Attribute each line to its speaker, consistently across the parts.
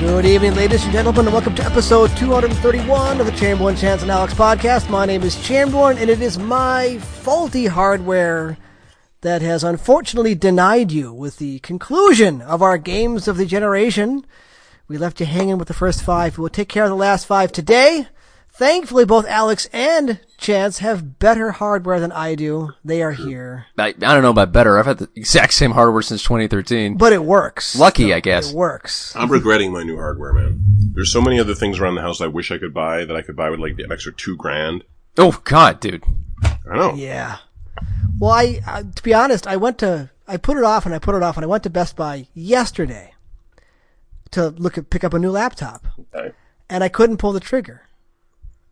Speaker 1: Good evening, ladies and gentlemen, and welcome to episode 231 of the Chamberlain, Chance, and Alex podcast. My name is Chamberlain, and it is my faulty hardware that has unfortunately denied you with the conclusion of our games of the generation. We left you hanging with the first five. We'll take care of the last five today. Thankfully, both Alex and Chance have better hardware than I do. They are here,
Speaker 2: I, I don't know about better. I've had the exact same hardware since 2013.
Speaker 1: but it works.
Speaker 2: Lucky, I guess.
Speaker 1: It works.
Speaker 3: I'm regretting my new hardware, man. There's so many other things around the house I wish I could buy that I could buy with like the extra two grand.
Speaker 2: Oh God, dude.
Speaker 3: I know.
Speaker 1: Oh, Yeah. Well, I, I to be honest, I went to I put it off and I put it off and I went to Best Buy yesterday to look at pick up a new laptop
Speaker 3: Okay.
Speaker 1: and I couldn't pull the trigger.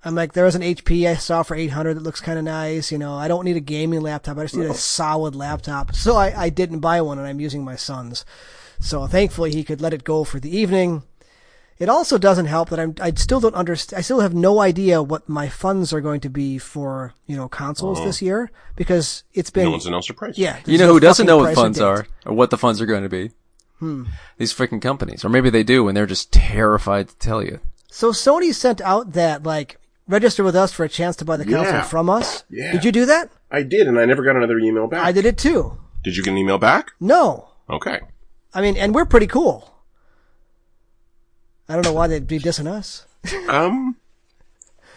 Speaker 1: I'm like, there was an HP I saw for 800 that looks kind of nice. You know, I don't need a gaming laptop. I just need a solid laptop. So I, I didn't buy one and I'm using my son's. So thankfully he could let it go for the evening. It also doesn't help that I'm, I still don't understand, I still have no idea what my funds are going to be for, you know, consoles this year because it's been,
Speaker 3: Oh. No one's announced a price.
Speaker 1: yeah.
Speaker 2: You
Speaker 1: there's
Speaker 2: know
Speaker 1: no
Speaker 2: who
Speaker 1: fucking
Speaker 2: doesn't know what
Speaker 1: price or
Speaker 2: funds
Speaker 1: date.
Speaker 2: are or what the funds are going to be? Hmm. These freaking companies, or maybe they do, and they're just terrified to tell you.
Speaker 1: So Sony sent out that, like, register with us for a chance to buy the console
Speaker 3: Yeah.
Speaker 1: from us.
Speaker 3: Yeah.
Speaker 1: Did you do that?
Speaker 3: I did, and I never got another email back.
Speaker 1: I did it too.
Speaker 3: Did you get an email back?
Speaker 1: No.
Speaker 3: Okay.
Speaker 1: I mean, and we're pretty cool. I don't know why they'd be dissing us.
Speaker 3: Um,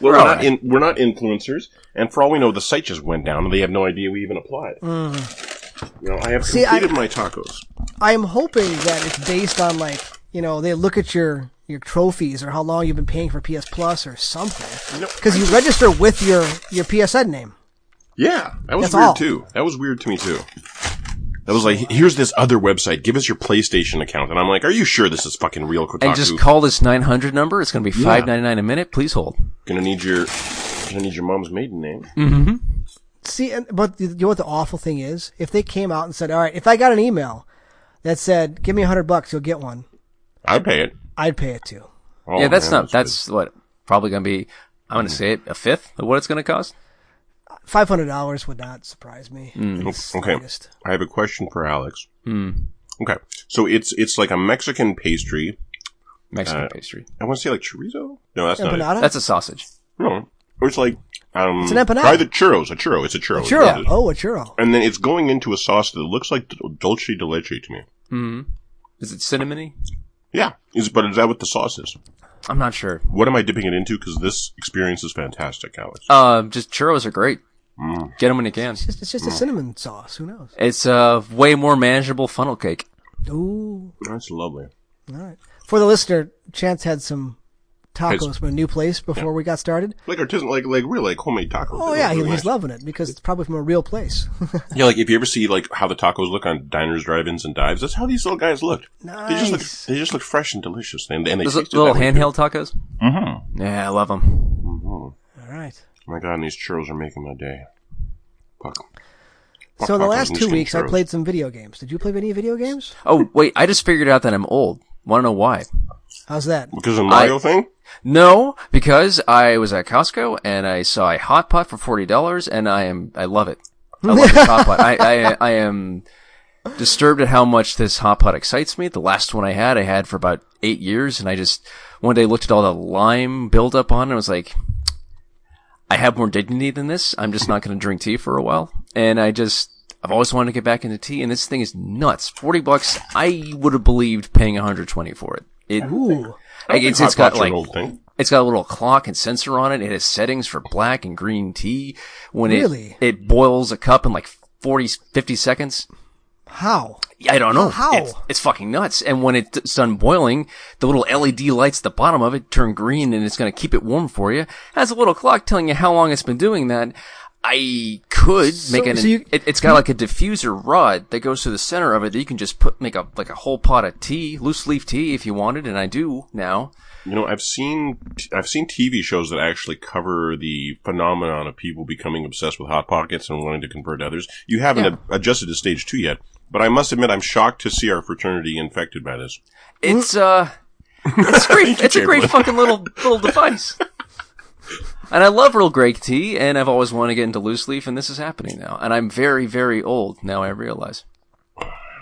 Speaker 3: we're
Speaker 2: All
Speaker 3: not
Speaker 2: right.
Speaker 3: in, we're not influencers, and for all we know, the site just went down, and they have no idea we even applied. You know, I have
Speaker 1: Mm. See, I-
Speaker 3: completed my tacos.
Speaker 1: I'm hoping that it's based on like, you know, they look at your your trophies or how long you've been paying for PS Plus or something.
Speaker 3: You know,
Speaker 1: Because you register with your your PSN name.
Speaker 3: yeah, that was
Speaker 1: That's
Speaker 3: weird
Speaker 1: all.
Speaker 3: too. That was weird to me too. That was like, here's this other website. Give us your PlayStation account, and I'm like, are you sure this is fucking real? Kotaku?
Speaker 2: And just call this 900 number. It's going to be
Speaker 3: Yeah.
Speaker 2: 5.99 a minute. Please hold.
Speaker 3: Gonna need your gonna need your mom's maiden name.
Speaker 1: See, and, but you know what the awful thing is? If they came out and said, "All right, if I got an email that said, give me a hundred bucks, you'll get one,"
Speaker 3: I'd pay it.
Speaker 1: I'd pay it too.
Speaker 3: Oh,
Speaker 2: yeah, that's
Speaker 3: man,
Speaker 2: not. That's what probably going to be. I'm going to say it a fifth of what it's going to cost.
Speaker 1: Five hundred dollars would not surprise me. in the
Speaker 3: good. Mm. okay.
Speaker 1: slightest.
Speaker 3: I have a question for Alex.
Speaker 2: Hmm.
Speaker 3: Okay, so it's it's like a Mexican pastry.
Speaker 2: Mexican
Speaker 3: Uh,
Speaker 2: pastry.
Speaker 3: I want to say like chorizo. No, that's not.
Speaker 1: Empanada?
Speaker 2: That's a sausage.
Speaker 3: It. No, or it's like um.
Speaker 1: It's an empanada.
Speaker 3: Try the churros. A churro. It's a churro.
Speaker 1: churro.
Speaker 3: Yeah.
Speaker 1: Oh, a churro.
Speaker 3: And then it's going into a sauce that looks like dul- dulce de leche to me.
Speaker 2: Is it cinnamony?
Speaker 3: Yeah, is but is that what the sauce is?
Speaker 2: I'm not sure.
Speaker 3: What am I dipping it into? Because this experience is fantastic, Alex.
Speaker 2: Uh, just churros are great.
Speaker 3: Mm.
Speaker 2: Get them when you can.
Speaker 1: It's just, it's just a cinnamon sauce. Who knows?
Speaker 2: It's a way more manageable funnel cake.
Speaker 1: Ooh.
Speaker 3: That's lovely.
Speaker 1: All right. For the listener, Chance had some tacos
Speaker 3: Has-
Speaker 1: from a new place before we got started.
Speaker 3: Like artisan, like like real like homemade tacos.
Speaker 1: Oh
Speaker 3: They
Speaker 1: yeah,
Speaker 3: look
Speaker 1: he,
Speaker 3: really
Speaker 1: he's
Speaker 3: nice.
Speaker 1: loving it because it's probably from a real place.
Speaker 3: Yeah, like if you ever see like how the tacos look on diners, drive-ins, and dives, that's how these little guys looked. They
Speaker 1: Nice.
Speaker 3: just look, they just look fresh and delicious, and, and they
Speaker 2: Those
Speaker 3: tasted
Speaker 2: little
Speaker 3: that way,
Speaker 2: handheld tacos.
Speaker 3: too. Mhm.
Speaker 2: Yeah, I love them.
Speaker 1: All right.
Speaker 3: Oh my god, and these churros are making my day. Fuck. Fuck
Speaker 1: So in the
Speaker 3: tacos
Speaker 1: last
Speaker 3: and
Speaker 1: two
Speaker 3: steamed
Speaker 1: weeks, I
Speaker 3: churros.
Speaker 1: played some video games. Did you play any video games?
Speaker 2: Oh wait, I just figured out that I'm old. Want to know why?
Speaker 1: How's that?
Speaker 3: because of the Mario
Speaker 2: I-
Speaker 3: thing.
Speaker 2: No, because I was at Costco and I saw a hot pot for forty dollars, and I am I love it. I love this hot pot. I, I I am disturbed at how much this hot pot excites me. The last one I had, I had for about eight years, and I just one day looked at all the lime buildup on, it and I was like, I have more dignity than this. I'm just not going to drink tea for a while, and I just. I've always wanted to get back into tea, and this thing is nuts. Forty bucks, I would have believed paying 120 for it. It,
Speaker 1: Ooh.
Speaker 2: like, it's,
Speaker 3: Hot
Speaker 2: it's got
Speaker 3: pots are an
Speaker 2: like
Speaker 3: old thing.
Speaker 2: it's got a little clock and sensor on it. It has settings for black and green tea. When
Speaker 1: Really?
Speaker 2: it, it boils a cup in like 40, 50 seconds.
Speaker 1: How?
Speaker 2: I don't know.
Speaker 1: How?
Speaker 2: It's, it's fucking nuts. And when it's done boiling, the little LED lights at the bottom of it turn green and it's going to keep it warm for you. It has a little clock telling you how long it's been doing that. I could make an,
Speaker 1: so you-
Speaker 2: it, it's got like a diffuser rod that goes to the center of it that you can just put, make a, like a whole pot of tea, loose leaf tea if you wanted. And I do now.
Speaker 3: You know, I've seen I've seen TV shows that actually cover the phenomenon of people becoming obsessed with hot pockets and wanting to convert others. You haven't
Speaker 2: Yeah.
Speaker 3: ad- adjusted to stage two yet, but I must admit, I'm shocked to see our fraternity infected by this.
Speaker 2: It's uh, it's great. it's a great
Speaker 3: Chamberlain.
Speaker 2: fucking little little device. And I love real Greg tea, and I've always wanted to get into loose leaf, and this is happening now. And I'm very, very old now. I realize.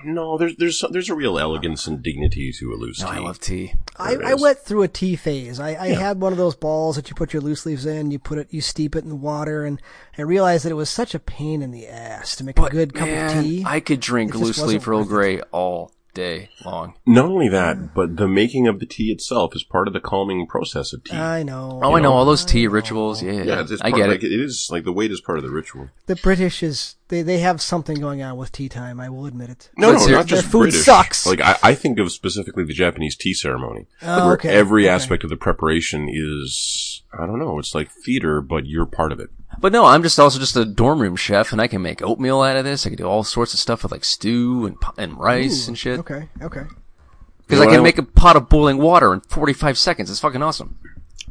Speaker 3: No, there's there's there's a real elegance and dignity to a loose
Speaker 2: No,
Speaker 3: tea.
Speaker 2: I love tea.
Speaker 1: I,
Speaker 3: There it
Speaker 1: I
Speaker 3: is.
Speaker 1: went through a tea phase. I, I had one of those balls that you put your loose leaves in, you put it, you steep it in the water, and I realized that it was such a pain in the ass to make a good cup of
Speaker 2: Man,
Speaker 1: tea.
Speaker 2: I could drink
Speaker 1: It just
Speaker 2: loose
Speaker 1: wasn't
Speaker 2: leaf Earl
Speaker 1: worth it.
Speaker 2: Grey all day long.
Speaker 3: Not only that, but the making of the tea itself is part of the calming process of tea.
Speaker 1: I know.
Speaker 2: Oh, I know all those tea rituals. Yeah,
Speaker 3: yeah, it's, it's
Speaker 2: I
Speaker 3: part,
Speaker 2: get
Speaker 3: like,
Speaker 2: it.
Speaker 3: It is like the weight is part of the ritual.
Speaker 1: The British is they, they have something going on with tea time. I will admit it.
Speaker 3: No,
Speaker 2: Let's
Speaker 3: no,
Speaker 2: hear-
Speaker 3: not just
Speaker 1: Their food
Speaker 3: British.
Speaker 1: sucks.
Speaker 3: Like I, I think of specifically the Japanese tea ceremony,
Speaker 1: Oh,
Speaker 3: where
Speaker 1: okay,
Speaker 3: every
Speaker 1: okay.
Speaker 3: aspect of the preparation is I don't know. It's like theater, but you're part of it.
Speaker 2: But no, I'm just also just a dorm room chef, and I can make oatmeal out of this. I can do all sorts of stuff with like stew and pu- and rice and shit.
Speaker 1: Okay, okay.
Speaker 2: Because
Speaker 3: You know
Speaker 2: I
Speaker 3: what
Speaker 2: can
Speaker 3: I-
Speaker 2: make a pot of boiling water in 45 seconds. It's fucking awesome.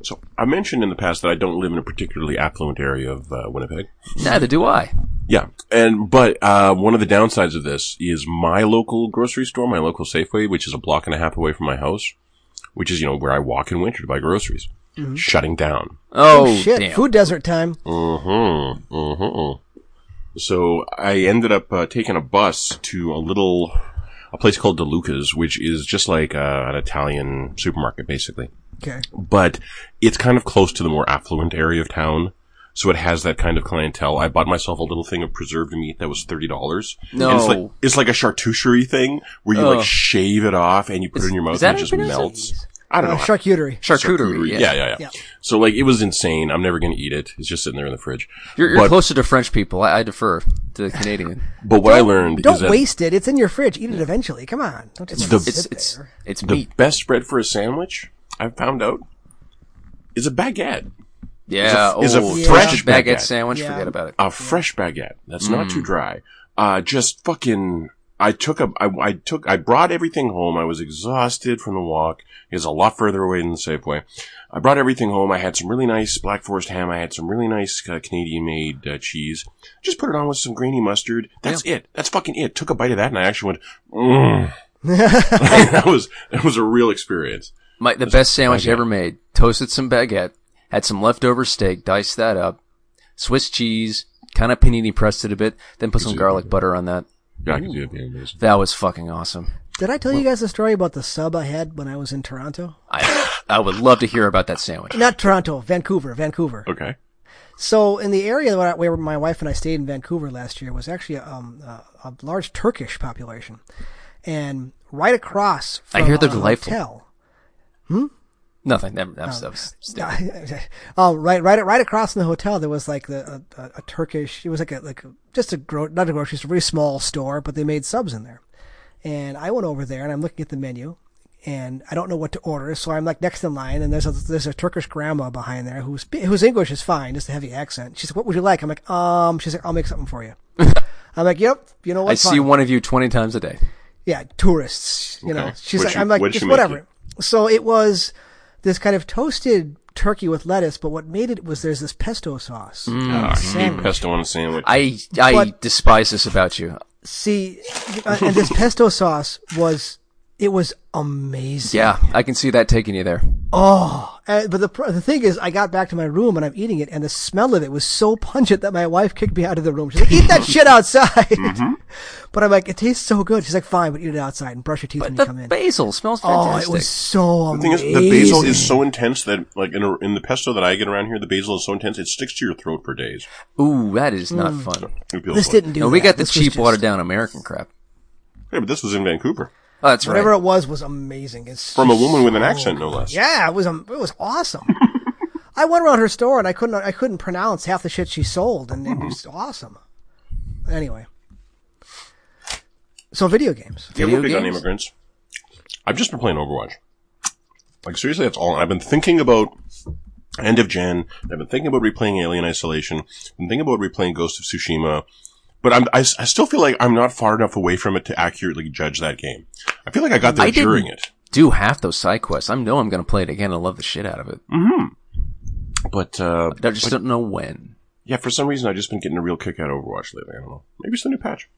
Speaker 3: So I mentioned in the past that I don't live in a particularly affluent area of uh, Winnipeg.
Speaker 2: Neither do I.
Speaker 3: Yeah, and but uh, one of the downsides of this is my local grocery store, my local Safeway, which is a block and a half away from my house, which is you know where I walk in winter to buy groceries, shutting down.
Speaker 2: Oh,
Speaker 1: Shit,
Speaker 2: damn.
Speaker 1: food desert time.
Speaker 3: Oh. Mm-hmm. Mm-hmm. So I ended up uh, taking a bus to a little, a place called DeLuca's, which is just like uh, an Italian supermarket, basically.
Speaker 1: Okay.
Speaker 3: But it's kind of close to the more affluent area of town. So it has that kind of clientele. I bought myself a little thing of preserved meat that was thirty dollars. it's
Speaker 2: No.
Speaker 3: like it's like a charcuterie thing where you
Speaker 2: Ugh.
Speaker 3: like shave it off and you put it in your mouth
Speaker 2: is that
Speaker 3: and it
Speaker 2: how you
Speaker 3: just
Speaker 2: pronounce it?
Speaker 3: melts. I don't
Speaker 1: Uh,
Speaker 3: know.
Speaker 1: charcuterie.
Speaker 2: Oh, Charcuterie. Yeah.
Speaker 3: Yeah, yeah, yeah,
Speaker 1: Yeah.
Speaker 3: So like it was insane. I'm never gonna eat it. It's just sitting there in the fridge.
Speaker 2: You're, you're
Speaker 3: But-
Speaker 2: closer to French people. I, I defer to the Canadian.
Speaker 3: But what I learned is
Speaker 1: Don't
Speaker 3: that
Speaker 1: waste it. It's in your fridge. Eat it eventually. Come on. Don't just
Speaker 3: the-
Speaker 1: let it
Speaker 2: It's
Speaker 1: sit
Speaker 2: it's
Speaker 1: there.
Speaker 2: it's
Speaker 3: the
Speaker 2: meat.
Speaker 3: best bread for a sandwich, I've found out, is a baguette.
Speaker 2: Yeah.
Speaker 3: is a-
Speaker 2: oh,
Speaker 1: is a
Speaker 2: fresh
Speaker 3: fresh
Speaker 2: baguette,
Speaker 3: baguette.
Speaker 2: sandwich.
Speaker 1: Yeah.
Speaker 2: Forget about it.
Speaker 3: A fresh baguette. That's not too dry. Uh, just fucking, I took a, I, I took, I brought everything home. I was exhausted from the walk. It was a lot further away than the Safeway. I brought everything home. I had some really nice Black Forest ham. I had some really nice uh, Canadian made uh, cheese. Just put it on with some grainy mustard. That's it. That's fucking it. Took a bite of that and I actually went, mm. that was, that was a real experience.
Speaker 2: My, the best sandwich ever made. Toasted some baguette, had some leftover steak, diced that up, Swiss cheese, kind of panini pressed it a bit, then put some garlic butter on that.
Speaker 3: Yeah, I could do it. Yeah, amazing.
Speaker 2: That was fucking awesome.
Speaker 1: Did I tell you guys the story about the sub I had when I was in Toronto?
Speaker 2: I I would love to hear about that sandwich.
Speaker 1: Not Toronto, Vancouver, Vancouver.
Speaker 3: Okay.
Speaker 1: So in the area where, where my wife and I stayed in Vancouver last year was actually um, a, a large Turkish population, and right across
Speaker 2: I
Speaker 1: from
Speaker 2: hear they're
Speaker 1: a
Speaker 2: delightful.
Speaker 1: hotel,
Speaker 2: Nothing. That, that, was- that was stupid.
Speaker 1: oh, right, right, right across from the hotel, there was like the, a, a, a Turkish. It was like a like a- just a gro- not a grocery store, very small store, but they made subs in there. And I went over there, and I'm looking at the menu, and I don't know what to order, so I'm like next in line, and there's a there's a Turkish grandma behind there who's whose English is fine, just a heavy accent. She's like, "What would you like?" I'm like, "Um," she's like, "I'll make something for you." I'm like, "Yep, you know what?"
Speaker 2: I see
Speaker 1: fine."
Speaker 2: one of you 20 times a day.
Speaker 1: yeah, tourists. You know,
Speaker 3: Okay.
Speaker 1: she's
Speaker 3: What'd
Speaker 1: like,
Speaker 3: she-
Speaker 1: I'm like,
Speaker 3: what'd she
Speaker 1: just
Speaker 3: make
Speaker 1: whatever. So it was this kind of toasted turkey with lettuce, but what made it was there's this pesto sauce.
Speaker 3: Ah, I hate
Speaker 1: Sandwich.
Speaker 3: pesto on a sandwich.
Speaker 2: I I
Speaker 1: But-
Speaker 2: despise this about you.
Speaker 1: See, uh, and this pesto sauce was it was amazing.
Speaker 2: Yeah, I can see that taking you there.
Speaker 1: Uh, but the pr- the thing is, I got back to my room and I'm eating it, and the smell of it was so pungent that my wife kicked me out of the room. She's like, "Eat that shit outside."
Speaker 3: Mm-hmm.
Speaker 1: But I'm like, "It tastes so good." She's like, "Fine, but eat it outside and brush your teeth when you
Speaker 2: The
Speaker 1: come in."
Speaker 2: basil smells
Speaker 1: oh,
Speaker 2: fantastic.
Speaker 1: it was so
Speaker 3: The thing
Speaker 1: amazing.
Speaker 3: is, the basil is so intense that, like, in, a, in the pesto that I get around here, the basil is so intense it sticks to your throat for days.
Speaker 2: Ooh, that is not fun.
Speaker 3: It feels
Speaker 1: This
Speaker 3: like-
Speaker 1: didn't do.
Speaker 2: No, we
Speaker 1: that.
Speaker 2: got the
Speaker 1: Mm. This was
Speaker 2: cheap,
Speaker 1: just-
Speaker 2: watered down American crap.
Speaker 3: Yeah, but this was in Vancouver
Speaker 2: Oh, that's
Speaker 1: Whatever
Speaker 2: right.
Speaker 1: it was was amazing. It's
Speaker 3: from a
Speaker 1: just
Speaker 3: woman with an
Speaker 1: so-
Speaker 3: accent, no less.
Speaker 1: Yeah, it was um, it was awesome. I went around her store and I couldn't I couldn't pronounce half the shit she sold, and it
Speaker 3: Mm-hmm.
Speaker 1: was awesome. Anyway, so video games.
Speaker 3: You
Speaker 2: Video
Speaker 3: ever pick on
Speaker 2: games?
Speaker 3: immigrants? I've just been playing Overwatch. Like seriously, that's all. I've been thinking about end of Jan. I've been thinking about replaying Alien Isolation. I've been thinking about replaying Ghost of Tsushima. But I'm, I, s- I still feel like I'm not far enough away from it to accurately judge that game. I feel like I got there
Speaker 2: I didn't-
Speaker 3: during it.
Speaker 2: Do half those side quests. I know I'm going to play it again. I love the shit out of it.
Speaker 1: Mm.
Speaker 3: But uh,
Speaker 2: I just don't know when.
Speaker 3: Yeah, for some reason I've just been getting a real kick out of Overwatch lately. I don't know. Maybe it's the new patch.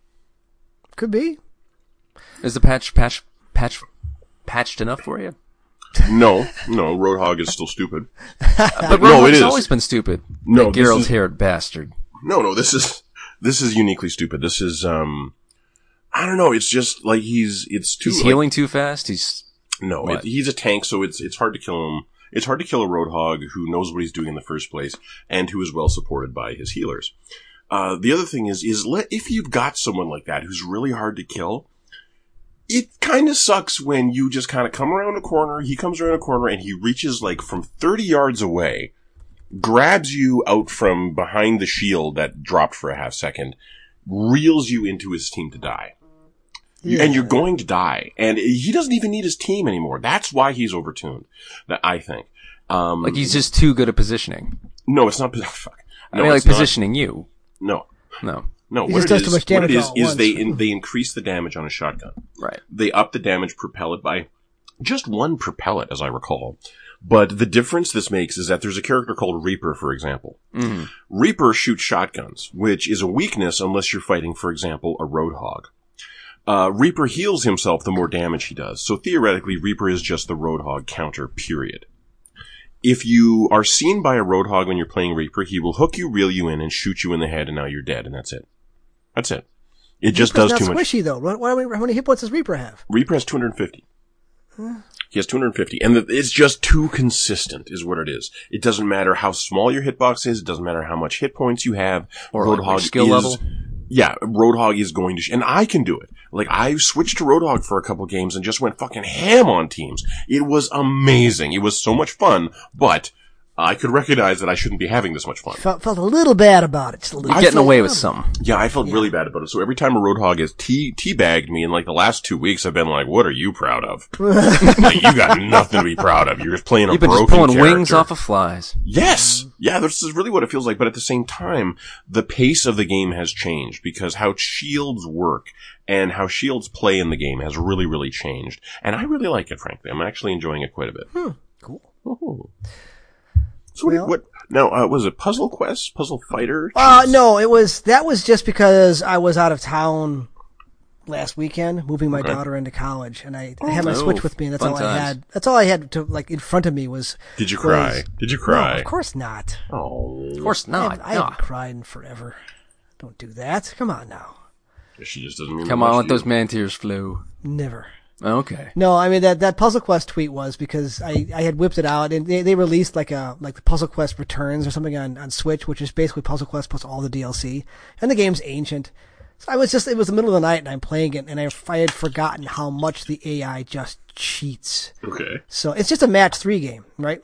Speaker 1: Could be.
Speaker 2: Is the patch patch patch patched enough for you?
Speaker 3: No, no, Roadhog is still stupid.
Speaker 2: But
Speaker 3: No, it
Speaker 2: Roadhog's
Speaker 3: is.
Speaker 2: always been stupid.
Speaker 3: No,
Speaker 2: that
Speaker 3: this
Speaker 2: Geralt's
Speaker 3: is-
Speaker 2: haired bastard.
Speaker 3: No, no, this is this is uniquely stupid. This is um I don't know. It's just like he's it's too
Speaker 2: He's
Speaker 3: like,
Speaker 2: healing too fast. He's
Speaker 3: No, it,
Speaker 2: What?
Speaker 3: he's a tank, so it's it's hard to kill him. It's hard to kill a roadhog who knows what he's doing in the first place and who is well supported by his healers. Uh, the other thing is is let if you've got someone like that who's really hard to kill, it kind of sucks when you just kind of come around a corner. He comes around a corner and he reaches like from thirty yards away, grabs you out from behind the shield that dropped for a half second, reels you into his team to die and you're going to die. And he doesn't even need his team anymore. That's why he's overtuned. That I think. Um,
Speaker 2: like he's just too good at positioning.
Speaker 3: no, it's not. Fuck.
Speaker 2: I
Speaker 3: No,
Speaker 2: mean, like
Speaker 3: it's not-
Speaker 2: positioning you.
Speaker 3: No,
Speaker 2: No,
Speaker 3: no.
Speaker 1: He just
Speaker 3: What it
Speaker 1: does
Speaker 3: is,
Speaker 1: too much
Speaker 3: what it
Speaker 1: damage
Speaker 3: is,
Speaker 1: all at
Speaker 3: is
Speaker 1: once.
Speaker 3: they in, they increase the damage on a shotgun.
Speaker 2: right.
Speaker 3: They up the damage per pellet by just one per pellet, as I recall. But the difference this makes is that there's a character called Reaper, for example.
Speaker 2: Mhm.
Speaker 3: Reaper shoots shotguns, which is a weakness unless you're fighting, for example, a Roadhog. Uh, Reaper heals himself the more damage he does, so theoretically, Reaper is just the Roadhog counter, period. If you are seen by a Roadhog when you're playing Reaper, he will hook you, reel you in, and shoot you in the head, and now you're dead, and that's it. That's it. It just
Speaker 1: Reaper's
Speaker 3: does
Speaker 1: not
Speaker 3: too much.
Speaker 1: squishy though. What, what, how many- how many hit points does Reaper have?
Speaker 3: Reaper has 250. He has 250, and the, it's just too consistent, is what it is. It doesn't matter how small your hitbox is. It doesn't matter how much hit points you have.
Speaker 2: Or like your skill
Speaker 3: is-
Speaker 2: level.
Speaker 3: Yeah, Roadhog is going to, sh- and I can do it. Like I switched to Roadhog for a couple games and just went fucking ham on teams. It was amazing. It was so much fun, but I could recognize that I shouldn't be having this much fun.
Speaker 1: Felt, felt a little bad about it. Just a little.
Speaker 2: You're
Speaker 3: I
Speaker 2: getting
Speaker 3: feel-
Speaker 2: away with some.
Speaker 3: Yeah, I felt really bad about it. So every time a Roadhog has tea teabagged me in like the last two weeks, I've been like, "What are you proud of? like, you got nothing to be proud of. You're just playing a
Speaker 2: You've been
Speaker 3: broken
Speaker 2: just pulling
Speaker 3: character."
Speaker 2: wings off of flies.
Speaker 3: Yes, yeah, this is really what it feels like. But at the same time, the pace of the game has changed because how shields work and how shields play in the game has really, really changed. And I really like it, frankly. I'm actually enjoying it quite a bit.
Speaker 2: Hmm.
Speaker 1: Cool.
Speaker 3: Oh. So what?
Speaker 1: Well-
Speaker 3: what now uh, was it Puzzle Quest, Puzzle Fighter?
Speaker 1: Uh, no, it was that was just because I was out of town last weekend, moving my daughter into college, and I, I had my
Speaker 2: Oh,
Speaker 1: Switch with me, and that's
Speaker 2: fun
Speaker 1: all I
Speaker 2: times.
Speaker 1: had. That's all I had to like in front of me was.
Speaker 3: Did you cry?
Speaker 1: was-
Speaker 3: Did you
Speaker 1: No,
Speaker 3: cry?
Speaker 1: of course not.
Speaker 3: Oh.
Speaker 2: Of course
Speaker 1: I
Speaker 2: not.
Speaker 1: haven't, I
Speaker 2: nah.
Speaker 1: haven't cried in forever. Don't do that. Come on now.
Speaker 3: She just doesn't.
Speaker 2: Come on, let those man tears flow.
Speaker 1: Never.
Speaker 2: Okay.
Speaker 1: No, I mean that, that Puzzle Quest tweet was because I, I had whipped it out and they, they released like a like the Puzzle Quest Returns or something on, on Switch, which is basically Puzzle Quest plus all the DLC, and the game's ancient. So I was just it was the middle of the night and I'm playing it and I, I had forgotten how much the AI just cheats.
Speaker 3: Okay.
Speaker 1: So it's just a match three game, right?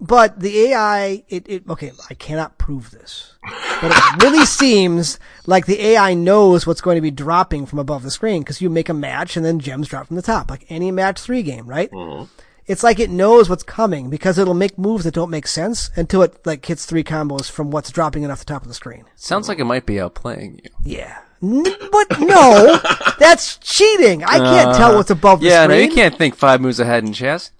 Speaker 1: But the AI, it, it okay, I cannot prove this, but it really seems like the AI knows what's going to be dropping from above the screen because you make a match and then gems drop from the top, like any match three game, right?
Speaker 2: Mm-hmm.
Speaker 1: It's like it knows what's coming because it'll make moves that don't make sense until it like hits three combos from what's dropping it off the top of the screen.
Speaker 2: Sounds like it might be outplaying you.
Speaker 1: Yeah, N- but no, that's cheating. I can't tell what's above the
Speaker 2: Uh, Yeah, no,
Speaker 1: screen.
Speaker 2: you can't think five moves ahead in chess.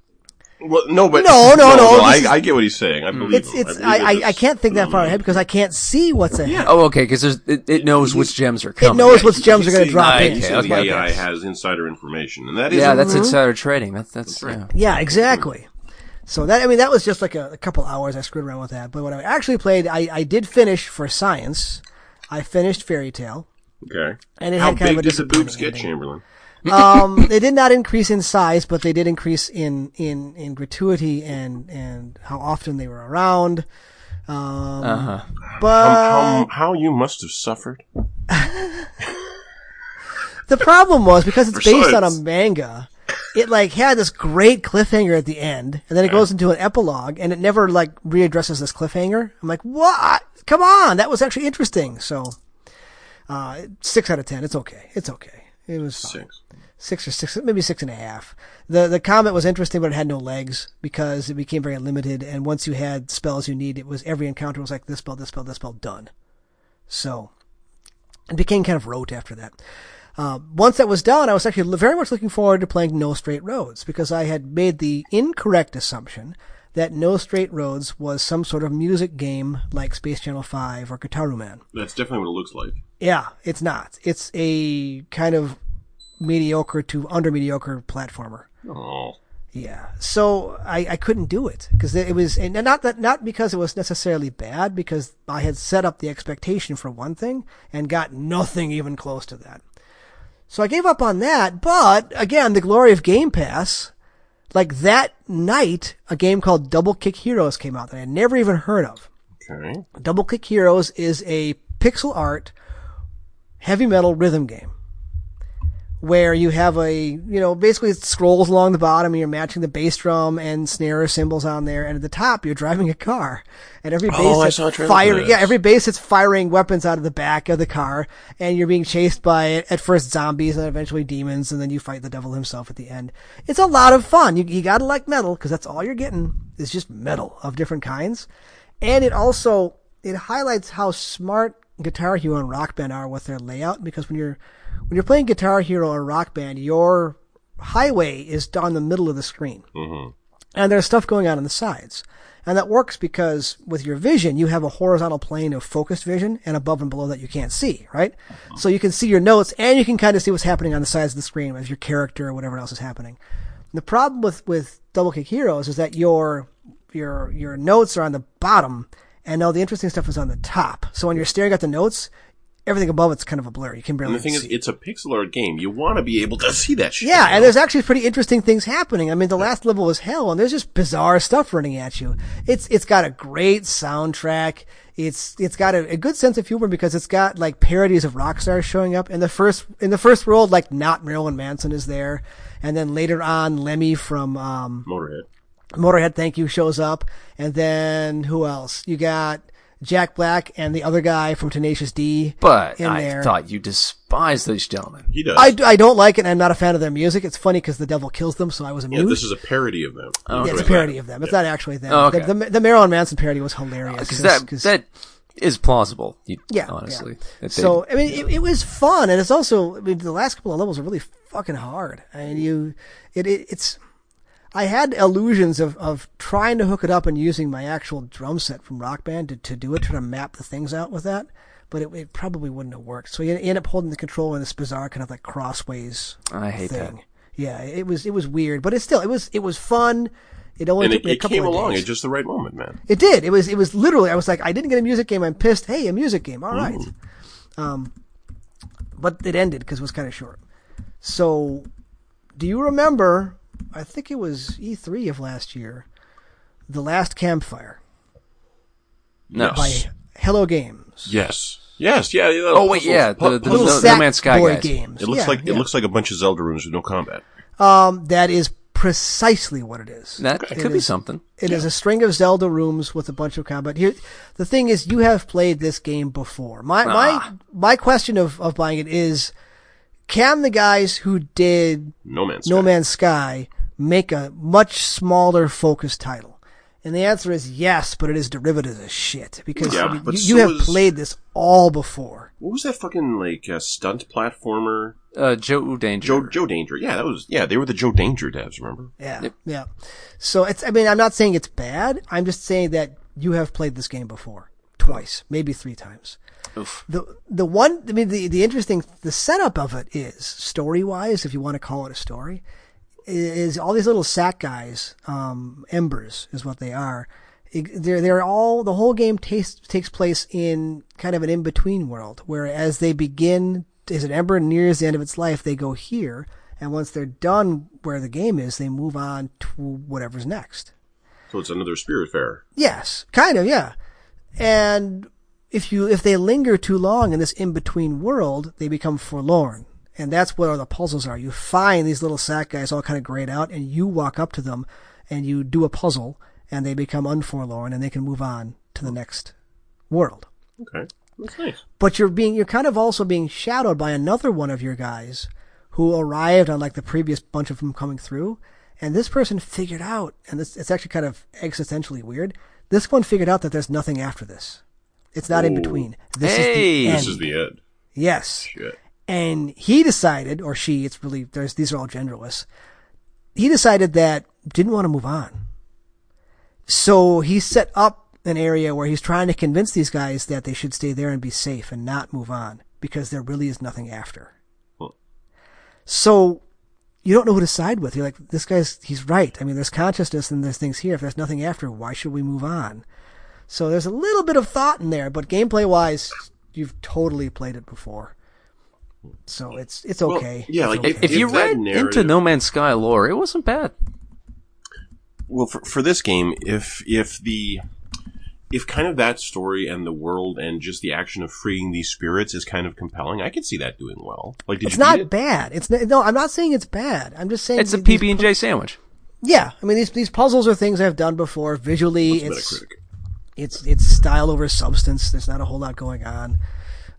Speaker 3: Well, no, but
Speaker 1: No, no, no,
Speaker 3: I,
Speaker 1: this is-
Speaker 3: I get what he's saying. I believe
Speaker 1: It's
Speaker 3: him.
Speaker 1: it's
Speaker 3: believe
Speaker 1: I, I,
Speaker 3: it
Speaker 1: I
Speaker 3: is-
Speaker 1: can't think that far ahead because I can't see what's ahead.
Speaker 2: Oh, okay, because it, it knows which gems are
Speaker 1: It
Speaker 2: coming.
Speaker 1: knows what gems are
Speaker 3: He's
Speaker 1: going to
Speaker 3: saying-
Speaker 1: drop
Speaker 2: I
Speaker 1: in.
Speaker 3: he's
Speaker 2: okay,
Speaker 3: saying the
Speaker 2: okay.
Speaker 3: AI has insider information, and that is
Speaker 2: Yeah, that's insider trading. That's that's yeah.
Speaker 1: Yeah, exactly. So that I mean that was just like a, a couple hours I screwed around with that. But when I actually played, I, I did finish for science. I finished Fairy Tale,
Speaker 3: okay.
Speaker 1: and it
Speaker 3: How
Speaker 1: had kind
Speaker 3: big
Speaker 1: of a
Speaker 3: does the boobs get,
Speaker 1: disappointing
Speaker 3: Chamberlain?
Speaker 1: ending. Um, they did not increase in size, but they did increase in in in gratuity and and how often they were around. Um,
Speaker 3: Uh-huh. How,
Speaker 1: but
Speaker 3: how, how you must have suffered.
Speaker 1: The problem was because it's
Speaker 3: For
Speaker 1: based on
Speaker 3: science.
Speaker 1: a manga, it like had this great cliffhanger at the end, and then it goes into an epilogue, and it never like readdresses this cliffhanger. I'm like, what? Come on, that was actually interesting. So, uh, six out of ten. It's okay. It's okay. It was fine.
Speaker 3: Six.
Speaker 1: six or six, maybe six and a half. The the comet was interesting, but it had no legs because it became very limited. And once you had spells you need, it was every encounter was like this spell, this spell, this spell, done. So it became kind of rote after that. Uh, once that was done, I was actually very much looking forward to playing No Straight Roads because I had made the incorrect assumption that No Straight Roads was some sort of music game like Space Channel 5 or Guitaru Man.
Speaker 3: That's definitely what it looks like.
Speaker 1: Yeah, it's not. It's a kind of mediocre to under mediocre platformer.
Speaker 3: Oh,
Speaker 1: Yeah. So I, I couldn't do it because it was, and not that, not because it was necessarily bad, because I had set up the expectation for one thing and got nothing even close to that. So I gave up on that, but again, the glory of Game Pass, like that night, a game called Double Kick Heroes came out that I had never even heard of.
Speaker 3: Okay.
Speaker 1: Double Kick Heroes is a pixel art heavy metal rhythm game where you have a, you know, basically it scrolls along the bottom and you're matching the bass drum and snare cymbals on there. And at the top, you're driving a car and every
Speaker 3: Oh, I
Speaker 1: bass
Speaker 3: saw a
Speaker 1: hits
Speaker 3: trailer for
Speaker 1: firing. Yeah.
Speaker 3: this.
Speaker 1: Every bass hits firing weapons out of the back of the car and you're being chased by at first zombies and then eventually demons. And then you fight the devil himself at the end. It's a lot of fun. You, you gotta like metal because that's all you're getting is just metal of different kinds. And it also, it highlights how smart Guitar Hero and Rock Band are with their layout because when you're, when you're playing Guitar Hero or Rock Band, your highway is down the middle of the screen. Mm-hmm. And there's stuff going on on the sides. And that works because with your vision, you have a horizontal plane of focused vision and above and below that you can't see, right?
Speaker 3: Uh-huh.
Speaker 1: So you can see your notes and you can kind of see what's happening on the sides of the screen with your character or whatever else is happening. The problem with, with Double Kick Heroes is that your, your, your notes are on the bottom and all the interesting stuff is on the top. So when you're staring at the notes, everything above it's kind of a blur. You can barely
Speaker 3: And the thing is,
Speaker 1: see.
Speaker 3: it's a pixel art game. You want to be able to see that shit.
Speaker 1: Yeah, and there's actually pretty interesting things happening. I mean, the last level was hell, and there's just bizarre stuff running at you. It's it's got a great soundtrack. It's it's got a, a good sense of humor because it's got like parodies of rock stars showing up. In the first in the first world, like not Marilyn Manson is there, and then later on Lemmy from um,
Speaker 3: Motorhead.
Speaker 1: Motorhead, thank you, shows up, and then who else? You got Jack Black and the other guy from Tenacious D.
Speaker 2: But
Speaker 1: in
Speaker 2: I
Speaker 1: there.
Speaker 2: thought you despised these gentlemen.
Speaker 3: He does.
Speaker 1: I, I don't like it. and I'm not a fan of their music. It's funny because the devil kills them, so I was
Speaker 3: yeah,
Speaker 1: amused.
Speaker 3: this is a parody of them.
Speaker 1: Yeah, it's a parody of them. It's not actually them.
Speaker 2: Oh, okay.
Speaker 1: the, the, the Marilyn Manson parody was hilarious.
Speaker 2: Because
Speaker 1: 'cause-
Speaker 2: that,
Speaker 1: 'cause-
Speaker 2: that is plausible, you-
Speaker 1: yeah,
Speaker 2: honestly.
Speaker 1: yeah.
Speaker 2: That they-
Speaker 1: So I mean, it, it was fun, and it's also I mean, the last couple of levels are really fucking hard. I mean, you, it, it it's. I had illusions of, of trying to hook it up and using my actual drum set from Rock Band to, to do it, trying to map the things out with that, but it, it probably wouldn't have worked. So you end up holding the controller in this bizarre kind of like crossways
Speaker 2: I hate that.
Speaker 1: thing. Yeah, it was it was weird, but it still it was it was fun. It only
Speaker 3: and
Speaker 1: took
Speaker 3: it,
Speaker 1: me a
Speaker 3: it
Speaker 1: couple
Speaker 3: came
Speaker 1: of
Speaker 3: along
Speaker 1: days.
Speaker 3: at just the right moment, man.
Speaker 1: It did. It was. It was literally. I was like, I didn't get a music game. I'm pissed. Hey, a music game. All right. Um, but it ended because it was kind of short. So, do you remember? I think it was E3 of last year, the last campfire
Speaker 2: No.
Speaker 1: by
Speaker 3: Yes.
Speaker 1: Hello Games.
Speaker 3: Yes. Yes. Yeah. yeah
Speaker 2: Oh, wait,
Speaker 3: puzzles.
Speaker 2: yeah,
Speaker 3: Pu-
Speaker 2: the- the-
Speaker 3: puzzles.
Speaker 2: No- No
Speaker 1: Sack
Speaker 2: Man's Sky
Speaker 1: boy
Speaker 2: guys.
Speaker 1: games.
Speaker 3: it looks
Speaker 1: Yeah,
Speaker 3: like
Speaker 1: yeah.
Speaker 3: it looks like a bunch of Zelda runes with no combat.
Speaker 1: Um, that is precisely what it is.
Speaker 2: That
Speaker 1: It
Speaker 2: could be
Speaker 1: is-
Speaker 2: something.
Speaker 1: It is a string of Zelda rooms with a bunch of combat. Here, the thing is, you have played this game before. My
Speaker 3: Ah.
Speaker 1: my my question of of buying it is, can the guys who did
Speaker 3: No man's
Speaker 1: No
Speaker 3: Sky.
Speaker 1: Man's Sky make a much smaller focused title? And the answer is yes, but it is derivative as shit because
Speaker 3: Yeah,
Speaker 1: I mean,
Speaker 3: but
Speaker 1: you,
Speaker 3: so
Speaker 1: you have
Speaker 3: is-
Speaker 1: played this all before.
Speaker 3: What was that fucking like uh, stunt platformer?
Speaker 2: Uh, Joe Danger.
Speaker 3: Joe Joe Danger. Yeah, that was yeah. They were the Joe Danger devs. Remember?
Speaker 1: Yeah, yeah. So it's. I mean, I'm not saying it's bad. I'm just saying that you have played this game before, twice, maybe three times.
Speaker 2: Oof.
Speaker 1: the the one I mean the the interesting the setup of it is story wise if you want to call it a story is all these little sack guys um, embers is what they are they're they're all the whole game takes takes place in kind of an in between world where as they begin as an ember nears the end of its life they go here and once they're done where the game is they move on to whatever's next
Speaker 3: So it's another Spirit Fair.
Speaker 1: Yes, kind of, yeah. And if you if they linger too long in this in between world, they become forlorn. And that's what all the puzzles are. You find these little sack guys all kind of grayed out, and you walk up to them, and you do a puzzle, and they become unforlorn, and they can move on to the next world
Speaker 3: Okay, that's nice.
Speaker 1: but you're being you're kind of also being shadowed by another one of your guys who arrived on like the previous bunch of them coming through and this person figured out and this it's actually kind of existentially weird this one figured out that there's nothing after this it's not in
Speaker 3: Ooh.
Speaker 1: between this is
Speaker 2: Hey!
Speaker 1: the end
Speaker 3: This is the end.
Speaker 1: yes
Speaker 3: Shit.
Speaker 1: and he decided or she it's really there's these are all genderless he decided that didn't want to move on so he set up an area where he's trying to convince these guys that they should stay there and be safe and not move on because there really is nothing after
Speaker 3: Hmm.
Speaker 1: so you don't know who to side with you're like this guy's he's right i mean there's consciousness and there's things here if there's nothing after why should we move on so there's a little bit of thought in there but gameplay wise you've totally played it before So it's it's
Speaker 3: Well,
Speaker 1: okay.
Speaker 3: yeah, like
Speaker 2: If, if you
Speaker 3: that
Speaker 2: read into
Speaker 3: narrative-
Speaker 2: No Man's Sky lore, it wasn't bad.
Speaker 3: well for, for this game if if the if kind of that story and the world and just the action of freeing these spirits is kind of compelling i could see that doing well like did
Speaker 1: It's
Speaker 3: you
Speaker 1: not
Speaker 3: beat it?
Speaker 1: bad. It's n- no, I'm not saying it's bad. I'm just saying
Speaker 2: It's a
Speaker 1: th- these
Speaker 2: PB and J sandwich.
Speaker 1: Yeah, I mean these these puzzles are things I've done before. Visually,
Speaker 3: It's
Speaker 1: it's
Speaker 3: Metacritic.
Speaker 1: it's it's style over substance. There's not a whole lot going on.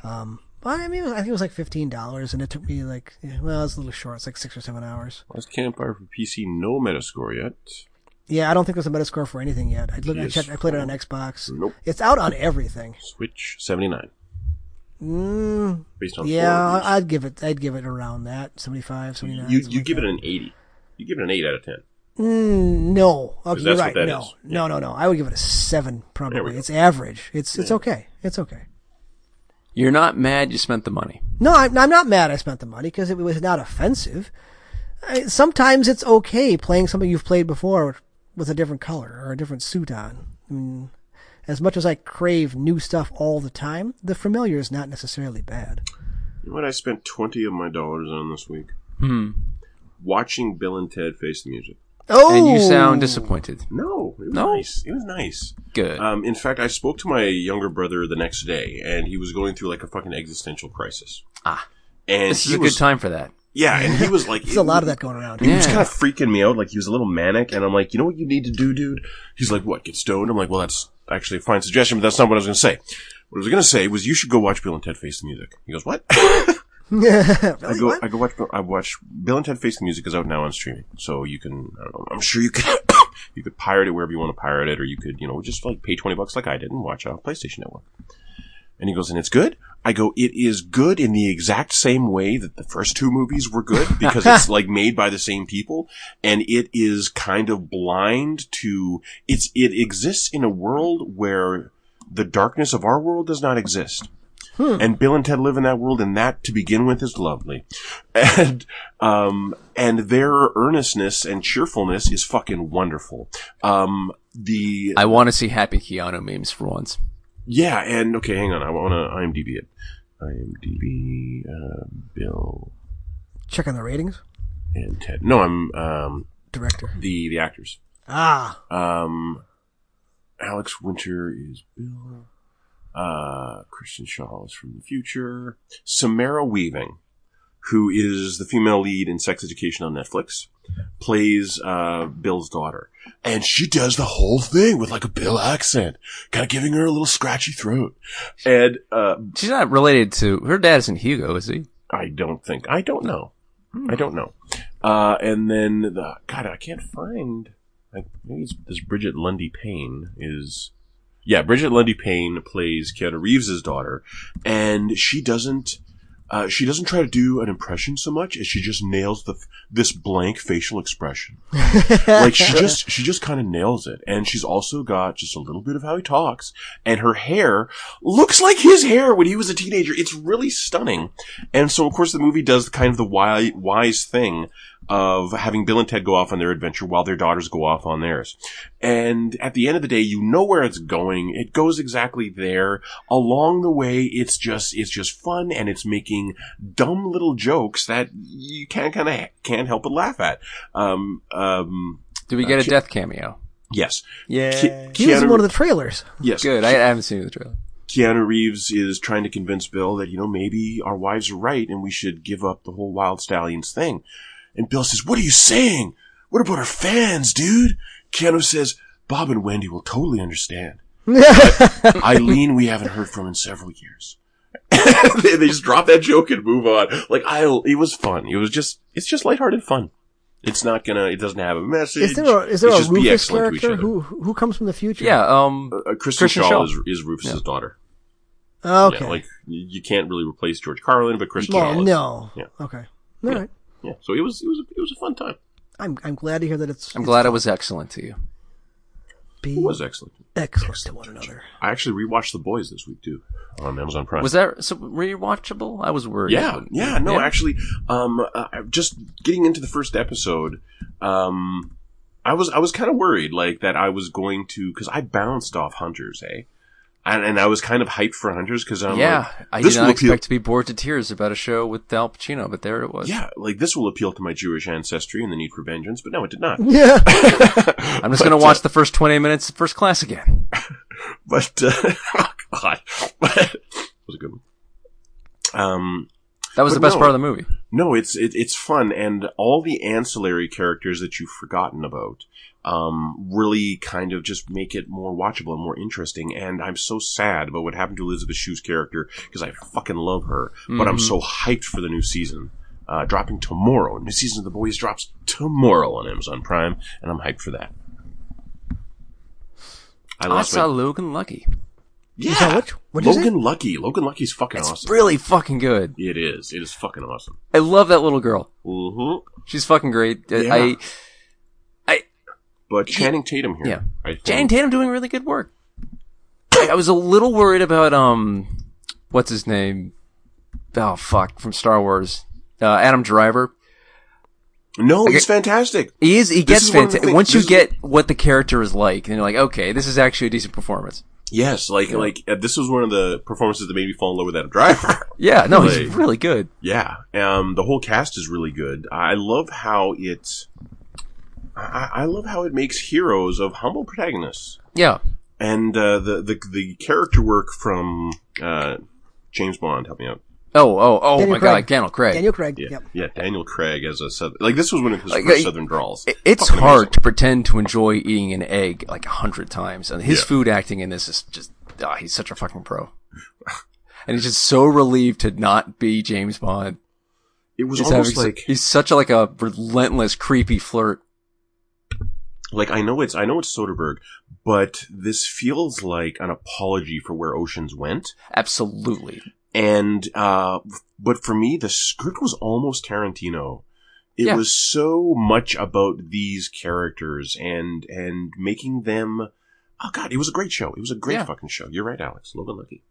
Speaker 1: Um, but I mean, I think it was like fifteen dollars, and it took me like yeah, well, it was a little short. It's like six or seven hours.
Speaker 3: Last campfire for pc no metascore yet
Speaker 1: Yeah, I don't think there's a Metascore for anything yet. I looked, I
Speaker 3: Yes.
Speaker 1: checked, I played it on Xbox.
Speaker 3: Nope.
Speaker 1: It's out on everything.
Speaker 3: switch 79
Speaker 1: Mm,
Speaker 3: based on
Speaker 1: yeah,
Speaker 3: four
Speaker 1: I-
Speaker 3: reviews.
Speaker 1: I'd give it. I'd give it around that 75, 79.
Speaker 3: you
Speaker 1: something
Speaker 3: you
Speaker 1: like
Speaker 3: give
Speaker 1: that.
Speaker 3: it an 80 you give it an 8 out of 10
Speaker 1: Mm, no, okay,
Speaker 3: Because
Speaker 1: you're
Speaker 3: that's
Speaker 1: right.
Speaker 3: what that
Speaker 1: No,
Speaker 3: is.
Speaker 1: no, no, no. I would give it a seven
Speaker 3: There we
Speaker 1: probably.
Speaker 3: go.
Speaker 1: It's average. It's it's okay. It's okay.
Speaker 2: You're not mad you spent the money.
Speaker 1: No, I'm, I'm not mad I spent the money because it was not offensive. I, sometimes it's okay playing something you've played before with a different color or a different suit on. I mean, as much as I crave new stuff all the time, the familiar is not necessarily bad.
Speaker 3: you know what i spent 20 of my dollars on this week
Speaker 2: Hmm.
Speaker 3: watching bill and ted face the music
Speaker 1: Oh,
Speaker 2: And you sound disappointed.
Speaker 3: no it was
Speaker 2: No.
Speaker 3: nice it was nice
Speaker 2: Good.
Speaker 3: Um, in fact, I spoke to my younger brother the next day, and he was going through like a fucking existential crisis.
Speaker 2: ah,
Speaker 3: And
Speaker 2: this is
Speaker 3: he
Speaker 2: a
Speaker 3: was,
Speaker 2: good time for that.
Speaker 3: Yeah, and he was like,
Speaker 1: There's a lot of that going around.
Speaker 3: He was
Speaker 2: Yeah.
Speaker 3: kind of freaking me out. Like he was a little manic, and I'm like, you know what you need to do, dude? He's like, what? Get stoned? I'm like, well, that's actually a fine suggestion, but that's not what I was going to say. What I was going to say was you should go watch Bill and Ted Face the Music. He goes, what? I
Speaker 1: really?
Speaker 3: go,
Speaker 1: What?
Speaker 3: I go watch, I watch Bill and Ted Face the Music is out now on streaming, so you can. I don't know, I'm sure you could, you could pirate it wherever you want to pirate it, or you could, you know, just like pay twenty bucks like I did and watch it on PlayStation Network. And he goes, and it's good. I go, it is good in the exact same way that the first two movies were good because it's like made by the same people, and it is kind of blind to it's. It exists in a world where the darkness of our world does not exist. And Bill and Ted live in that world, and that to begin with is lovely. And um, and their earnestness and cheerfulness is fucking wonderful. Um, the
Speaker 2: I want to see happy Keanu memes for once.
Speaker 3: yeah, and okay, hang on, I want to IMDb it. IMDb uh, Bill
Speaker 1: Checking the ratings.
Speaker 3: and Ted. No, I'm um,
Speaker 1: Director.
Speaker 3: the the actors.
Speaker 1: Ah,
Speaker 3: Um, Alex Winter is Bill. Uh, Christian Shaw is from the future. Samara Weaving, who is the female lead in Sex Education on Netflix, plays uh, Bill's daughter, and she does the whole thing with like a Bill accent, kind of giving her a little scratchy throat. And uh,
Speaker 2: She's not related to her dad. Isn't Hugo? Is he?
Speaker 3: I don't think I don't know. I don't know. Uh, and then the God, I can't find. I, maybe it's, this Bridget Lundy Payne is. Yeah, Bridget Lundy Payne plays Keanu Reeves' daughter, and she doesn't. Uh, she doesn't try to do an impression so much as she just nails the f- this blank facial expression. like she just she just kind of nails it, and she's also got just a little bit of how he talks, and her hair looks like his hair when he was a teenager. It's really stunning. And so, of course, the movie does kind of the wise, wise thing of having Bill and Ted go off on their adventure while their daughters go off on theirs. And at the end of the day, you know where it's going. It goes exactly there. Along the way, it's just, it's just fun and it's making dumb little jokes that you can't kind of, can't help but laugh at. Um, um,
Speaker 2: Do we get a death cameo?
Speaker 3: yes.
Speaker 2: Yeah.
Speaker 1: he was in
Speaker 3: Keanu-
Speaker 1: one of the trailers.
Speaker 3: Yes.
Speaker 2: Good. I haven't seen the trailer.
Speaker 3: Keanu Reeves is trying to convince Bill that, you know, maybe our wives are right and we should give up the whole Wild Stallions thing. And Bill says, What are you saying? What about our fans, dude? Keanu says, Bob and Wendy will totally understand. Eileen, we haven't heard from in several years. they, they just drop that joke and move on. Like, I, it was fun. It was just, it's just lighthearted fun. It's not gonna, it doesn't have a message.
Speaker 1: Is there a, is there
Speaker 3: It's
Speaker 1: a
Speaker 3: just be
Speaker 1: Rufus
Speaker 3: excellent to each
Speaker 1: character who
Speaker 3: other.
Speaker 1: who comes from the future?
Speaker 2: Yeah. Um.
Speaker 3: Uh, Kristen,
Speaker 2: Kristen
Speaker 3: Shaw,
Speaker 2: Shaw.
Speaker 3: is, is Rufus's
Speaker 2: Yeah.
Speaker 3: daughter.
Speaker 1: Oh, Okay.
Speaker 3: Yeah, like you you can't really replace George Carlin, but Christian.
Speaker 1: well,
Speaker 3: Hollis.
Speaker 1: no.
Speaker 3: Yeah.
Speaker 1: Okay. All right.
Speaker 3: Yeah. So it was it was a, it was a fun time.
Speaker 1: I'm I'm glad to hear that it's.
Speaker 2: I'm glad it was excellent to you.
Speaker 1: Be
Speaker 3: It was excellent.
Speaker 1: excellent to one another.
Speaker 3: I actually rewatched The Boys this week too on Amazon Prime.
Speaker 2: Was that so rewatchable? I was worried.
Speaker 3: yeah, yeah, no,
Speaker 2: Yeah.
Speaker 3: actually, um, uh, I- just getting into the first episode, um, I was I was kind of worried like that I was going to because I bounced off Hunters, eh? and, and I was kind of hyped for Hunters because I'm
Speaker 2: yeah,
Speaker 3: like,
Speaker 2: I
Speaker 3: this
Speaker 2: did
Speaker 3: will
Speaker 2: not expect
Speaker 3: appeal,
Speaker 2: to be bored to tears about a show with Al Pacino, but there it was.
Speaker 3: yeah, like this will appeal to my Jewish ancestry and the need for vengeance, but no, it did not.
Speaker 1: Yeah.
Speaker 2: I'm just gonna
Speaker 3: uh,
Speaker 2: watch the first 20 minutes of First Class again.
Speaker 3: But uh, oh God, that was a good one. Um,
Speaker 2: That was
Speaker 3: But
Speaker 2: the best
Speaker 3: no.
Speaker 2: part of the movie.
Speaker 3: no, it's it, it's fun, and all the ancillary characters that you've forgotten about um, really kind of just make it more watchable and more interesting. And I'm so sad about what happened to Elizabeth Shue's character because I fucking love her, but I'm so hyped for the new season. Uh, dropping tomorrow. New season of The Boys drops tomorrow on Amazon Prime, and I'm hyped for that. I
Speaker 2: I
Speaker 3: lost my
Speaker 2: saw Logan Lucky.
Speaker 1: You saw
Speaker 3: Yeah.
Speaker 1: which- what is
Speaker 3: Logan Lucky. Logan Lucky's fucking awesome.
Speaker 2: Really fucking good.
Speaker 3: it is. It is fucking awesome.
Speaker 2: I love that little girl.
Speaker 3: Mm-hmm.
Speaker 2: She's fucking great. I-
Speaker 3: Yeah.
Speaker 2: I
Speaker 3: But Channing Tatum here.
Speaker 2: Yeah.
Speaker 3: I think.
Speaker 2: Channing Tatum doing really good work. I, I was a little worried about um, what's his name? Oh fuck, from Star Wars, uh, Adam Driver.
Speaker 3: No, he's fantastic.
Speaker 2: He is. He gets
Speaker 3: is one of the
Speaker 2: fantastic.
Speaker 3: things-
Speaker 2: Once you
Speaker 3: this is-
Speaker 2: get what the character is like, then you're like, okay, this is actually a decent performance.
Speaker 3: Yes, like like uh, this was one of the performances that made me fall in love with that driver.
Speaker 2: Yeah, no, he's
Speaker 3: Like-
Speaker 2: really good.
Speaker 3: yeah. Um. The whole cast is really good. I love how it. I, I love how it makes heroes of humble protagonists.
Speaker 2: Yeah,
Speaker 3: And uh, the, the the character work from uh, James Bond, help me out.
Speaker 2: Oh, oh, oh
Speaker 1: Daniel
Speaker 2: my
Speaker 1: Craig.
Speaker 2: god, Daniel Craig.
Speaker 1: Daniel Craig.
Speaker 3: Yeah,
Speaker 1: Yep.
Speaker 3: yeah. Daniel Craig as a southern like this was one of his
Speaker 2: Like,
Speaker 3: first
Speaker 2: I-
Speaker 3: southern drawls.
Speaker 2: I- It's
Speaker 3: Fucking
Speaker 2: hard
Speaker 3: amazing.
Speaker 2: to pretend to enjoy eating an egg like a hundred times, and his
Speaker 3: Yeah.
Speaker 2: food acting in this is just—he's such a fucking pro. And he's just so relieved to not be James Bond.
Speaker 3: It was
Speaker 2: He's,
Speaker 3: almost
Speaker 2: having-
Speaker 3: like
Speaker 2: he's such a, like a relentless, creepy flirt.
Speaker 3: like I know it's I know it's Soderbergh, but this feels like an apology for where Oceans went.
Speaker 2: Absolutely.
Speaker 3: And uh but for me, the script was almost Tarantino. It
Speaker 2: Yeah.
Speaker 3: was so much about these characters and and making them. Oh God, it was a great show. It was a great
Speaker 2: Yeah.
Speaker 3: fucking show. You're right, Alex. Logan Lucky.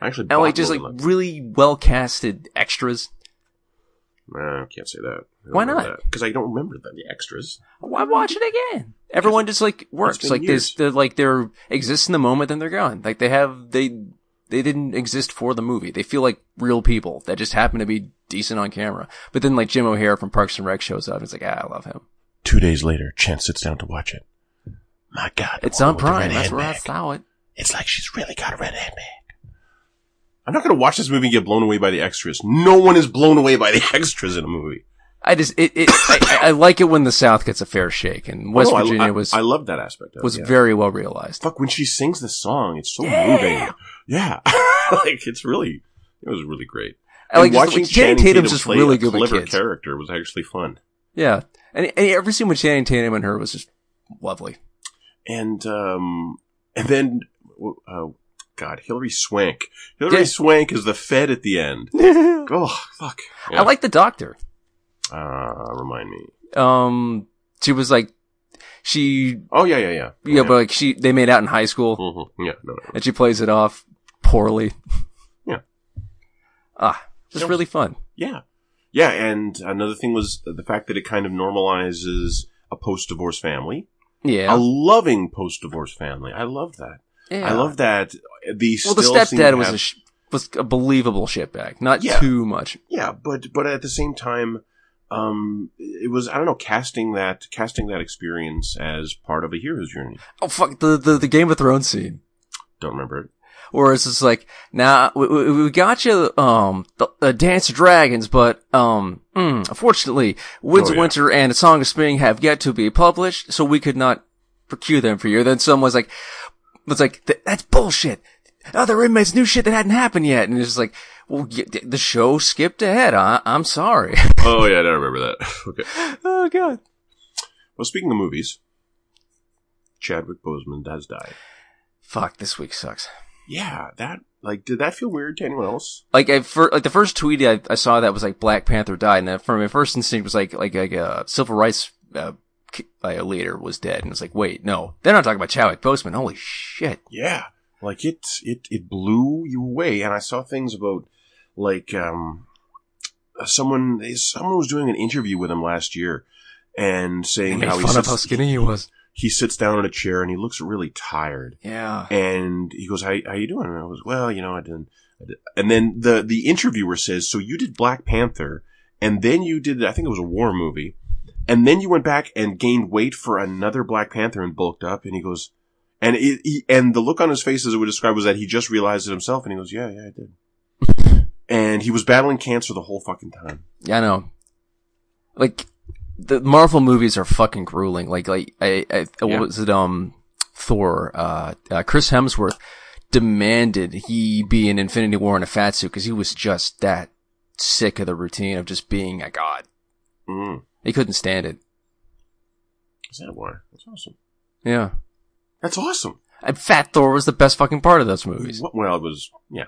Speaker 3: I actually,
Speaker 2: And
Speaker 3: bought
Speaker 2: like Oh, just like
Speaker 3: Logan Lucky.
Speaker 2: really well casted extras.
Speaker 3: Nah, I can't say that.
Speaker 2: Why not?
Speaker 3: Because I don't remember the, the extras.
Speaker 2: Why watch it again? Everyone just like works.
Speaker 3: been
Speaker 2: Like
Speaker 3: years.
Speaker 2: this, they're like they're exist in the moment, then they're gone. Like they have they they didn't exist for the movie. They feel like real people that just happen to be decent on camera. But then like Jim O'Hare from Parks and Rec shows up. and It's like ah, I love him.
Speaker 3: Two days later, Chance sits down to watch it. My God, the
Speaker 2: It's
Speaker 3: woman
Speaker 2: on
Speaker 3: with the
Speaker 2: Prime.
Speaker 3: red
Speaker 2: That's where I
Speaker 3: Oh, handbag.
Speaker 2: saw it.
Speaker 3: It's like she's really got a red handbag. I'm not going to watch this movie and get blown away by the extras. No one is blown away by the extras in a movie.
Speaker 2: I just it, it I, I I like it when the South gets a fair shake, and West
Speaker 3: Oh, no, I-
Speaker 2: Virginia
Speaker 3: I,
Speaker 2: was
Speaker 3: I, love that aspect. Of
Speaker 2: was
Speaker 3: it. yeah.
Speaker 2: very well realized.
Speaker 3: fuck when she sings the song. It's so
Speaker 2: Yeah.
Speaker 3: moving. Yeah, like it's really it was really great.
Speaker 2: I like
Speaker 3: And
Speaker 2: just- like, Channing
Speaker 3: Tatum
Speaker 2: Tatum's just
Speaker 3: play
Speaker 2: really
Speaker 3: a
Speaker 2: good with
Speaker 3: clever
Speaker 2: kids.
Speaker 3: character was actually fun.
Speaker 2: Yeah, and, and every scene with Channing Tatum and her was just lovely.
Speaker 3: and um, and then uh, God, Hillary Swank. Hillary
Speaker 2: Yeah.
Speaker 3: Swank is the Fed at the end.
Speaker 2: I
Speaker 3: Oh fuck! Yeah.
Speaker 2: like the doctor.
Speaker 3: Uh, remind me.
Speaker 2: Um, she was like, she
Speaker 3: Oh yeah, yeah, yeah.
Speaker 2: yeah, but like she they made out in high school,
Speaker 3: hmm yeah, no, no.
Speaker 2: and she plays it off poorly.
Speaker 3: Yeah.
Speaker 2: Ah, just really fun.
Speaker 3: yeah, yeah. And another thing was the fact that it kind of normalizes a post-divorce family, a
Speaker 2: Yeah,
Speaker 3: loving post-divorce family. I love that.
Speaker 2: yeah.
Speaker 3: I love that. The
Speaker 2: Well, the
Speaker 3: still seem to
Speaker 2: stepdad was
Speaker 3: have-
Speaker 2: a sh- was a believable shitbag, not
Speaker 3: Yeah.
Speaker 2: too much.
Speaker 3: yeah, but but at the same time, um, it was I don't know casting that casting that experience as part of a hero's journey.
Speaker 2: Oh fuck the the, the Game of Thrones scene.
Speaker 3: Don't remember it.
Speaker 2: Or it's just like, nah, we, we, we got you, um, the, the Dance of Dragons, but, um, mm, unfortunately, Winds
Speaker 3: Oh,
Speaker 2: of
Speaker 3: yeah.
Speaker 2: Winter and A Song of Spring have yet to be published, so we could not procure them for you. Then someone's like, was like, "Th- that's bullshit. Other inmates knew shit that hadn't happened yet. And it's just like, well, y- th- the show skipped ahead. I- I'm sorry.
Speaker 3: oh yeah, I don't remember that. Okay.
Speaker 2: oh, God.
Speaker 3: Well, speaking of movies, Chadwick Boseman has died.
Speaker 2: Fuck, this week sucks.
Speaker 3: Yeah, that like did that feel weird to anyone else?
Speaker 2: like I fir- like the first tweet I, I saw that was like Black Panther died, and then for my first instinct was like like like a civil rights uh, ki- like a leader was dead, and it's like wait no, they're not talking about Chadwick Boseman. Holy shit!
Speaker 3: Yeah, like it it it blew you away, and I saw things about like um someone someone was doing an interview with him last year and
Speaker 2: They
Speaker 3: saying
Speaker 2: made
Speaker 3: how
Speaker 2: fun
Speaker 3: he's
Speaker 2: of how skinny he was.
Speaker 3: He sits down in a chair and he looks really tired.
Speaker 2: Yeah.
Speaker 3: And he goes, "How how you doing?" And I was, "Well, you know, I didn't." I did-" And then the the interviewer says, "So you did Black Panther, and then you did I think it was a war movie, and then you went back and gained weight for another Black Panther and bulked up." And he goes, and it, he, and the look on his face as it would describe was that he just realized it himself, and he goes, "Yeah, yeah, I did." and he was battling cancer the whole fucking time.
Speaker 2: Yeah, I know. Like the Marvel movies are fucking grueling. Like like I, I
Speaker 3: Yeah.
Speaker 2: what was it um Thor uh, uh Chris Hemsworth demanded he be in Infinity War in a fat suit because he was just that sick of the routine of just being a god.
Speaker 3: Mm.
Speaker 2: He couldn't stand it.
Speaker 3: Is that why? That's awesome.
Speaker 2: Yeah.
Speaker 3: That's awesome.
Speaker 2: And Fat Thor was the best fucking part of those movies.
Speaker 3: Well, it was yeah.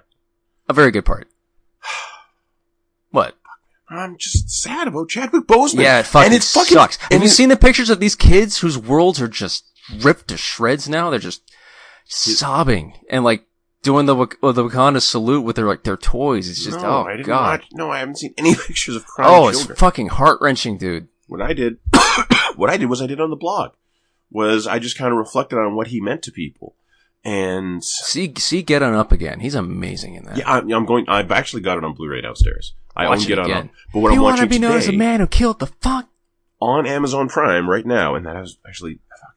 Speaker 2: A very good part. What?
Speaker 3: I'm just sad about Chadwick Boseman.
Speaker 2: Yeah, it fucking,
Speaker 3: and it fucking
Speaker 2: sucks. Have
Speaker 3: and
Speaker 2: you
Speaker 3: it-
Speaker 2: seen the pictures of these kids whose worlds are just ripped to shreds now? They're just sobbing and like doing the Wak- uh, the Wakanda salute with their like their toys. It's just
Speaker 3: no, I
Speaker 2: oh
Speaker 3: did
Speaker 2: god.
Speaker 3: Not, no, I haven't seen any pictures of crying
Speaker 2: Oh, it's
Speaker 3: children.
Speaker 2: fucking heart wrenching, dude.
Speaker 3: what I did, what I did was I did on the blog was I just kind of reflected on what he meant to people, and
Speaker 2: See, see, get on up again. He's amazing in that.
Speaker 3: yeah, I'm, I'm going. I've actually got it on Blu-ray downstairs. I
Speaker 2: Watch
Speaker 3: own
Speaker 2: it
Speaker 3: Get on
Speaker 2: again.
Speaker 3: Up, but what
Speaker 2: you
Speaker 3: I'm
Speaker 2: want
Speaker 3: watching
Speaker 2: to be known as
Speaker 3: today
Speaker 2: the man who killed the fuck?
Speaker 3: on Amazon Prime right now, and that is actually. fuck.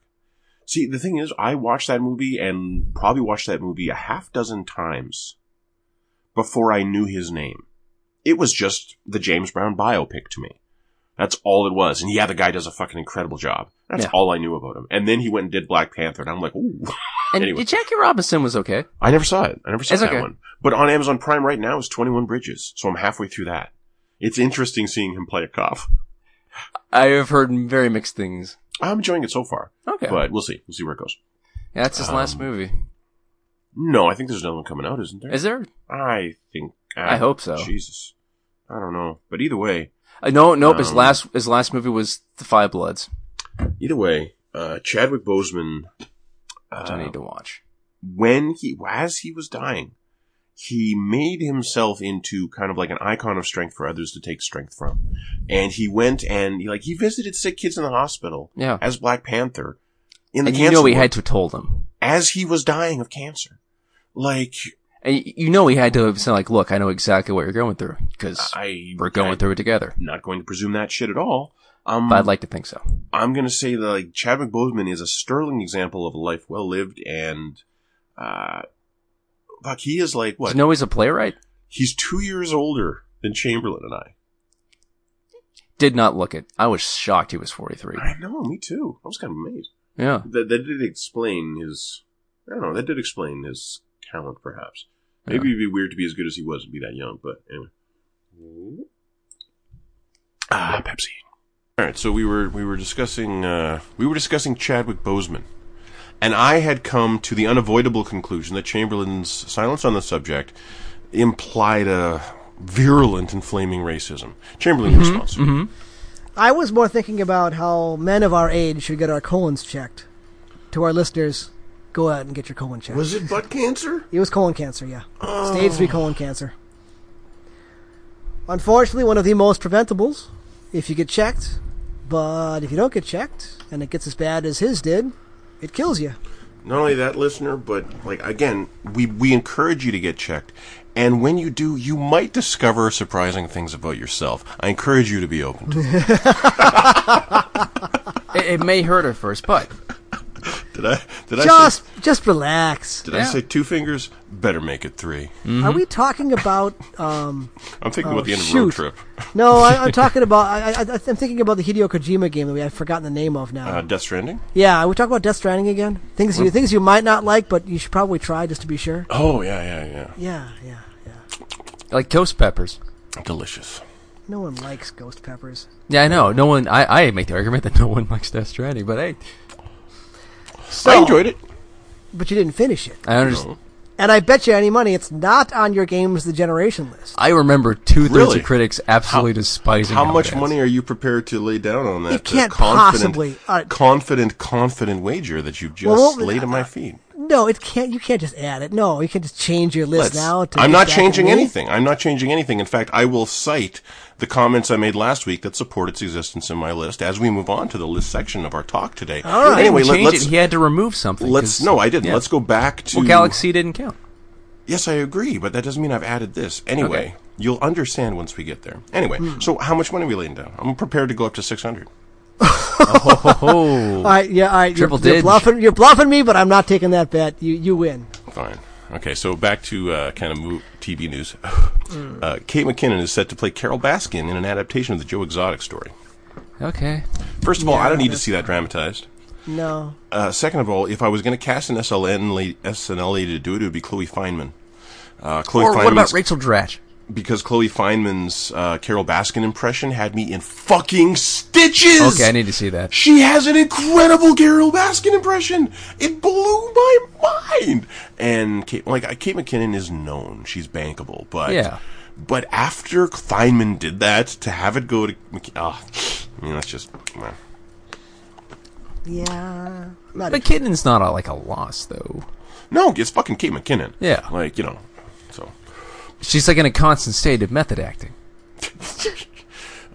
Speaker 3: See, the thing is, I watched that movie and probably watched that movie a half dozen times before I knew his name. It was just the James Brown biopic to me. That's all it was. And yeah, the guy does a fucking incredible job. That's
Speaker 2: Yeah.
Speaker 3: all I knew about him. And then he went and did Black Panther, and I'm like, ooh.
Speaker 2: And
Speaker 3: Anyway.
Speaker 2: Jackie Robinson was okay.
Speaker 3: I never saw it. I never saw
Speaker 2: It's
Speaker 3: that
Speaker 2: okay.
Speaker 3: one. But on Amazon Prime right now is 21 Bridges, so I'm halfway through that. It's interesting seeing him play a cop.
Speaker 2: I have heard very mixed things.
Speaker 3: I'm enjoying it so far,
Speaker 2: Okay,
Speaker 3: but um, we'll see. We'll see where it goes.
Speaker 2: Yeah, that's his last movie.
Speaker 3: No, I think there's another one coming out, isn't there?
Speaker 2: Is there?
Speaker 3: I think. uh,
Speaker 2: I hope so.
Speaker 3: Jesus, I don't know, but either way,
Speaker 2: Uh, no, nope. his
Speaker 3: Um,
Speaker 2: last his last movie was The Five Bloods,
Speaker 3: either way, uh, Chadwick Boseman,
Speaker 2: which I
Speaker 3: uh,
Speaker 2: need to watch.
Speaker 3: when he as he was dying, he made himself into kind of like an icon of strength for others to take strength from, and he went and he, like he visited sick kids in the hospital
Speaker 2: Yeah,
Speaker 3: as Black Panther in the
Speaker 2: and you
Speaker 3: cancer
Speaker 2: know he
Speaker 3: ward
Speaker 2: had to have told him,
Speaker 3: as he was dying of cancer, like
Speaker 2: and y- you know he had to have said like, "Look, I know exactly what you're going through because
Speaker 3: I
Speaker 2: we're going
Speaker 3: I-
Speaker 2: through it together."
Speaker 3: Not going to presume that shit at all. Um,
Speaker 2: But I'd like to think so.
Speaker 3: I'm gonna say that like Chadwick Boseman is a sterling example of a life well lived, and uh, fuck, he is like
Speaker 2: Do
Speaker 3: what?
Speaker 2: you know he's a playwright?
Speaker 3: he's two years older than Chamberlain and I.
Speaker 2: Did not look it. I was shocked he was 43.
Speaker 3: I know, me too. I was kind of amazed.
Speaker 2: Yeah,
Speaker 3: That that did explain his. I don't know. That did explain his talent, perhaps.
Speaker 2: Yeah.
Speaker 3: Maybe it'd be weird to be as good as he was and be that young, but anyway. Ah, Pepsi. All right, so we were we were discussing uh, we were discussing Chadwick Boseman, and I had come to the unavoidable conclusion that Chamberlain's silence on the subject implied a virulent and flaming racism. Chamberlain response.
Speaker 1: I was more thinking about how men of our age should get our colons checked. To our listeners, go out and get your colon checked.
Speaker 3: Was it butt cancer?
Speaker 1: It was colon cancer, yeah. Stage 3 colon cancer. Unfortunately, one of the most preventables if you get checked. But if you don't get checked and it gets as bad as his did, it kills you.
Speaker 3: not only that listener but like again we we encourage you to get checked and when you do you might discover surprising things about yourself i encourage you to be open to it
Speaker 2: it, it may hurt at first, but
Speaker 3: did i did i say
Speaker 1: Just just relax.
Speaker 3: did i
Speaker 2: Yeah.
Speaker 3: say two fingers better make it 3
Speaker 1: Are we talking about um
Speaker 3: i'm thinking
Speaker 1: Oh,
Speaker 3: about the end of
Speaker 1: shoot.
Speaker 3: road trip
Speaker 1: No, I, I'm talking about I, I I'm thinking about the Hideo Kojima game that we I've forgotten the name of now.
Speaker 3: uh, death stranding
Speaker 1: yeah, we talk about Death Stranding again. Things you things you might not like, but you should probably try just to be sure.
Speaker 3: oh yeah yeah
Speaker 1: Yeah, yeah, yeah.
Speaker 2: like Ghost Peppers.
Speaker 3: yeah delicious
Speaker 1: No one likes ghost peppers.
Speaker 2: Yeah, I know. No one. I, I make the argument that no one likes Death Stranding, but hey,
Speaker 1: So,
Speaker 3: i enjoyed it
Speaker 1: but you didn't finish it.
Speaker 2: I understand.
Speaker 1: And I bet you any money it's not on your games the generation list.
Speaker 2: I remember two thirds
Speaker 3: Really?
Speaker 2: of critics absolutely despising
Speaker 3: how much
Speaker 2: it is.
Speaker 3: money are you prepared to lay down on that
Speaker 1: It can't
Speaker 3: confident,
Speaker 1: possibly- all right.
Speaker 3: confident confident wager that you've just
Speaker 1: Well, what was-
Speaker 3: laid at my feet
Speaker 1: No, no, it can't. You can't just add it. No, you can just change your list
Speaker 3: Let's-
Speaker 1: now. To
Speaker 3: I'm
Speaker 1: get
Speaker 3: not
Speaker 1: back
Speaker 3: changing
Speaker 1: at me.
Speaker 3: anything. I'm not changing anything. In fact, I will cite the comments I made last week that support its existence in my list as we move on to the list section of our talk today.
Speaker 1: All right.
Speaker 3: Anyway, let,
Speaker 2: Change
Speaker 3: let's
Speaker 2: it. He had to remove something.
Speaker 3: let's
Speaker 2: 'cause-
Speaker 3: no, I didn't.
Speaker 2: yeah.
Speaker 3: Let's go back to
Speaker 2: Well, Galaxy didn't count.
Speaker 3: Yes, I agree, but that doesn't mean I've added this.
Speaker 2: Okay.
Speaker 3: Anyway, you'll understand once we get there. Anyway, so how much money are we laying down? I'm prepared to go up to 600.
Speaker 1: All
Speaker 2: Oh.
Speaker 1: right, yeah, all right.
Speaker 2: Triple
Speaker 1: you're, you're
Speaker 2: didge.
Speaker 1: bluffing. You're bluffing me, but I'm not taking that bet. You you win.
Speaker 3: Fine. Okay, so back to uh, kind of mo- TV news. uh, Kate McKinnon is set to play Carol Baskin in an adaptation of the Joe Exotic story.
Speaker 2: Okay.
Speaker 3: First of all, I don't need to see that dramatized.
Speaker 1: No.
Speaker 3: Uh, second of all, if I was going to cast an SLN lady, SNL lady to do it, it would be Chloe Feynman. Uh, Chloe
Speaker 2: Or what about
Speaker 3: Fineman's-
Speaker 2: Rachel Dratch?
Speaker 3: because Chloe Feynman's uh, Carol Baskin impression had me in fucking stitches.
Speaker 2: Okay, I need to see that.
Speaker 3: She has an incredible Carol Baskin impression. It blew my mind. And Kate, like uh, Kate McKinnon is known; she's bankable. But
Speaker 2: Yeah.
Speaker 3: but after Feynman did that, to have it go to Mc- ah, I mean that's just. well.
Speaker 1: Yeah. Not
Speaker 2: But Kitten's not a, like a loss though.
Speaker 3: No, it's fucking Kate McKinnon.
Speaker 2: Yeah.
Speaker 3: Like, you know. So,
Speaker 2: She's like in a constant state of method acting.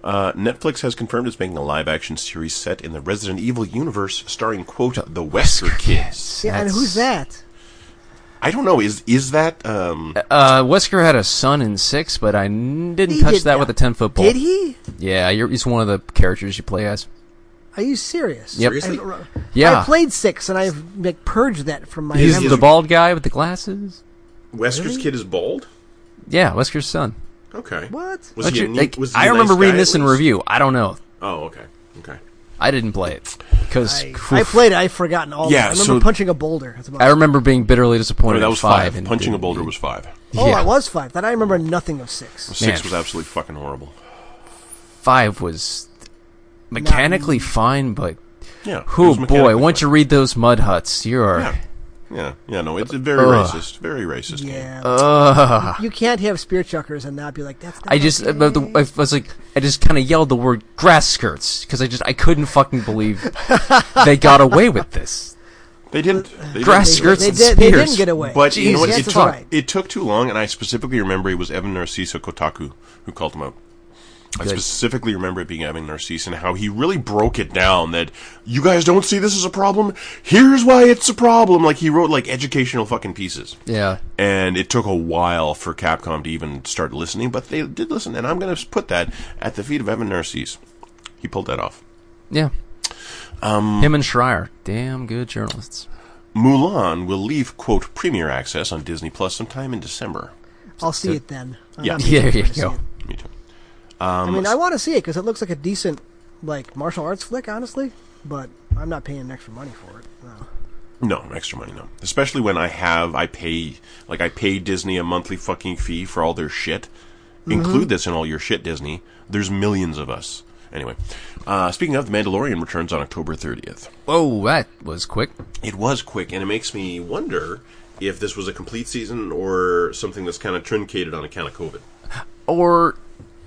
Speaker 3: uh, Netflix has confirmed it's making a live action series set in the Resident Evil universe starring, quote, the Wesker kids.
Speaker 1: yeah, and
Speaker 2: That's-
Speaker 1: who's that?
Speaker 3: I don't know. Is is that, um,
Speaker 2: Uh, Wesker had a son in six, but I n- didn't
Speaker 1: He
Speaker 2: touch
Speaker 1: did
Speaker 2: that
Speaker 1: not.
Speaker 2: with a ten foot pole.
Speaker 1: Did he?
Speaker 2: Yeah, you're, he's one of the characters you play as.
Speaker 1: Are you serious?
Speaker 2: Yep.
Speaker 3: Seriously?
Speaker 1: I-
Speaker 2: Yeah.
Speaker 1: I played six, and I've like, purged that from my
Speaker 2: He's
Speaker 1: memory.
Speaker 2: the bald guy with the glasses.
Speaker 3: Wesker's kid is bald?
Speaker 2: Yeah, Wesker's son.
Speaker 3: Okay.
Speaker 1: What?
Speaker 3: Was he
Speaker 2: Don't
Speaker 3: a
Speaker 2: you-
Speaker 3: neat-
Speaker 2: like,
Speaker 3: was he a
Speaker 2: I remember
Speaker 3: nice
Speaker 2: reading
Speaker 3: guy
Speaker 2: this
Speaker 3: at
Speaker 2: in
Speaker 3: least?
Speaker 2: review. I don't know.
Speaker 3: Oh, okay. Okay.
Speaker 2: I didn't play it because
Speaker 1: I, I played it. I've forgotten all.
Speaker 3: Yeah,
Speaker 1: Of it. I remember
Speaker 3: so-
Speaker 1: punching a boulder. That's about
Speaker 2: I remember being bitterly
Speaker 3: I
Speaker 2: disappointed.
Speaker 3: mean, that was
Speaker 2: at five.
Speaker 3: five.
Speaker 2: and-
Speaker 3: Punching a boulder was five.
Speaker 1: Oh,
Speaker 2: yeah.
Speaker 1: I was five. Then I remember nothing of six.
Speaker 3: Six
Speaker 2: Man.
Speaker 3: was absolutely fucking horrible.
Speaker 2: Five was mechanically fine, but
Speaker 3: Yeah.
Speaker 2: who boy, once you read those mud huts, you're
Speaker 3: Yeah. Yeah. Yeah, no, it's a very
Speaker 2: Uh, Ugh.
Speaker 3: racist. Very racist game.
Speaker 1: Yeah.
Speaker 2: Ugh.
Speaker 1: you can't have spear chuckers and not be like that's. Not
Speaker 2: I just uh,
Speaker 1: okay.
Speaker 2: but the, I was like I just kind of yelled the word grass skirts because I just I couldn't fucking believe they got away with this.
Speaker 3: They didn't. They
Speaker 2: Grass
Speaker 3: didn't do it.
Speaker 2: skirts
Speaker 1: they,
Speaker 2: and
Speaker 1: did, they
Speaker 2: spears.
Speaker 1: didn't get away.
Speaker 3: But you know what?
Speaker 1: Yes,
Speaker 3: It
Speaker 1: that's
Speaker 3: took,
Speaker 1: right.
Speaker 3: it took too long, and I specifically remember it was Evan Narciso Kotaku who called him out. I
Speaker 2: Good.
Speaker 3: specifically remember it being Evan Narcisse and how he really broke it down that you guys don't see this as a problem. Here's why it's a problem. Like he wrote like educational fucking pieces.
Speaker 2: Yeah,
Speaker 3: And it took a while for Capcom to even start listening, but they did listen. And I'm going to put that at the feet of Evan Narcisse. He pulled that off.
Speaker 2: yeah. Um, Him and Schreier, damn good journalists.
Speaker 3: Mulan will leave quote premiere access on Disney Plus sometime in December.
Speaker 1: I'll see it then. I'm
Speaker 3: Yeah. Um,
Speaker 1: not
Speaker 2: Yeah,
Speaker 1: gonna
Speaker 2: there you
Speaker 1: see
Speaker 2: go.
Speaker 1: it.
Speaker 3: Me too.
Speaker 1: I mean, I want to see it because it looks like a decent like martial arts flick, honestly. But I'm not paying extra money for it.
Speaker 3: Uh,
Speaker 1: No.
Speaker 3: No, extra money, no. Especially when I have, I pay, like, I pay Disney a monthly fucking fee for all their shit.
Speaker 2: Mm-hmm.
Speaker 3: Include this in all your shit, Disney. There's millions of us. Anyway, uh, speaking of, The Mandalorian returns on October 30th.
Speaker 2: Whoa, that was quick.
Speaker 3: It was quick, and it makes me wonder if this was a complete season or something that's kind of truncated on account of COVID.
Speaker 2: Or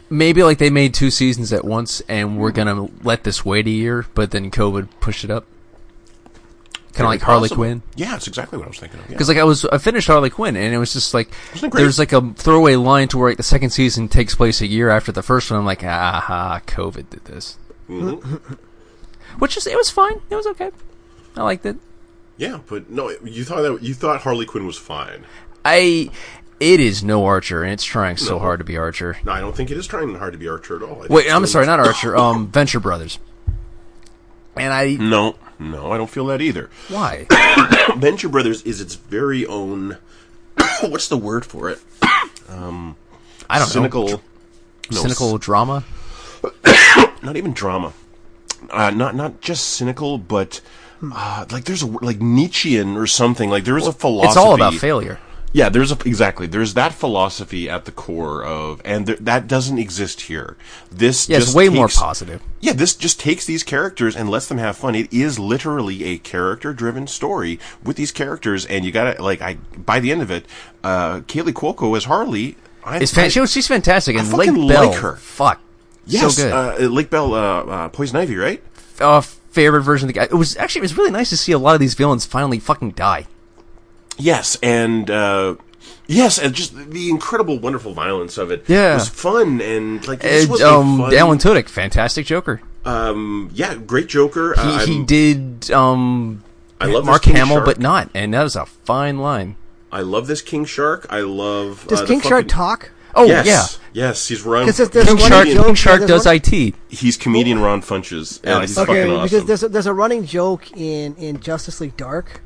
Speaker 2: maybe like they made two seasons at once and we're gonna let this wait a year, but then COVID pushed it up. Kind of like Harley
Speaker 3: Possible.
Speaker 2: Quinn.
Speaker 3: Yeah, that's exactly what I was thinking of. Yeah.
Speaker 2: Because like I was, I finished Harley Quinn, and it was just like
Speaker 3: Wasn't it great?
Speaker 2: there's like a throwaway line to where like the second season takes place a year after the first one. I'm like, aha, COVID did this,
Speaker 3: Mm-hmm.
Speaker 2: which is it was fine, it was okay, I liked it.
Speaker 3: Yeah, but no, you thought that you thought Harley Quinn was fine.
Speaker 2: I, it is no Archer, and it's trying so
Speaker 3: No.
Speaker 2: hard to be Archer.
Speaker 3: No, I don't think it is trying hard to be Archer at all. I think
Speaker 2: Wait,
Speaker 3: it's
Speaker 2: I'm
Speaker 3: doing-
Speaker 2: sorry, not Archer, um, Venture Brothers. And I,
Speaker 3: No, no, I don't feel that either.
Speaker 2: why?
Speaker 3: Venture Brothers is its very own. what's the word for it?
Speaker 2: I don't
Speaker 3: cynical.
Speaker 2: know.
Speaker 3: no,
Speaker 2: Cynical drama.
Speaker 3: s- Not even drama. Uh, not not just cynical, but
Speaker 2: Hmm.
Speaker 3: uh, like there's a w- like Nietzschean or something. Like there is a philosophy.
Speaker 2: It's all about failure.
Speaker 3: Yeah, there's a exactly. There's that philosophy at the core of, and th- that doesn't exist here. This
Speaker 2: Yeah, it's
Speaker 3: just
Speaker 2: way more
Speaker 3: takes-
Speaker 2: positive.
Speaker 3: Yeah, this just takes these characters and lets them have fun. It is literally a character-driven story with these characters, and you gotta like. I by the end of it, uh, Kaylee Cuoco as Harley. I,
Speaker 2: It's fan- she- she's fantastic, and Lake
Speaker 3: fucking
Speaker 2: Bell,
Speaker 3: like her.
Speaker 2: fuck,
Speaker 3: Yes,
Speaker 2: so good.
Speaker 3: Uh, Lake Bell, uh, uh, Poison Ivy, right?
Speaker 2: uh, favorite version of the guy. It was actually it was really nice to see a lot of these villains finally fucking die.
Speaker 3: Yes, and uh, yes, and just the incredible, wonderful violence of it.
Speaker 2: Yeah.
Speaker 3: was fun and like this
Speaker 2: And,
Speaker 3: was
Speaker 2: um,
Speaker 3: a fun.
Speaker 2: Alan Tudyk, fantastic Joker.
Speaker 3: um, yeah, great Joker.
Speaker 2: He,
Speaker 3: Uh,
Speaker 2: he
Speaker 3: I'm-
Speaker 2: did um,
Speaker 3: I love
Speaker 2: Mark
Speaker 3: this King
Speaker 2: Hamill,
Speaker 3: Shark.
Speaker 2: but not, and that was a fine line.
Speaker 3: I love this King Shark. I love.
Speaker 1: Does
Speaker 3: uh, the
Speaker 1: King Shark
Speaker 3: fucking-
Speaker 1: talk?
Speaker 2: Oh
Speaker 3: Yes,
Speaker 2: yeah,
Speaker 3: yes, he's Ron.
Speaker 1: Because there's- there's
Speaker 2: King
Speaker 1: one
Speaker 2: Shark,
Speaker 1: joke-
Speaker 2: King Shark
Speaker 1: there's
Speaker 2: does
Speaker 1: one-
Speaker 2: IT.
Speaker 3: he's comedian Ron Funches, and he's
Speaker 1: Oh. Okay,
Speaker 3: fucking awesome.
Speaker 1: because there's a, there's a running joke in, in Justice League Dark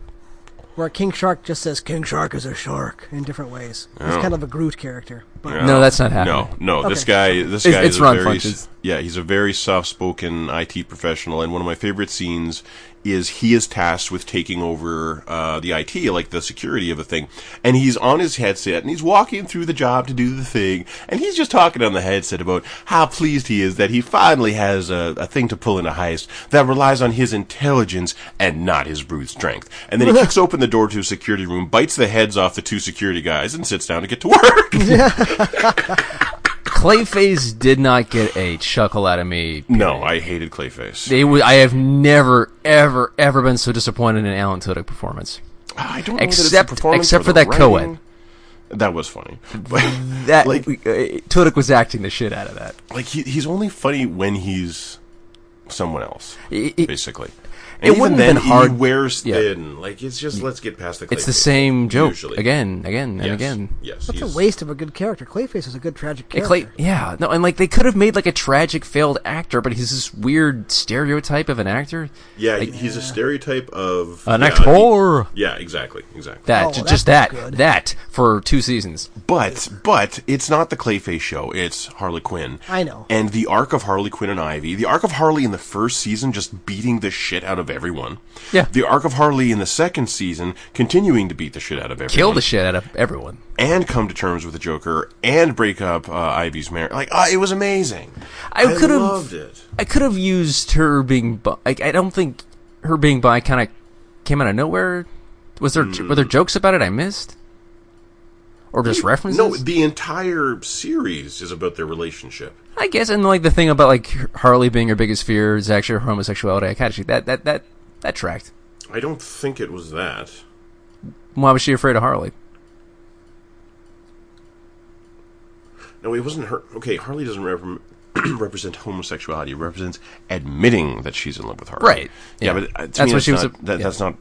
Speaker 1: where King Shark just says King Shark is a shark in different ways. He's
Speaker 3: Oh.
Speaker 1: kind of a Groot character, but
Speaker 2: No, that's not happening.
Speaker 3: No, no. This
Speaker 1: Okay.
Speaker 3: guy, this
Speaker 2: It's-
Speaker 3: guy
Speaker 2: it's
Speaker 3: is a
Speaker 2: Ron
Speaker 3: very,
Speaker 2: Funches.
Speaker 3: yeah, he's a very soft-spoken IT professional, and one of my favorite scenes is he is tasked with taking over uh, the IT, like the security of the thing, and he's on his headset and he's walking through the job to do the thing, and he's just talking on the headset about how pleased he is that he finally has a, a thing to pull in a heist that relies on his intelligence and not his brute strength, and then he kicks open the door to a security room, bites the heads off the two security guys, and sits down to get to work.
Speaker 2: Clayface did not get a chuckle out of me.
Speaker 3: No, I hated Clayface.
Speaker 2: They w- I have never, ever, ever been so disappointed in an Alan Tudyk performance.
Speaker 3: Ah, I don't know that it's the
Speaker 2: Except,
Speaker 3: performance
Speaker 2: except
Speaker 3: or
Speaker 2: for
Speaker 3: the
Speaker 2: that co-ed.
Speaker 3: writing. That was funny.
Speaker 2: That
Speaker 3: Like-
Speaker 2: like, Tudyk was acting the shit out of that.
Speaker 3: like he, he's only funny when he's someone else,
Speaker 2: It- it-
Speaker 3: basically.
Speaker 2: it
Speaker 3: And even
Speaker 2: wouldn't have
Speaker 3: then,
Speaker 2: been hard-
Speaker 3: he wears
Speaker 2: yeah. Mm.
Speaker 3: thin. Like it's just let's get past the.
Speaker 2: It's the
Speaker 3: Clayface.
Speaker 2: same joke
Speaker 3: Usually.
Speaker 2: again, again, and
Speaker 3: Yes.
Speaker 2: again.
Speaker 3: Yes,
Speaker 1: that's a
Speaker 3: he's-
Speaker 1: waste of a good character. Clayface is a good tragic
Speaker 2: And
Speaker 1: character.
Speaker 2: Clay, yeah, no, and like they could have made like a tragic failed actor, but he's this weird stereotype of an actor.
Speaker 3: Yeah, he's a stereotype of
Speaker 2: An
Speaker 3: yeah,
Speaker 2: actor.
Speaker 3: he- yeah, exactly, exactly.
Speaker 2: That
Speaker 1: Oh,
Speaker 2: ju-
Speaker 1: well,
Speaker 2: just that
Speaker 1: that's not good.
Speaker 2: that for two seasons.
Speaker 3: But but it's not the Clayface show. It's Harley Quinn.
Speaker 1: I know.
Speaker 3: And the arc of Harley Quinn and Ivy, the arc of Harley in the first season, just beating the shit out of everyone.
Speaker 2: Yeah.
Speaker 3: The arc of Harley in the second season, continuing to beat the shit out of everyone.
Speaker 2: Kill the shit out of everyone.
Speaker 3: and come to terms with the Joker and break up uh, Ivy's marriage. Like uh, it was amazing.
Speaker 2: I could have-
Speaker 3: loved it.
Speaker 2: I could have used her being bi. I, I don't think her being bi kind of came out of nowhere. Was there
Speaker 3: Hmm.
Speaker 2: were there jokes about it I missed, or just references?
Speaker 3: Mm, No, the entire series is about their relationship.
Speaker 2: I guess, and like the thing about like Harley being her biggest fear is actually her homosexuality. I kind of that that that that tracked.
Speaker 3: I don't think it was that.
Speaker 2: Why was she afraid of Harley?
Speaker 3: No, it wasn't her. Okay, Harley doesn't rep- represent homosexuality. It represents admitting that she's in love with Harley.
Speaker 2: Right.
Speaker 3: Yeah,
Speaker 2: Yeah.
Speaker 3: but uh, to
Speaker 2: That's
Speaker 3: me,
Speaker 2: what she was
Speaker 3: not-
Speaker 2: a-
Speaker 3: that,
Speaker 2: yeah.
Speaker 3: That's not.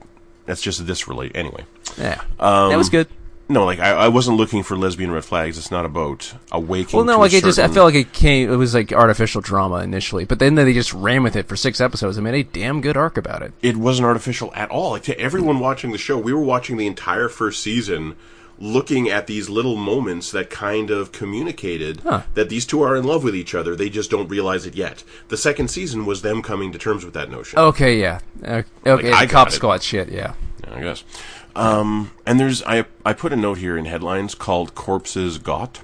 Speaker 3: That's just this relate. Anyway,
Speaker 2: Yeah, that
Speaker 3: Um,
Speaker 2: was good.
Speaker 3: no, like I, I wasn't looking for lesbian red flags. It's not about awakening.
Speaker 2: Well, no,
Speaker 3: to a
Speaker 2: like it just I
Speaker 3: certain-
Speaker 2: felt like it came. It was like artificial drama initially, but then they just ran with it for six episodes and made a damn good arc about it.
Speaker 3: it wasn't artificial at all. Like to everyone watching the show, we were watching the entire first season looking at these little moments that kind of communicated that these two are in love with each other. They just don't realize it yet. The second season was them coming to terms with that notion.
Speaker 2: Okay, yeah, Uh, okay,
Speaker 3: I
Speaker 2: the cop
Speaker 3: got it.
Speaker 2: squad shit, yeah.
Speaker 3: I guess. Um, and there's I I put a note here in headlines called Corpses Got.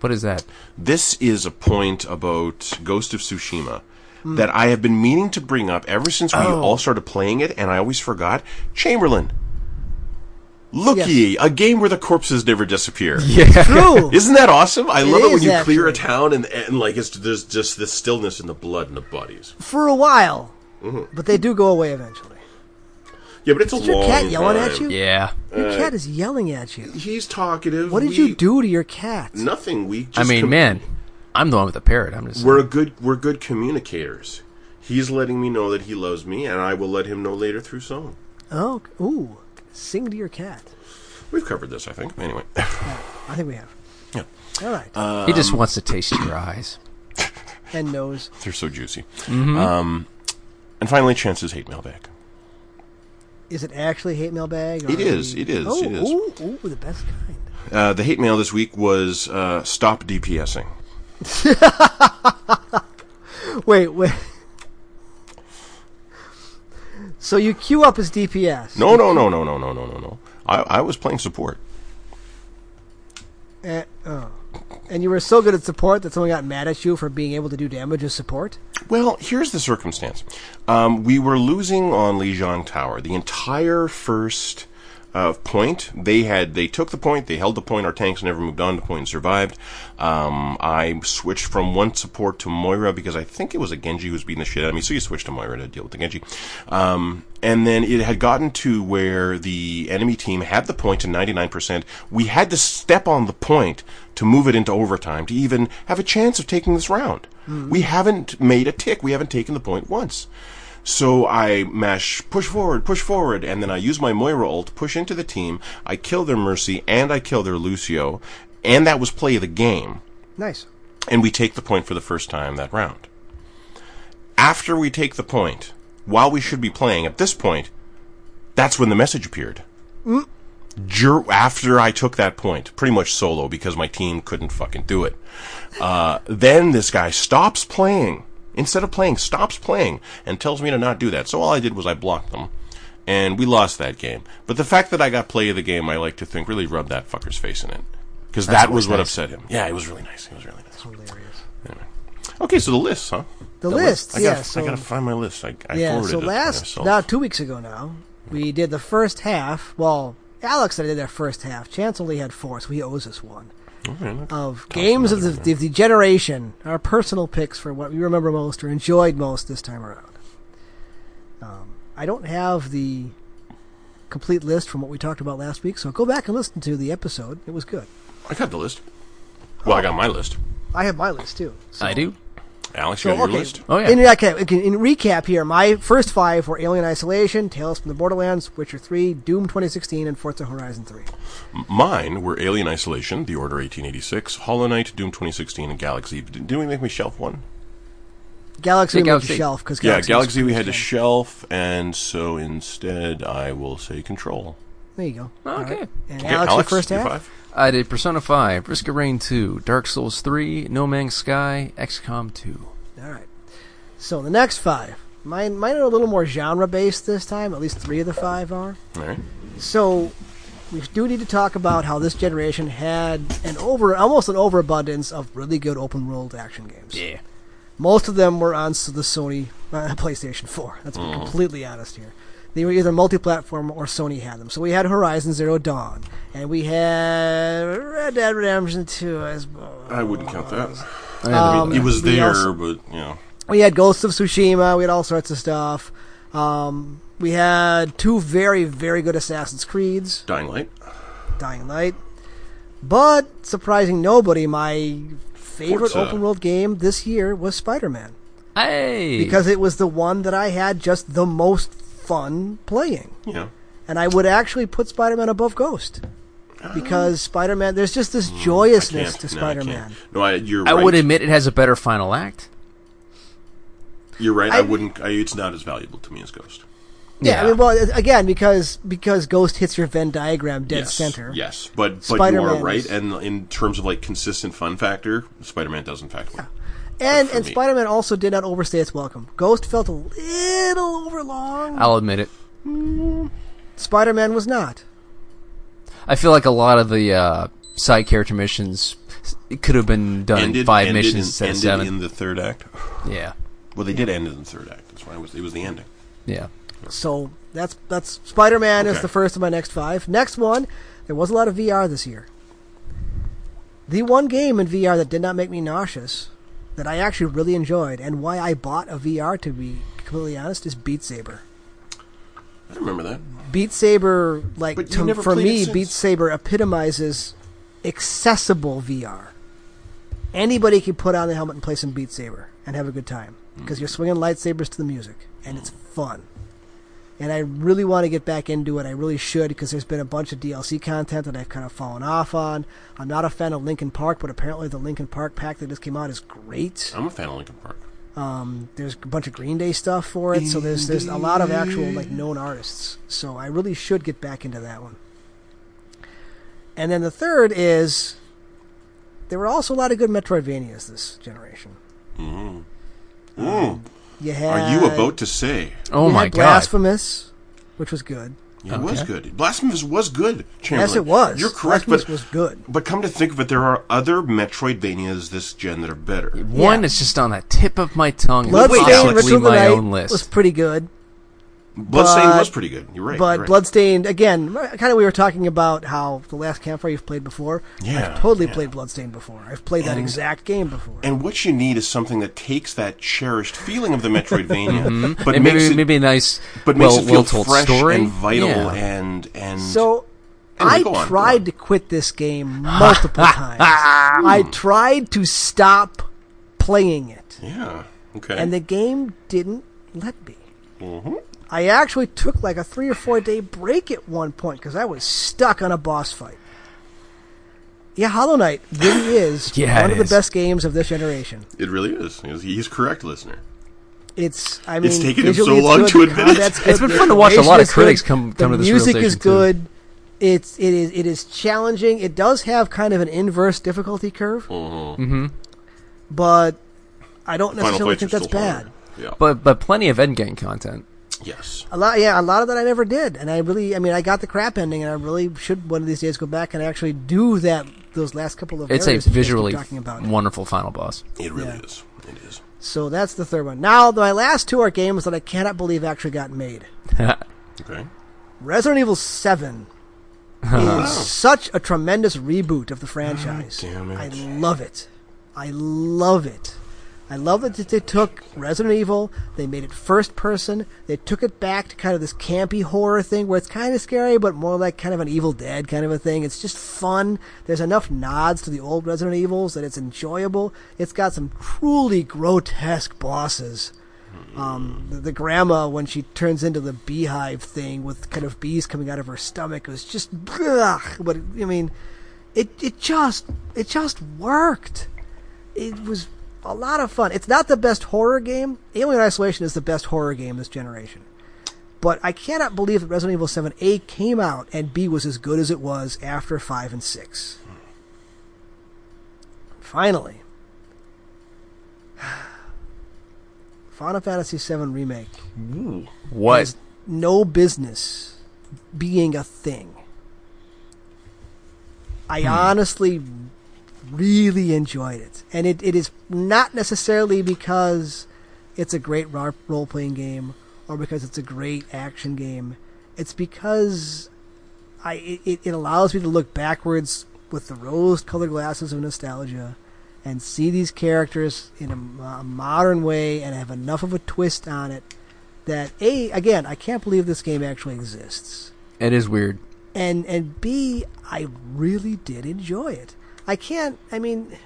Speaker 2: What is that?
Speaker 3: This is a point about Ghost of Tsushima
Speaker 1: Hmm.
Speaker 3: that I have been meaning to bring up ever since we
Speaker 1: Oh.
Speaker 3: all started playing it, and I always forgot. Chamberlain. Look
Speaker 1: Yes.
Speaker 3: ye, a game where the corpses never disappear.
Speaker 1: True.
Speaker 3: Isn't that awesome? I love it when
Speaker 1: is,
Speaker 3: you clear a
Speaker 1: actually.
Speaker 3: town and, and like it's there's just this stillness in the blood and the bodies.
Speaker 1: For a while,
Speaker 3: Mm-hmm.
Speaker 1: but they do go away eventually.
Speaker 3: Yeah, but it's a
Speaker 1: Is your
Speaker 3: long
Speaker 1: cat yelling
Speaker 3: time.
Speaker 1: at you?
Speaker 2: Yeah,
Speaker 1: Your cat is yelling at you.
Speaker 3: He's talkative.
Speaker 1: What did
Speaker 3: We-
Speaker 1: you do to your cat?
Speaker 3: Nothing. We. Just
Speaker 2: I mean,
Speaker 3: com-
Speaker 2: man, I'm the one with the parrot. I'm just
Speaker 3: we're a good we're good communicators. He's letting me know that he loves me, and I will let him know later through song.
Speaker 1: Oh, ooh, sing to your cat.
Speaker 3: We've covered this, I think. Anyway,
Speaker 1: I think we have.
Speaker 3: Yeah. Uh,
Speaker 1: All right.
Speaker 2: he just wants to taste your eyes.
Speaker 1: and nose.
Speaker 3: they're so juicy. Um, and finally, Chance's hate mailbag.
Speaker 1: Is it actually hate mail bag? Or
Speaker 3: It is, it is,
Speaker 1: Oh,
Speaker 3: it is.
Speaker 1: Ooh, ooh, the best kind.
Speaker 3: Uh, the hate mail this week was uh, stop DPSing.
Speaker 1: Wait, wait. So you queue up as DPS.
Speaker 3: No, no, no, no, no, no, no, no, no. I, I was playing support.
Speaker 1: And, oh. and you were so good at support that someone got mad at you for being able to do damage as support?
Speaker 3: Well, here's the circumstance. Um, we were losing on Lijiang Tower. The entire first of point. They had they took the point, they held the point. Our tanks never moved on to point and survived. Um, I switched from one support to Moira because I think it was a Genji who was beating the shit out of me. So you switched to Moira to deal with the Genji. Um, and then it had gotten to where the enemy team had the point to 99%. We had to step on the point to move it into overtime to even have a chance of taking this round. We haven't made a tick. We haven't taken the point once. So I mash push forward, push forward, and then I use my Moira ult, push into the team, I kill their Mercy, and I kill their Lucio, and that was play of the game
Speaker 1: Nice.
Speaker 3: and we take the point for the first time that round. After we take the point, while we should be playing at this point, that's when the message appeared. Jur- after I took that point, pretty much solo because my team couldn't fucking do it. Uh, then this guy stops playing. Instead of playing, stops playing and tells me to not do that. So all I did was I blocked them. And we lost that game. But the fact that I got play of the game, I like to think, really rubbed that fucker's face in it. Because that was what upset him. Yeah, it was really nice. It was really nice.
Speaker 1: Hilarious.
Speaker 3: Okay, so the list, huh?
Speaker 1: The, list,
Speaker 3: I gotta,
Speaker 1: yeah.
Speaker 3: I
Speaker 1: so
Speaker 3: gotta find my list. I, I
Speaker 1: yeah,
Speaker 3: forwarded
Speaker 1: so
Speaker 3: it to
Speaker 1: last
Speaker 3: myself.
Speaker 1: now two weeks ago now we did the first half. Well, Alex and I did our first half. Chance only had four, so he owes us one.
Speaker 3: Okay, look.
Speaker 1: Of games of the, the, the generation, our personal picks for what we remember most or enjoyed most this time around. Um, I don't have the complete list from what we talked about last week, so go back and listen to the episode. It was good.
Speaker 3: I got the list.
Speaker 1: Oh.
Speaker 3: Well, I got my list.
Speaker 1: I have my list too. So.
Speaker 2: I do.
Speaker 3: Alex, you
Speaker 1: So,
Speaker 3: got your
Speaker 1: okay.
Speaker 3: list?
Speaker 2: Oh, yeah.
Speaker 1: In, okay, okay, in recap here, my first five were Alien Isolation, Tales from the Borderlands, Witcher 3, Doom 2016, and Forza Horizon 3.
Speaker 3: Mine were Alien Isolation, The Order 1886, Hollow Knight, Doom 2016, and Galaxy. Did- Didn't we make me shelf one?
Speaker 1: Galaxy
Speaker 2: Yeah,
Speaker 1: we moved to
Speaker 2: Galaxy.
Speaker 1: shelf because
Speaker 3: yeah, Galaxy we had to shelf, and so instead I will say Control.
Speaker 1: there you go. All
Speaker 2: Oh, Okay.
Speaker 1: And
Speaker 3: Okay,
Speaker 1: Alex, your first
Speaker 3: your
Speaker 1: half.
Speaker 3: five?
Speaker 2: I did Persona 5, Risk of Rain 2, Dark Souls 3, No Man's Sky, XCOM 2.
Speaker 1: All right. So the next five, mine mine are a little more genre based this time. At least three of the five are.
Speaker 3: All right.
Speaker 1: So we do need to talk about how this generation had an over almost an overabundance of really good open world action games.
Speaker 2: Yeah.
Speaker 1: Most of them were on s- the Sony uh, PlayStation 4. Let's be completely honest here. They were either multi-platform or Sony had them. So we had Horizon Zero Dawn, and we had Red Dead Redemption 2. I suppose.
Speaker 3: I wouldn't count that.
Speaker 1: Um,
Speaker 3: it was
Speaker 1: we
Speaker 3: there,
Speaker 1: also-
Speaker 3: but, you know.
Speaker 1: We had Ghosts of Tsushima. We had all sorts of stuff. Um, we had two very, very good Assassin's Creeds,
Speaker 3: Dying Light.
Speaker 1: Dying Light. But surprising nobody, my favorite
Speaker 3: Forza.
Speaker 1: open world game this year was Spider Man
Speaker 2: Hey!
Speaker 1: because it was the one that I had just the most fun playing.
Speaker 3: Yeah.
Speaker 1: And I would actually put Spider Man above Ghost because Spider Man, there's just this joyousness
Speaker 3: Mm, Can't.
Speaker 1: to
Speaker 3: no, I
Speaker 1: Spider
Speaker 3: can't.
Speaker 1: Man.
Speaker 3: No, I, you're
Speaker 2: I
Speaker 3: right.
Speaker 2: would admit it has a better final act.
Speaker 3: You're right. I,
Speaker 1: I-
Speaker 3: wouldn't. I, it's not as valuable to me as Ghost.
Speaker 1: Yeah, I mean, well, again, because because Ghost hits your Venn diagram dead
Speaker 3: yes,
Speaker 1: center.
Speaker 3: Yes, but but you
Speaker 1: Spider-Man
Speaker 3: are right.
Speaker 1: is-
Speaker 3: And in terms of like consistent fun factor, Spider-Man does in fact win.
Speaker 1: And
Speaker 3: for
Speaker 1: and
Speaker 3: me.
Speaker 1: Spider Man also did not overstay its welcome. Ghost felt a little overlong.
Speaker 2: I'll admit it.
Speaker 1: Spider Man was not.
Speaker 2: I feel like a lot of the uh, side character missions it could have been done in
Speaker 3: Ended
Speaker 2: five
Speaker 3: ended
Speaker 2: missions
Speaker 3: in,
Speaker 2: instead of seven.
Speaker 3: ended in the third act.
Speaker 2: yeah,
Speaker 3: Well, they did end it in the third act. That's why it was it was the ending.
Speaker 2: yeah.
Speaker 1: So that's that's Spider Man is
Speaker 3: Okay.
Speaker 1: the first of my next five. Next one, there was a lot of VR this year. The one game in VR that did not make me nauseous, that I actually really enjoyed, and why I bought a VR to be completely honest, is Beat Saber.
Speaker 3: I remember that.
Speaker 1: Beat Saber, like
Speaker 3: But you
Speaker 1: to-
Speaker 3: never
Speaker 1: for
Speaker 3: played it
Speaker 1: me,
Speaker 3: since.
Speaker 1: Beat Saber epitomizes accessible VR. Anybody can put on the helmet and play some Beat Saber and have a good time because you're swinging lightsabers to the music and it's fun. And I really want to get back into it. I really should because there's been a bunch of DLC content that I've kind of fallen off on. I'm not a fan of Linkin Park, but apparently the Linkin Park pack that just came out is great.
Speaker 3: I'm a fan of Linkin Park.
Speaker 1: Um, there's a bunch of Green Day stuff for it, so there's there's a lot of actual like known artists. So I really should get back into that one. And then the third is there were also a lot of good Metroidvanias this generation.
Speaker 3: Mm-hmm.
Speaker 1: Um,
Speaker 3: Mm.
Speaker 1: You
Speaker 3: Are
Speaker 1: had
Speaker 3: you about to say
Speaker 2: Oh
Speaker 1: you
Speaker 2: my
Speaker 1: had
Speaker 2: god!
Speaker 1: Blasphemous, which was good.
Speaker 3: it was good? Blasphemous was good. Chamberlain.
Speaker 1: Yes, it was.
Speaker 3: You're correct,
Speaker 1: Blasphemous
Speaker 3: but
Speaker 1: was good.
Speaker 3: but come to think of it, there are other Metroidvanias this gen that are better.
Speaker 2: One
Speaker 1: Yeah.
Speaker 2: is just on the tip of my tongue.
Speaker 1: Bloodstained
Speaker 2: Possibly
Speaker 1: Ritual of the
Speaker 2: my
Speaker 1: Night
Speaker 2: own
Speaker 1: was
Speaker 2: list.
Speaker 1: pretty good.
Speaker 3: Bloodstained was pretty good. You're right.
Speaker 1: But
Speaker 3: you're right.
Speaker 1: Bloodstained, again, kind of we were talking about how the last campfire you've played before.
Speaker 3: Yeah,
Speaker 1: I've totally
Speaker 3: yeah.
Speaker 1: played Bloodstained before. I've played that exact game before.
Speaker 3: And what you need is something that takes that cherished feeling of the Metroidvania,
Speaker 2: Mm-hmm.
Speaker 3: but
Speaker 2: And
Speaker 3: makes
Speaker 2: maybe
Speaker 3: it
Speaker 2: maybe a nice,
Speaker 3: but
Speaker 2: well,
Speaker 3: makes it feel
Speaker 2: well-told
Speaker 3: fresh
Speaker 2: story
Speaker 3: and vital
Speaker 2: Yeah.
Speaker 3: and and
Speaker 1: so
Speaker 3: Anyway,
Speaker 1: I
Speaker 3: go on, go
Speaker 1: tried
Speaker 3: on.
Speaker 1: to quit this game multiple times. I tried to stop playing it.
Speaker 3: yeah okay Mm-hmm.
Speaker 1: and the game didn't let me. I actually took like a three or four day break at one point because I was stuck on a boss fight. Yeah, Hollow Knight really is
Speaker 2: Yeah,
Speaker 1: one
Speaker 2: it
Speaker 1: of the
Speaker 2: is.
Speaker 1: best games of this generation.
Speaker 3: it really is. He's- He's correct, listener.
Speaker 1: It's I mean,
Speaker 3: It's taken him
Speaker 1: visually
Speaker 3: so
Speaker 1: it's
Speaker 3: long
Speaker 1: good,
Speaker 3: to
Speaker 1: the
Speaker 3: admit it.
Speaker 1: combat's
Speaker 2: It's
Speaker 1: good,
Speaker 2: been
Speaker 1: the
Speaker 2: fun to watch a
Speaker 1: animation
Speaker 2: lot of
Speaker 1: is
Speaker 2: critics
Speaker 1: good,
Speaker 2: come- come
Speaker 1: the
Speaker 2: to this
Speaker 1: music is
Speaker 2: realization, too.
Speaker 1: good. It's it is it is challenging. It does have kind of an inverse difficulty curve, mm-hmm. but I don't necessarily think that's bad.
Speaker 3: harder. Yeah.
Speaker 2: but but plenty of endgame content.
Speaker 3: yes.
Speaker 1: A lot, yeah, a lot of that I never did, and I really, I mean, I got the crap ending, and I really should one of these days go back and actually do that. Those last couple of
Speaker 2: It's a
Speaker 1: areas that you guys keep
Speaker 2: visually
Speaker 1: talking about.
Speaker 2: wonderful final boss.
Speaker 3: It really
Speaker 1: Yeah.
Speaker 3: is. It is.
Speaker 1: So that's the third one. Now my last two are games that I cannot believe actually got made.
Speaker 3: Okay.
Speaker 1: Resident Evil Seven is such a tremendous reboot of the franchise.
Speaker 3: damn it.
Speaker 1: I love it. I love it. I love that they took Resident Evil, they made it first person, they took it back to kind of this campy horror thing where it's kind of scary, but more like kind of an Evil Dead kind of a thing. It's just fun. There's enough nods to the old Resident Evils that it's enjoyable. It's got some truly grotesque bosses. Um, the, the grandma when she turns into the beehive thing with kind of bees coming out of her stomach was just, ugh, but I mean, it it just it just worked. It was a lot of fun. It's not the best horror game. Alien Isolation is the best horror game this generation. But I cannot believe that Resident Evil 7 A came out and B was as good as it was after 5 and 6. Finally. Final Fantasy 7 remake
Speaker 2: What?
Speaker 1: no business being a thing. I honestly really enjoyed it. And it, it is not necessarily because it's a great ro- role playing game or because it's a great action game. It's because I it- it, it allows me to look backwards with the rose colored glasses of nostalgia and see these characters in a, mo- a modern way and have enough of a twist on it that a again I can't believe this game actually exists
Speaker 2: It is weird.
Speaker 1: and and b I really did enjoy it. I can't. I mean,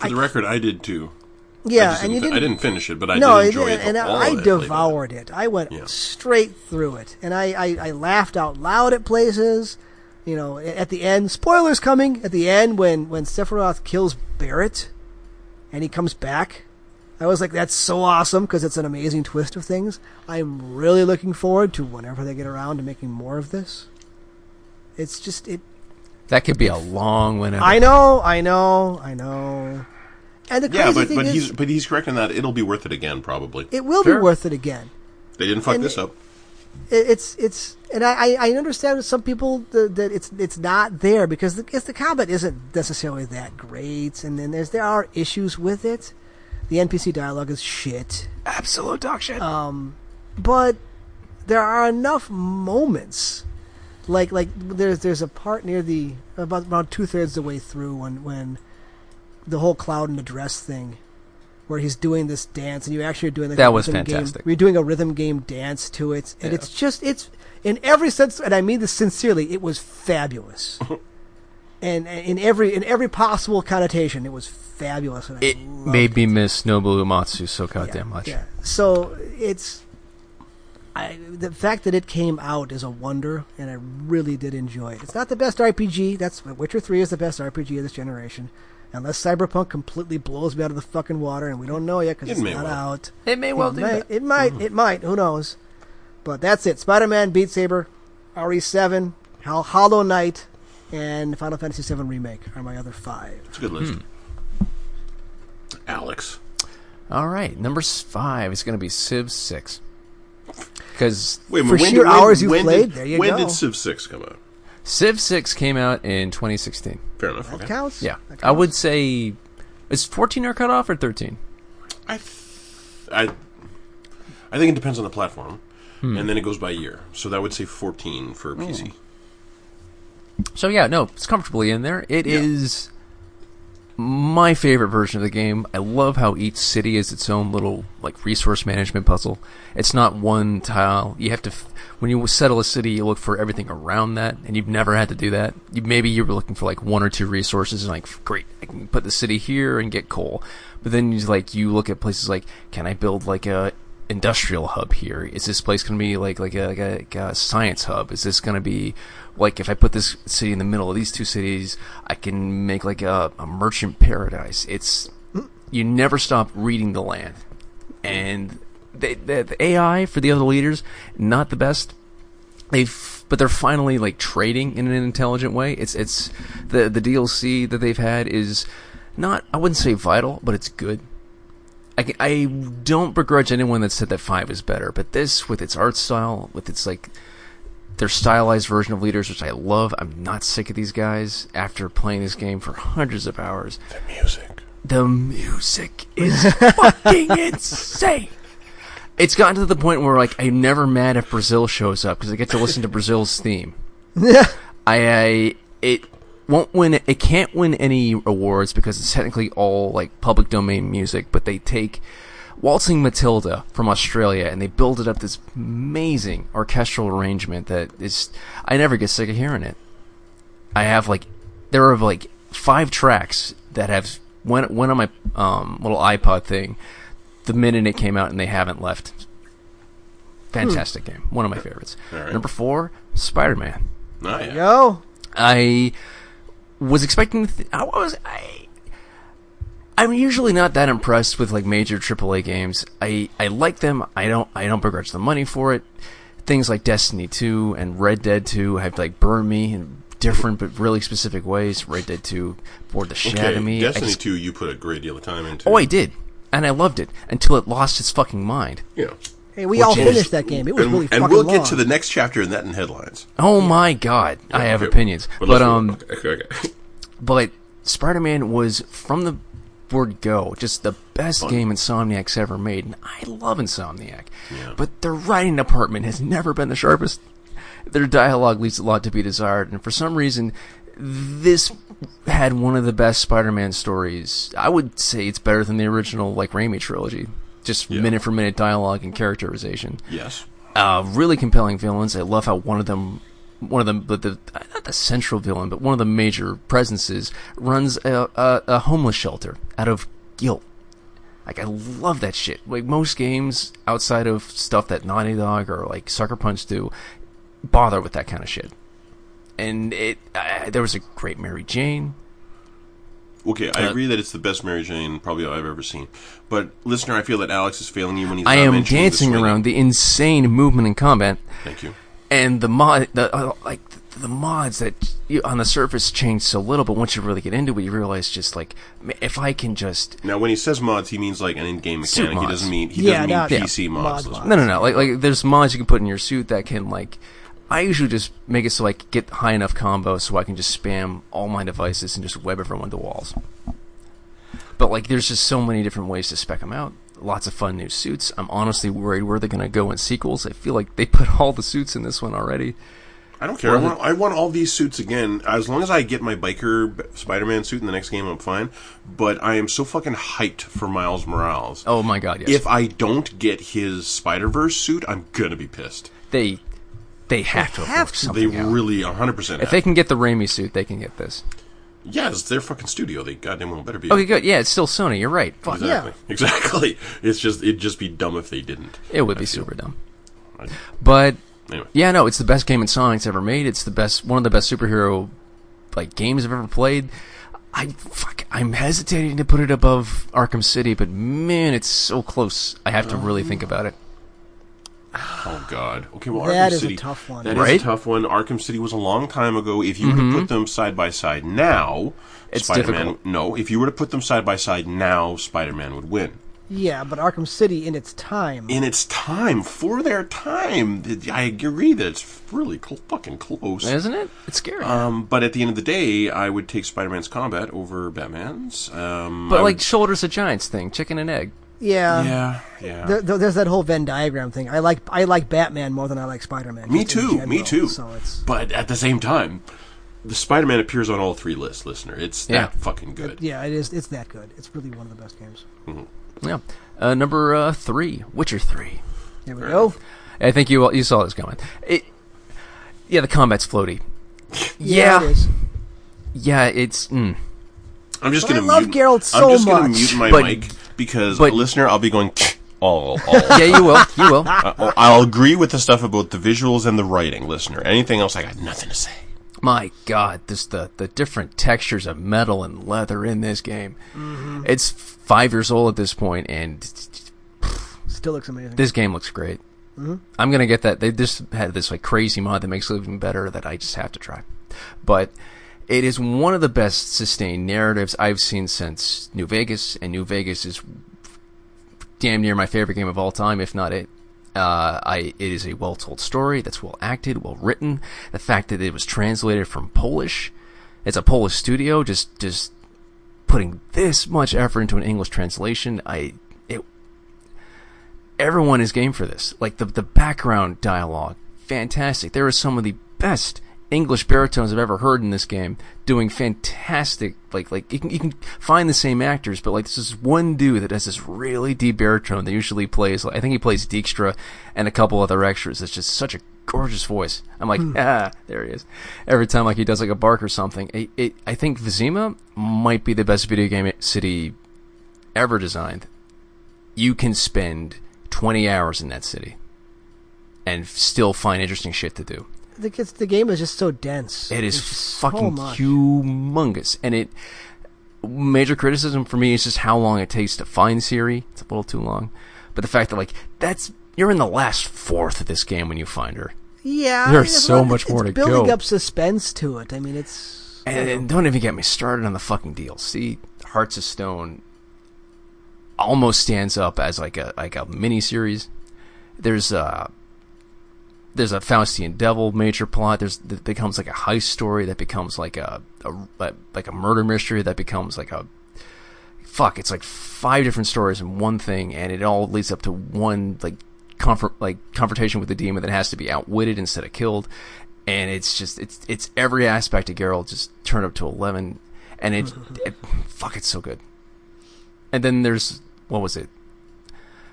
Speaker 3: For the record, I did too. I,
Speaker 1: yeah,
Speaker 3: just
Speaker 1: and
Speaker 3: didn't,
Speaker 1: you
Speaker 3: fi-
Speaker 1: didn't.
Speaker 3: I didn't finish it, but I
Speaker 1: no,
Speaker 3: did enjoy
Speaker 1: and,
Speaker 3: it.
Speaker 1: and
Speaker 3: all
Speaker 1: I
Speaker 3: of it later.
Speaker 1: devoured it. I went
Speaker 3: Yeah.
Speaker 1: straight through it, and I, I I laughed out loud at places. You know, a- at the end, spoilers coming. At the end, when when Sephiroth kills Barrett, and he comes back. I was like, that's so awesome because it's an amazing twist of things. I'm really looking forward to whenever they get around to making more of this. It's just it
Speaker 2: That could be a long win.
Speaker 1: I know, I know, I know. And the crazy
Speaker 3: Yeah, but
Speaker 1: thing
Speaker 3: but
Speaker 1: is,
Speaker 3: he's but he's correct in that it'll be worth it again probably.
Speaker 1: it will be
Speaker 2: Sure.
Speaker 1: worth it again.
Speaker 3: they didn't fuck
Speaker 1: and-
Speaker 3: this up.
Speaker 1: It, it's it's, and I, I I understand with some people that, that it's it's not there because the, it's the combat isn't necessarily that great, and then there's there are issues with it. The NPC dialogue is shit.
Speaker 2: absolute dog shit.
Speaker 1: Uh, but there are enough moments like like there's there's a part near the about about two thirds the way through when when the whole cloud and the dress thing where he's doing this dance and you actually are doing like
Speaker 2: That
Speaker 1: a
Speaker 2: was
Speaker 1: rhythm game-
Speaker 2: fantastic.
Speaker 1: you're doing a rhythm game dance to it and it's just it's in every sense and I mean this sincerely it was fabulous and and in every in every possible connotation it was fabulous and I
Speaker 2: it
Speaker 1: loved
Speaker 2: made me miss Nobu Umatsu so goddamn much.
Speaker 1: yeah. So it's I the fact that it came out is a wonder, and I really did enjoy it. It's not the best RPG. That's Witcher Three is the best RPG of this generation, unless Cyberpunk completely blows me out of the fucking water, and we don't know yet because
Speaker 3: It
Speaker 1: it's
Speaker 3: may
Speaker 1: not
Speaker 3: well.
Speaker 1: out.
Speaker 2: It may well
Speaker 1: it
Speaker 2: do
Speaker 1: might,
Speaker 2: that.
Speaker 1: It might. It might. Who knows? But that's it. Spider-Man, Beat Saber, RE7, Hol- Hollow Knight, and Final Fantasy VII Remake are my other five.
Speaker 3: It's a good list.
Speaker 2: Hmm.
Speaker 3: Alex,
Speaker 2: All right, number s- five is going to be Civ Six. Because
Speaker 3: wait a
Speaker 1: For sheer hours you've played,
Speaker 3: Did,
Speaker 1: there you
Speaker 3: when
Speaker 1: go.
Speaker 3: did Civ Six come out?
Speaker 2: Civ Six came out in 2016.
Speaker 3: Fair enough.
Speaker 1: That
Speaker 3: Okay.
Speaker 1: counts.
Speaker 2: Yeah,
Speaker 1: That
Speaker 2: I would
Speaker 1: counts.
Speaker 2: say is 14 our cutoff or 13.
Speaker 3: I, th- I, I think it depends on the platform.
Speaker 2: Hmm.
Speaker 3: and then it goes by year. So that would say 14 for
Speaker 1: Hmm.
Speaker 3: PC.
Speaker 2: So yeah, no, it's comfortably in there. It is my favorite version of the game. I love how each city is its own little like resource management puzzle. It's not one tile. You have to f- when you settle a city, you look for everything around that, and you've never had to do that. You, maybe you were looking for like one or two resources, and like great, I can put the city here and get coal. But then you like you look at places like, can I build like a industrial hub here? Is this place going to be like like a, like a, like a science hub? Is this going to be like if I put this city in the middle of these two cities, I can make like a, a merchant paradise? It's you never stop reading the land, and they, the, the AI for the other leaders not the best. They have but they're finally like trading in an intelligent way. It's it's the the DLC that they've had is not I wouldn't say vital, but it's good. I, can- I don't begrudge anyone that said that five is better, but this with its art style, with its like their stylized version of leaders, which I love. I'm not sick of these guys after playing this game for hundreds of hours.
Speaker 3: The music.
Speaker 2: The music is fucking insane. It's gotten to the point where like I'm never mad if Brazil shows up because I get to listen to Brazil's theme.
Speaker 1: Yeah.
Speaker 2: I, I it won't win it can't win any awards because it's technically all like public domain music, but they take Waltzing Matilda from Australia and they build it up this amazing orchestral arrangement that is I never get sick of hearing it. I have like there are like five tracks that have went went on my um, little iPod thing the minute it came out and they haven't left. Fantastic game. One of my favorites.
Speaker 3: Hmm. All right.
Speaker 2: Number 4, Spider-Man.
Speaker 3: Ah, yeah.
Speaker 1: Yo.
Speaker 2: I was expecting. Th- I was. I. I'm usually not that impressed with like major AAA games. I I like them. I don't. I don't begrudge the money for it. Things like Destiny 2 and Red Dead 2 have like burned me in different but really specific ways. Red Dead 2 bored the shit out
Speaker 3: Okay,
Speaker 2: of me. I
Speaker 3: Destiny
Speaker 2: just-
Speaker 3: 2, you put a great deal of time into.
Speaker 2: oh, I did, and I loved it until it lost its fucking mind.
Speaker 3: Yeah.
Speaker 1: Hey, we all finished that game. It was
Speaker 3: and,
Speaker 1: really
Speaker 3: And
Speaker 1: fucking
Speaker 3: we'll
Speaker 1: long.
Speaker 3: get to the next chapter in that in headlines.
Speaker 2: Oh my god, I have
Speaker 3: Okay.
Speaker 2: opinions, but,
Speaker 3: let's-
Speaker 2: um.
Speaker 3: okay, okay, okay.
Speaker 2: but Spider-Man was from the word go just the best game Insomniac's ever made, and I love Insomniac. But their writing department has never been the sharpest. Their dialogue leaves a lot to be desired, and for some reason, this had one of the best Spider-Man stories. I would say it's better than the original, like Raimi trilogy. Just minute for minute dialogue and characterization
Speaker 3: Yes.
Speaker 2: uh, really compelling villains. I love how one of them, one of them, but the not the central villain, but one of the major presences runs a, a, a homeless shelter out of guilt. Like I love that shit. Like most games outside of stuff that Naughty Dog or like Sucker Punch do, bother with that kind of shit. And it, I there was a great Mary Jane.
Speaker 3: Okay,
Speaker 2: Uh,
Speaker 3: I agree that it's the best Mary Jane probably I've ever seen. But listener, I feel that Alex is failing you when he's.
Speaker 2: I
Speaker 3: not
Speaker 2: am
Speaker 3: mentioning the
Speaker 2: dancing
Speaker 3: swinging.
Speaker 2: around the insane movement and combat.
Speaker 3: Thank you.
Speaker 2: and the mod the uh, like the mods that you, on the surface change so little but once you really get into it you realize just like ma- if i can just
Speaker 3: Now, when he says mods, he means like an in-game
Speaker 2: Suit
Speaker 3: mechanic. He
Speaker 2: mods.
Speaker 3: doesn't mean he
Speaker 1: Yeah, not-
Speaker 3: doesn't mean
Speaker 1: yeah.
Speaker 3: PC mods.
Speaker 1: Mod
Speaker 3: listener.
Speaker 1: mods.
Speaker 2: no no no like like there's mods you can put in your suit that can like i usually just make it so i can get high enough combo so i can just spam all my devices and just web everyone to walls but like there's just so many different ways to spec them out lots of fun new suits i'm honestly worried where they're going to go in sequels i feel like they put all the suits in this one already
Speaker 3: I don't care. I want, I want all these suits again. As long as I get my biker b- Spider-Man suit in the next game, I'm fine. But I am so fucking hyped for Miles Morales.
Speaker 2: oh my god yes
Speaker 3: If I don't get his Spider Verse suit, I'm gonna be pissed.
Speaker 2: they they have to have,
Speaker 1: have
Speaker 2: worked
Speaker 1: to.
Speaker 3: They
Speaker 2: something out.
Speaker 3: really 100 percent.
Speaker 2: If they can get the Raimi suit, they can get this.
Speaker 3: Yeah, it's their fucking studio. They goddamn well better be.
Speaker 2: Okay, good. Yeah, it's still Sony. You're right. Fuck.
Speaker 3: Exactly. Exactly. It's just it'd just be dumb if they didn't.
Speaker 2: It would be super dumb.
Speaker 3: I-
Speaker 2: But
Speaker 3: Anyway.
Speaker 2: yeah, no, it's the best game Sonic's ever made. It's the best, one of the best superhero like games I've ever played. I fuck, I'm hesitating to put it above Arkham City, but man, it's so close. I have to really think about it.
Speaker 3: Oh God. Okay. Well,
Speaker 1: That is
Speaker 3: Arkham
Speaker 1: a
Speaker 3: City.
Speaker 1: tough one.
Speaker 3: That is
Speaker 2: Right? Mm-hmm.
Speaker 3: a tough one. Arkham City was a long time ago. If you were to put them side by side now,
Speaker 2: It's
Speaker 3: Spider-Man.
Speaker 2: difficult.
Speaker 3: No, if you were to put them side by side now, Spider-Man would win.
Speaker 1: Yeah, but Arkham City in its time.
Speaker 3: In its time, for their time, I agree that it's really cl- fucking close.
Speaker 2: Isn't it? It's scary.
Speaker 3: Um, but at the end of the day, I would take Spider-Man's combat over Batman's. Um, I
Speaker 2: but
Speaker 3: would-
Speaker 2: like shoulders of giants thing, chicken and egg.
Speaker 1: Yeah.
Speaker 2: um,
Speaker 3: yeah, yeah.
Speaker 1: There, there- there's that whole Venn diagram thing. I like I like Batman more than I like Spider Man.
Speaker 3: me too. me too.
Speaker 1: So it's
Speaker 3: But at the same time, the Spider-Man appears on all three lists, listener. It's
Speaker 2: Yeah.
Speaker 3: that fucking good.
Speaker 1: yeah, it is. It's that good. It's really one of the best games.
Speaker 2: Yeah. Uh, number uh, three, Witcher three.
Speaker 1: There we go.
Speaker 2: I think you all, you saw this coming. It, yeah, the combat's floaty.
Speaker 1: it
Speaker 2: Yeah,
Speaker 1: is.
Speaker 2: yeah, it's. Mm.
Speaker 3: I'm just
Speaker 1: But I
Speaker 3: gonna
Speaker 1: love
Speaker 3: mute,
Speaker 1: Geralt so
Speaker 3: I'm just gonna
Speaker 1: much.
Speaker 3: mute my
Speaker 2: But-
Speaker 3: mic because
Speaker 2: but-
Speaker 3: listener, I'll be going all. all
Speaker 2: Yeah, you will, you will.
Speaker 3: I- I'll agree with the stuff about the visuals and the writing, listener. Anything else, I got nothing to say.
Speaker 2: My God, this the the different textures of metal and leather in this game.
Speaker 1: Mm-hmm.
Speaker 2: It's five years old at this point, and
Speaker 1: Still looks amazing.
Speaker 2: this game looks great. I'm gonna get that. They just had this like crazy mod that makes it even better that I just have to try. But it is one of the best sustained narratives I've seen since New Vegas, and New Vegas is damn near my favorite game of all time, if not it. Uh, I it is a well told story that's well acted, well written. The fact that it was translated from Polish, it's a Polish studio, just just putting this much effort into an English translation. I it everyone is game for this. Like the the background dialogue, fantastic. There are some of the best English baritones I've ever heard in this game, doing fantastic. Like like you can you can find the same actors, but like this is one dude that has this really deep baritone that usually plays. Like, I think he plays Dijkstra and a couple other extras. It's just such a gorgeous voice. I'm like, ah, there he is. Every time like he does like a bark or something. It, it I think Vizima might be the best video game city ever designed you can spend 20 hours in that city and still find interesting shit to do.
Speaker 1: the, it's, the game is just so dense.
Speaker 2: It is
Speaker 1: There's just so
Speaker 2: fucking
Speaker 1: much.
Speaker 2: humongous. And it, major criticism for me is just how long it takes to find Siri. It's a little too long. But the fact that, like, that's, you're in the last fourth of this game when you find her.
Speaker 1: Yeah, I
Speaker 2: There's
Speaker 1: mean, it's
Speaker 2: so
Speaker 1: not-
Speaker 2: much
Speaker 1: it's
Speaker 2: more to
Speaker 1: building
Speaker 2: go.
Speaker 1: up suspense to it. I mean, it's
Speaker 2: And, and don't even get me started on the fucking DLC. Hearts of Stone almost stands up as like a like a mini series. There's a there's a Faustian devil major plot. There's that becomes like a heist story that becomes like a, a like a murder mystery that becomes like a fuck. It's like five different stories in one thing, and it all leads up to one like comfort like confrontation with the demon that has to be outwitted instead of killed. And it's just it's it's every aspect of Geralt just turned up to eleven, and it, it fuck it's so good. And then there's what was it?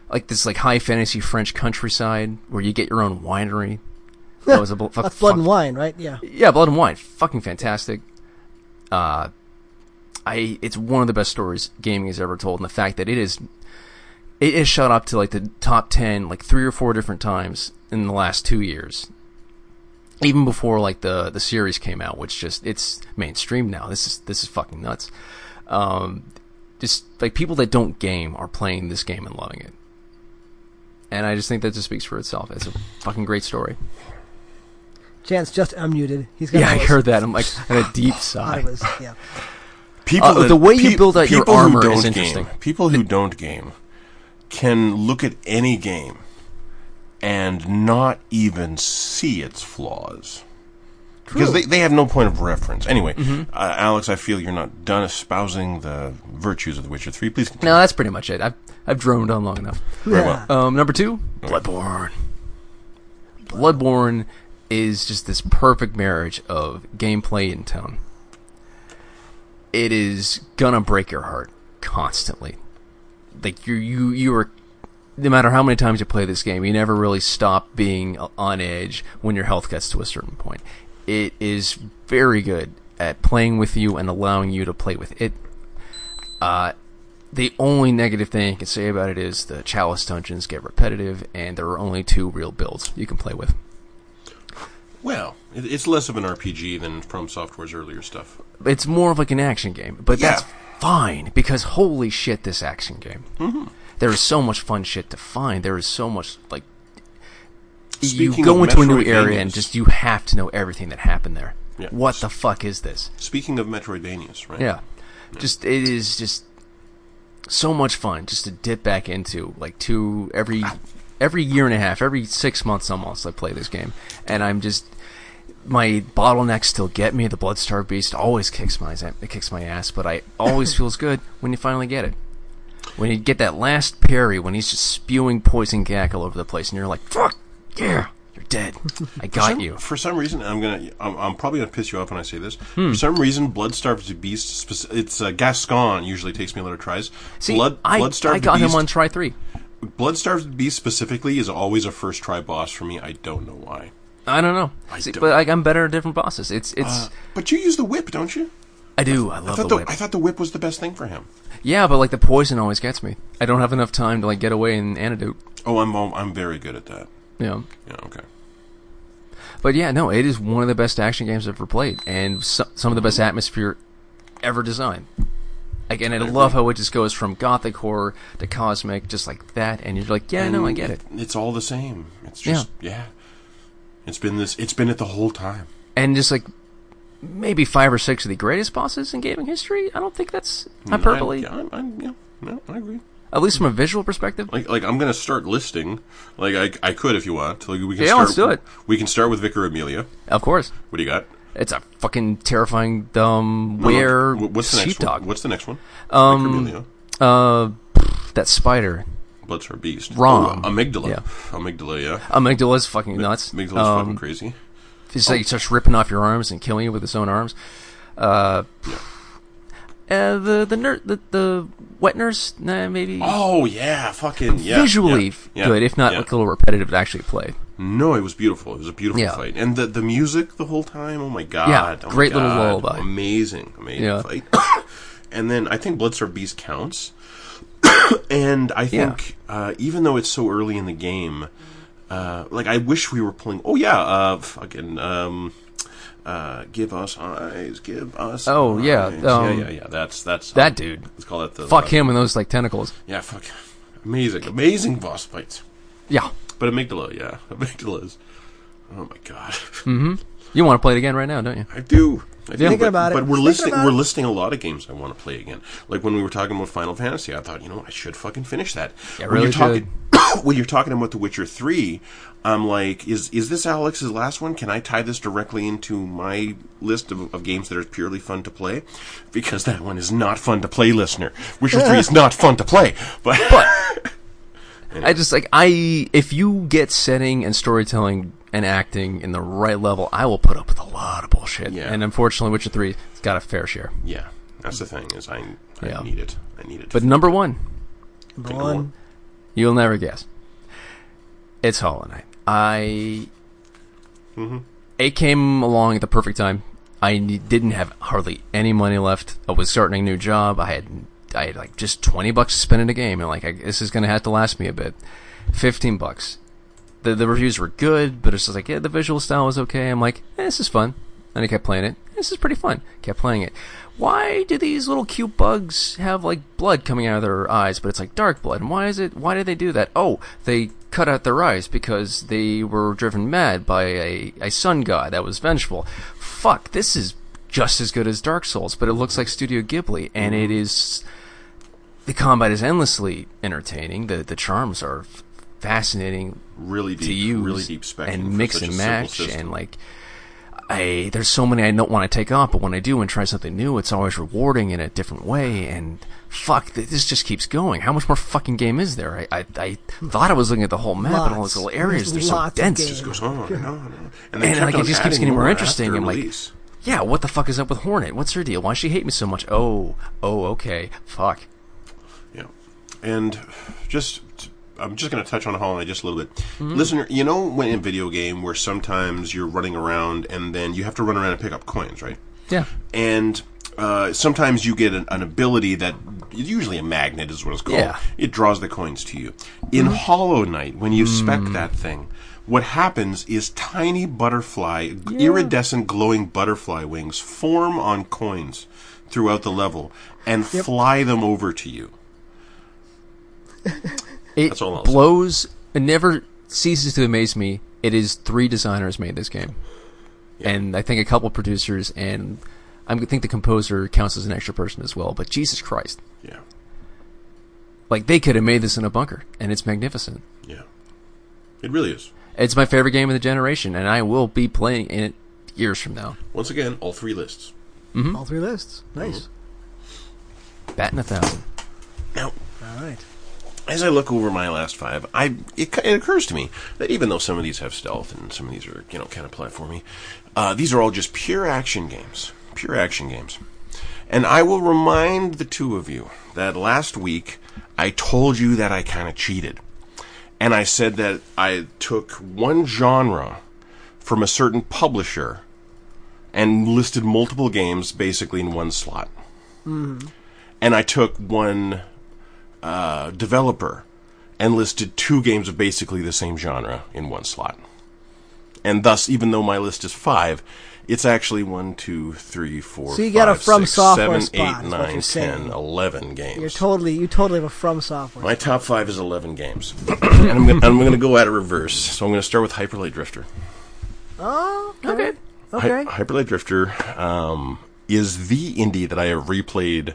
Speaker 2: Like this like high fantasy French countryside where you get your own winery. That was a bl- fuck,
Speaker 1: that's blood
Speaker 2: fuck-
Speaker 1: and wine, right? Yeah,
Speaker 2: yeah, Blood and Wine, fucking fantastic. Uh, I it's one of the best stories gaming has ever told, and the fact that it is it is shot up to like the top ten like three or four different times in the last two years, even before like the the series came out, which just it's mainstream now. This is this is fucking nuts. Um, just like people that don't game are playing this game and loving it. And I just think that just speaks for itself. It's a fucking great story.
Speaker 1: Chance just unmuted. He's got
Speaker 2: Yeah, I
Speaker 1: voice.
Speaker 2: heard that. I'm like, in a deep
Speaker 1: I
Speaker 2: sigh.
Speaker 1: was yeah.
Speaker 3: People,
Speaker 2: Uh,
Speaker 3: that-
Speaker 2: the way you
Speaker 3: pe-
Speaker 2: build out your
Speaker 3: people who
Speaker 2: armor
Speaker 3: don't
Speaker 2: is
Speaker 3: game-
Speaker 2: interesting.
Speaker 3: People who don't game can look at any game and not even see its flaws because they, they have no point of reference. Anyway,
Speaker 2: Mm-hmm.
Speaker 3: uh, Alex, I feel you're not done espousing the virtues of The Witcher Three. Please continue.
Speaker 2: No, that's pretty much it. I've I've droned on long enough.
Speaker 1: yeah.
Speaker 3: well.
Speaker 2: Um, number two, Bloodborne. Bloodborne is just this perfect marriage of gameplay and tone. It is gonna break your heart constantly. Like you you you are no matter how many times you play this game, you never really stop being on edge when your health gets to a certain point. It is very good at playing with you and allowing you to play with it. Uh, the only negative thing you can say about it is the chalice dungeons get repetitive, and there are only two real builds you can play with.
Speaker 3: Well, it, it's less of an RPG than From Software's earlier stuff.
Speaker 2: It's more of like an action game, but that's
Speaker 3: Yeah.
Speaker 2: fine because holy shit, this action game.
Speaker 3: Mm-hmm.
Speaker 2: There is so much fun shit to find. There is so much like you
Speaker 3: Speaking
Speaker 2: go
Speaker 3: of
Speaker 2: into a new area
Speaker 3: Metroidvanias-
Speaker 2: and just you have to know everything that happened there.
Speaker 3: Yeah.
Speaker 2: What the fuck is this?
Speaker 3: Speaking of Metroidvanias, right?
Speaker 2: Yeah. Just it is just so much fun just to dip back into like two every every year and a half, every 6 months almost I play this game and I'm just my bottlenecks still get me. The Bloodstar Beast always kicks my ass- it kicks my ass, but I always feels good when you finally get it. When you get that last parry, when he's just spewing poison gak all over the place, and you're like, "Fuck, yeah, you're dead. I got you."
Speaker 3: For some reason, I'm gonna. I'm, I'm probably gonna piss you off when I say this.
Speaker 2: Hmm.
Speaker 3: For some reason, Bloodstarved to Beast. spec- It's uh, Gascon usually takes me a lot of tries.
Speaker 2: See, I,
Speaker 3: Bloodstarved
Speaker 2: I got
Speaker 3: Beast,
Speaker 2: him on try three.
Speaker 3: Bloodstarved to Beast specifically is always a first try boss for me. I don't know why.
Speaker 2: I don't know, See,
Speaker 3: don't-
Speaker 2: but like, I'm better at different bosses. It's it's.
Speaker 3: But you use the whip, don't you?
Speaker 2: I do. I
Speaker 3: I
Speaker 2: love
Speaker 3: thought
Speaker 2: the
Speaker 3: the,
Speaker 2: Uh. whip.
Speaker 3: I thought the whip was the best thing for him.
Speaker 2: yeah, but like the poison always gets me. I don't have enough time to like get away and antidote.
Speaker 3: Oh, I'm I'm very good at that.
Speaker 2: You know.
Speaker 3: Yeah, okay.
Speaker 2: But yeah, no, it is one of the best action games I've ever played, and so, some of the best atmosphere ever designed. Like, and I love how it just goes from gothic horror to cosmic, just like that, and you're like, yeah, no, I get it.
Speaker 3: Mm, It's all the same. It's just yeah. It's been this. It's been it the whole time.
Speaker 2: And just like maybe five or six of the greatest bosses in gaming history. I don't think that's hyperbole,
Speaker 3: Mm, I, am I'm, yeah, no, I agree.
Speaker 2: at least from a visual perspective.
Speaker 3: Like, like I'm gonna start listing. Like, I, I could if you want. Like, we can
Speaker 2: Yeah,
Speaker 3: start,
Speaker 2: let's do it.
Speaker 3: We can start with Vicar Amelia.
Speaker 2: Of course,
Speaker 3: What do you got?
Speaker 2: it's a fucking terrifying, dumb, where
Speaker 3: Wh- What's the next
Speaker 2: sheepdog.
Speaker 3: one? What's the next one? Um, Vicar Amelia.
Speaker 2: Uh, that spider.
Speaker 3: Bloods her beast.
Speaker 2: Rom.
Speaker 3: Oh, amygdala.
Speaker 2: Yeah.
Speaker 3: Amygdala. Yeah.
Speaker 2: Amygdala's fucking nuts.
Speaker 3: Amygdala's
Speaker 2: Um,
Speaker 3: fucking oh. crazy.
Speaker 2: He's like starts ripping off your arms and killing you with his own arms. Uh, uh, the the ner- the the wet nurse, nah, maybe
Speaker 3: Oh yeah, fucking yeah.
Speaker 2: visually
Speaker 3: yeah,
Speaker 2: f-
Speaker 3: yeah,
Speaker 2: good, if not
Speaker 3: yeah.
Speaker 2: like a little repetitive to actually play.
Speaker 3: No, it was beautiful. It was a beautiful
Speaker 2: Yeah.
Speaker 3: fight, and the the music the whole time. Oh my god!
Speaker 2: Yeah,
Speaker 3: Oh my
Speaker 2: great little
Speaker 3: God.
Speaker 2: lullaby.
Speaker 3: Amazing, amazing
Speaker 2: Yeah.
Speaker 3: fight. and then I think Bloodserved Beast counts, and I think uh, even though it's so early in the game, uh, like I wish we were playing. Oh yeah, uh, fucking. Um, uh, give us eyes, give us.
Speaker 2: Oh, yeah,
Speaker 3: eyes.
Speaker 2: um,
Speaker 3: yeah, yeah, yeah. That's that's uh,
Speaker 2: That dude,
Speaker 3: Let's call that the
Speaker 2: fuck him and those like tentacles.
Speaker 3: Yeah, fuck. Amazing, amazing boss fights.
Speaker 2: Yeah,
Speaker 3: But amygdala, yeah, amygdala is. Oh my god,
Speaker 2: Hmm. Mm-hmm. you want to play it again right now, don't you?
Speaker 3: I do. I do.
Speaker 1: Thinking
Speaker 3: but,
Speaker 1: about it.
Speaker 3: but we're
Speaker 1: Thinking
Speaker 3: listing
Speaker 1: about
Speaker 3: we're
Speaker 1: it.
Speaker 3: listing a lot of games I want to play again. Like when we were talking about Final Fantasy, I thought, you know, what, I should fucking finish that.
Speaker 2: Yeah,
Speaker 3: when
Speaker 2: really
Speaker 3: you're talking when you're talking about The Witcher Three, I'm like, is is this Alex's last one? Can I tie this directly into my list of, of games that are purely fun to play? Because that one is not fun to play, listener. Witcher Three is not fun to play, but.
Speaker 2: I just like I if you get setting and storytelling and acting in the right level, I will put up with a lot of bullshit.
Speaker 3: Yeah.
Speaker 2: And unfortunately, Witcher Three has got a fair share.
Speaker 3: yeah, that's the thing is I, I
Speaker 2: Yeah.
Speaker 3: need it. I need it.
Speaker 2: But number one,
Speaker 1: Number
Speaker 3: Pick
Speaker 1: one.
Speaker 3: one.
Speaker 2: You'll never guess. It's Hollow Knight. I. It came along at the perfect time. I ne- didn't have hardly any money left. I was starting a new job. I had I had like just twenty bucks to spend in a game, and like I, this is gonna have to last me a bit. Fifteen bucks. The the reviews were good, but it's just like yeah, the visual style was okay. I'm like, eh, this is fun, and I kept playing it. This is pretty fun. Kept playing it. Why do these little cute bugs have like blood coming out of their eyes, but it's like dark blood? And why is it? Why did they do that? Oh, they cut out their eyes because they were driven mad by a, a sun god that was vengeful. Fuck, this is just as good as Dark Souls, but it looks like Studio Ghibli, and it is. The combat is endlessly entertaining. The the charms are f- fascinating
Speaker 3: really deep,
Speaker 2: to use
Speaker 3: really deep spectrum
Speaker 2: and
Speaker 3: for
Speaker 2: mix
Speaker 3: such
Speaker 2: and
Speaker 3: a simple
Speaker 2: match
Speaker 3: system.
Speaker 2: and like I there's so many I don't want to take off, but when I do and try something new, it's always rewarding in a different way. And fuck, th- this just keeps going. How much more fucking game is there? I I, I thought I was looking at the whole map and all
Speaker 1: Lots.
Speaker 2: those little areas. They're
Speaker 1: There's
Speaker 2: so
Speaker 1: lots of
Speaker 2: dense.
Speaker 1: games.
Speaker 3: It goes on and on and on. And, they
Speaker 2: And,
Speaker 3: kept
Speaker 2: like, it
Speaker 3: on
Speaker 2: just keeps
Speaker 3: adding
Speaker 2: getting more
Speaker 3: after
Speaker 2: interesting, and, like,
Speaker 3: release.
Speaker 2: Yeah, what the fuck is up with Hornet? What's her deal? Why does she hate me so much? Oh, oh, okay, fuck.
Speaker 3: Yeah. And just, I'm just going to touch on Hollow Knight just a little bit.
Speaker 2: Hmm.
Speaker 3: Listener, you know when in video game where sometimes you're running around and then you have to run around and pick up coins, right?
Speaker 2: Yeah,
Speaker 3: And uh, sometimes you get an, an ability that usually a magnet is what it's called.
Speaker 2: Yeah.
Speaker 3: It draws the coins to you. In Hollow Knight, when you spec that thing, what happens is tiny butterfly, g- iridescent glowing butterfly wings form on coins throughout the level and fly them over to you.
Speaker 2: it
Speaker 3: That's all I'll say.
Speaker 2: blows. It never ceases to amaze me. It is three designers made this game, and I think a couple producers, and I think the composer counts as an extra person as well. But Jesus Christ,
Speaker 3: Yeah.
Speaker 2: like they could have made this in a bunker, and it's magnificent.
Speaker 3: Yeah. It really is.
Speaker 2: It's my favorite game of the generation, and I will be playing in it years from now.
Speaker 3: Once again, all three lists.
Speaker 1: All three lists. Nice.
Speaker 2: Batting a thousand.
Speaker 3: Now,
Speaker 1: All right.
Speaker 3: As I look over my last five, I it, cu- it occurs to me that even though some of these have stealth and some of these are you know kind of platformy, uh, these are all just pure action games, pure action games. And I will remind the two of you that last week I told you that I kind of cheated, and I said that I took one genre from a certain publisher and listed multiple games basically in one slot. Mm-hmm. And I took one uh, developer and listed two games of basically the same genre in one slot. And thus, even though my list is five, it's actually one, two, three, four,
Speaker 1: So you got a
Speaker 3: five,
Speaker 1: From
Speaker 3: six,
Speaker 1: Software
Speaker 3: seven,
Speaker 1: spot,
Speaker 3: eight,
Speaker 1: is what
Speaker 3: nine,
Speaker 1: you're saying.
Speaker 3: 10, 11 games.
Speaker 1: You're totally you totally have a from software.
Speaker 3: my top five is 11 games. and I'm going to I'm gonna go out of reverse. So I'm going to start with Hyperlight Drifter.
Speaker 1: Oh, okay. Okay.
Speaker 3: Hy- Hyperlight Drifter um, is the indie that I have replayed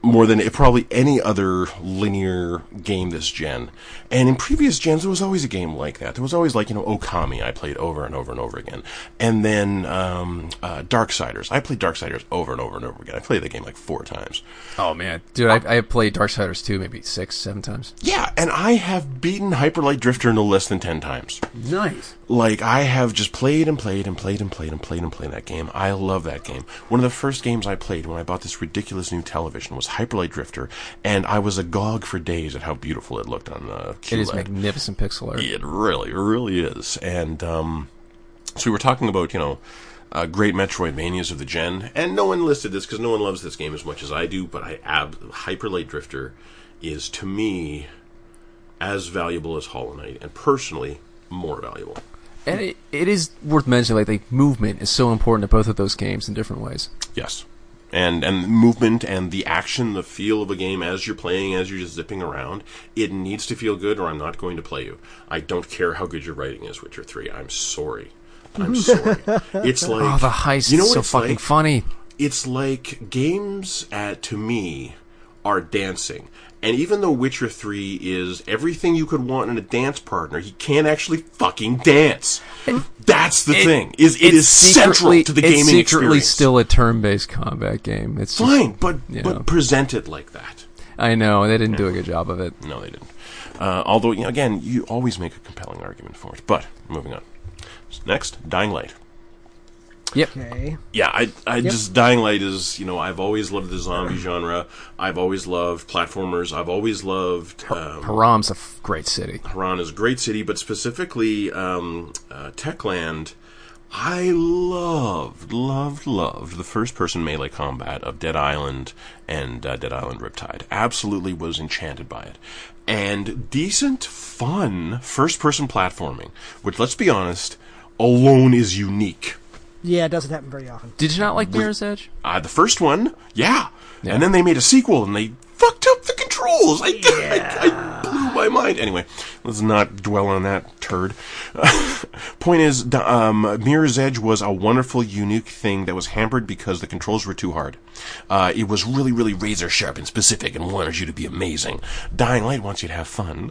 Speaker 3: more than eh, probably any other linear game this gen. And in previous gens, there was always a game like that. There was always like you know Okami. I played over and over and over again. And then um, uh, Darksiders. I played Darksiders over and over and over again. I played the game like four times.
Speaker 2: Oh man, dude, I, I played Darksiders 2 maybe six, seven times.
Speaker 3: Yeah, and I have beaten Hyperlight Drifter no less than ten times.
Speaker 2: Nice.
Speaker 3: like I have just played and played and played and played and played and played that game. I love that game. One of the first games I played when I bought this ridiculous new television was Hyperlight Drifter, and I was agog for days at how beautiful it looked on uh, the QLED.
Speaker 2: It is magnificent pixel art.
Speaker 3: E It really, really is. And um, so we were talking about, you know, uh, great Metroidvanias of the gen, and no one listed this because no one loves this game as much as I do. But I ab- Hyper Light Drifter is to me as valuable as Hollow Knight, and personally more valuable.
Speaker 2: And it, it is worth mentioning, like the movement is so important to both of those games in different ways.
Speaker 3: Yes. And and movement and the action, the feel of a game as you're playing, as you're just zipping around, it needs to feel good, or I'm not going to play you. I don't care how good your writing is, Witcher Three. I'm sorry. I'm sorry. It's like
Speaker 2: Oh, the heist
Speaker 3: You know
Speaker 2: is
Speaker 3: what
Speaker 2: so
Speaker 3: it's
Speaker 2: fucking
Speaker 3: like?
Speaker 2: funny.
Speaker 3: It's like games at to me are dancing. And even though Witcher 3 is everything you could want in a dance partner, he can't actually fucking dance. That's the thing. Is it is central
Speaker 2: secretly-
Speaker 3: to the
Speaker 2: it's
Speaker 3: gaming
Speaker 2: secretly
Speaker 3: experience.
Speaker 2: still a turn-based combat game. It's just-
Speaker 3: fine, but
Speaker 2: Yeah.
Speaker 3: but present it like that.
Speaker 2: I know they didn't do a good job of it.
Speaker 3: No, they didn't. Uh, although, you know, again, you always make a compelling argument for it. But moving on. Next, Dying Light.
Speaker 2: Yep.
Speaker 1: Okay.
Speaker 3: Yeah, I, I just Dying Light is you know I've always loved the zombie genre. I've always loved platformers. I've always loved um,
Speaker 2: Haram's a f- great city.
Speaker 3: Tehran is a great city, but specifically um, uh, Techland. I loved, loved, loved the first-person melee combat of Dead Island and uh, Dead Island Riptide. Absolutely was enchanted by it, and decent, fun first-person platforming. Which, let's be honest, alone is unique.
Speaker 1: Yeah, it doesn't happen very often.
Speaker 2: Did you not like Mirror's Edge?
Speaker 3: Uh, the first one, yeah.
Speaker 2: Yeah.
Speaker 3: And then they made a sequel and they fucked up the controls. I, I, I blew my mind. Anyway, let's not dwell on that turd. Point is, d- um, Mirror's Edge was a wonderful, unique thing that was hampered because the controls were too hard. Uh, it was really, really razor sharp and specific and wanted you to be amazing. Dying Light wants you to have fun.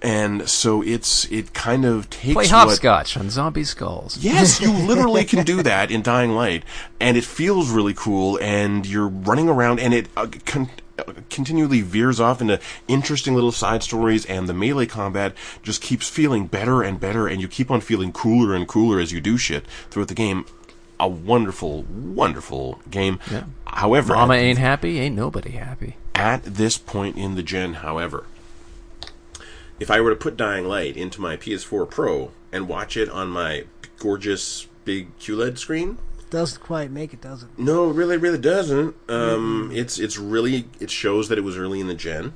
Speaker 3: And so it's, it kind of takes
Speaker 2: Play
Speaker 3: what,
Speaker 2: hopscotch on zombie skulls.
Speaker 3: Yes, you literally can do that in Dying Light, and it feels really cool. And you're running around, and it uh, con- uh, continually veers off into interesting little side stories. And the melee combat just keeps feeling better and better, and you keep on feeling cooler and cooler as you do shit throughout the game. A wonderful, wonderful game. However,
Speaker 2: Mama ain't happy, ain't nobody happy.
Speaker 3: at this point in the gen, however, if I were to put Dying Light into my PS4 Pro and watch it on my gorgeous big QLED screen,
Speaker 1: Doesn't quite make it, does it?
Speaker 3: no, it really, really doesn't. Um, It's it's really it shows that it was early in the gen.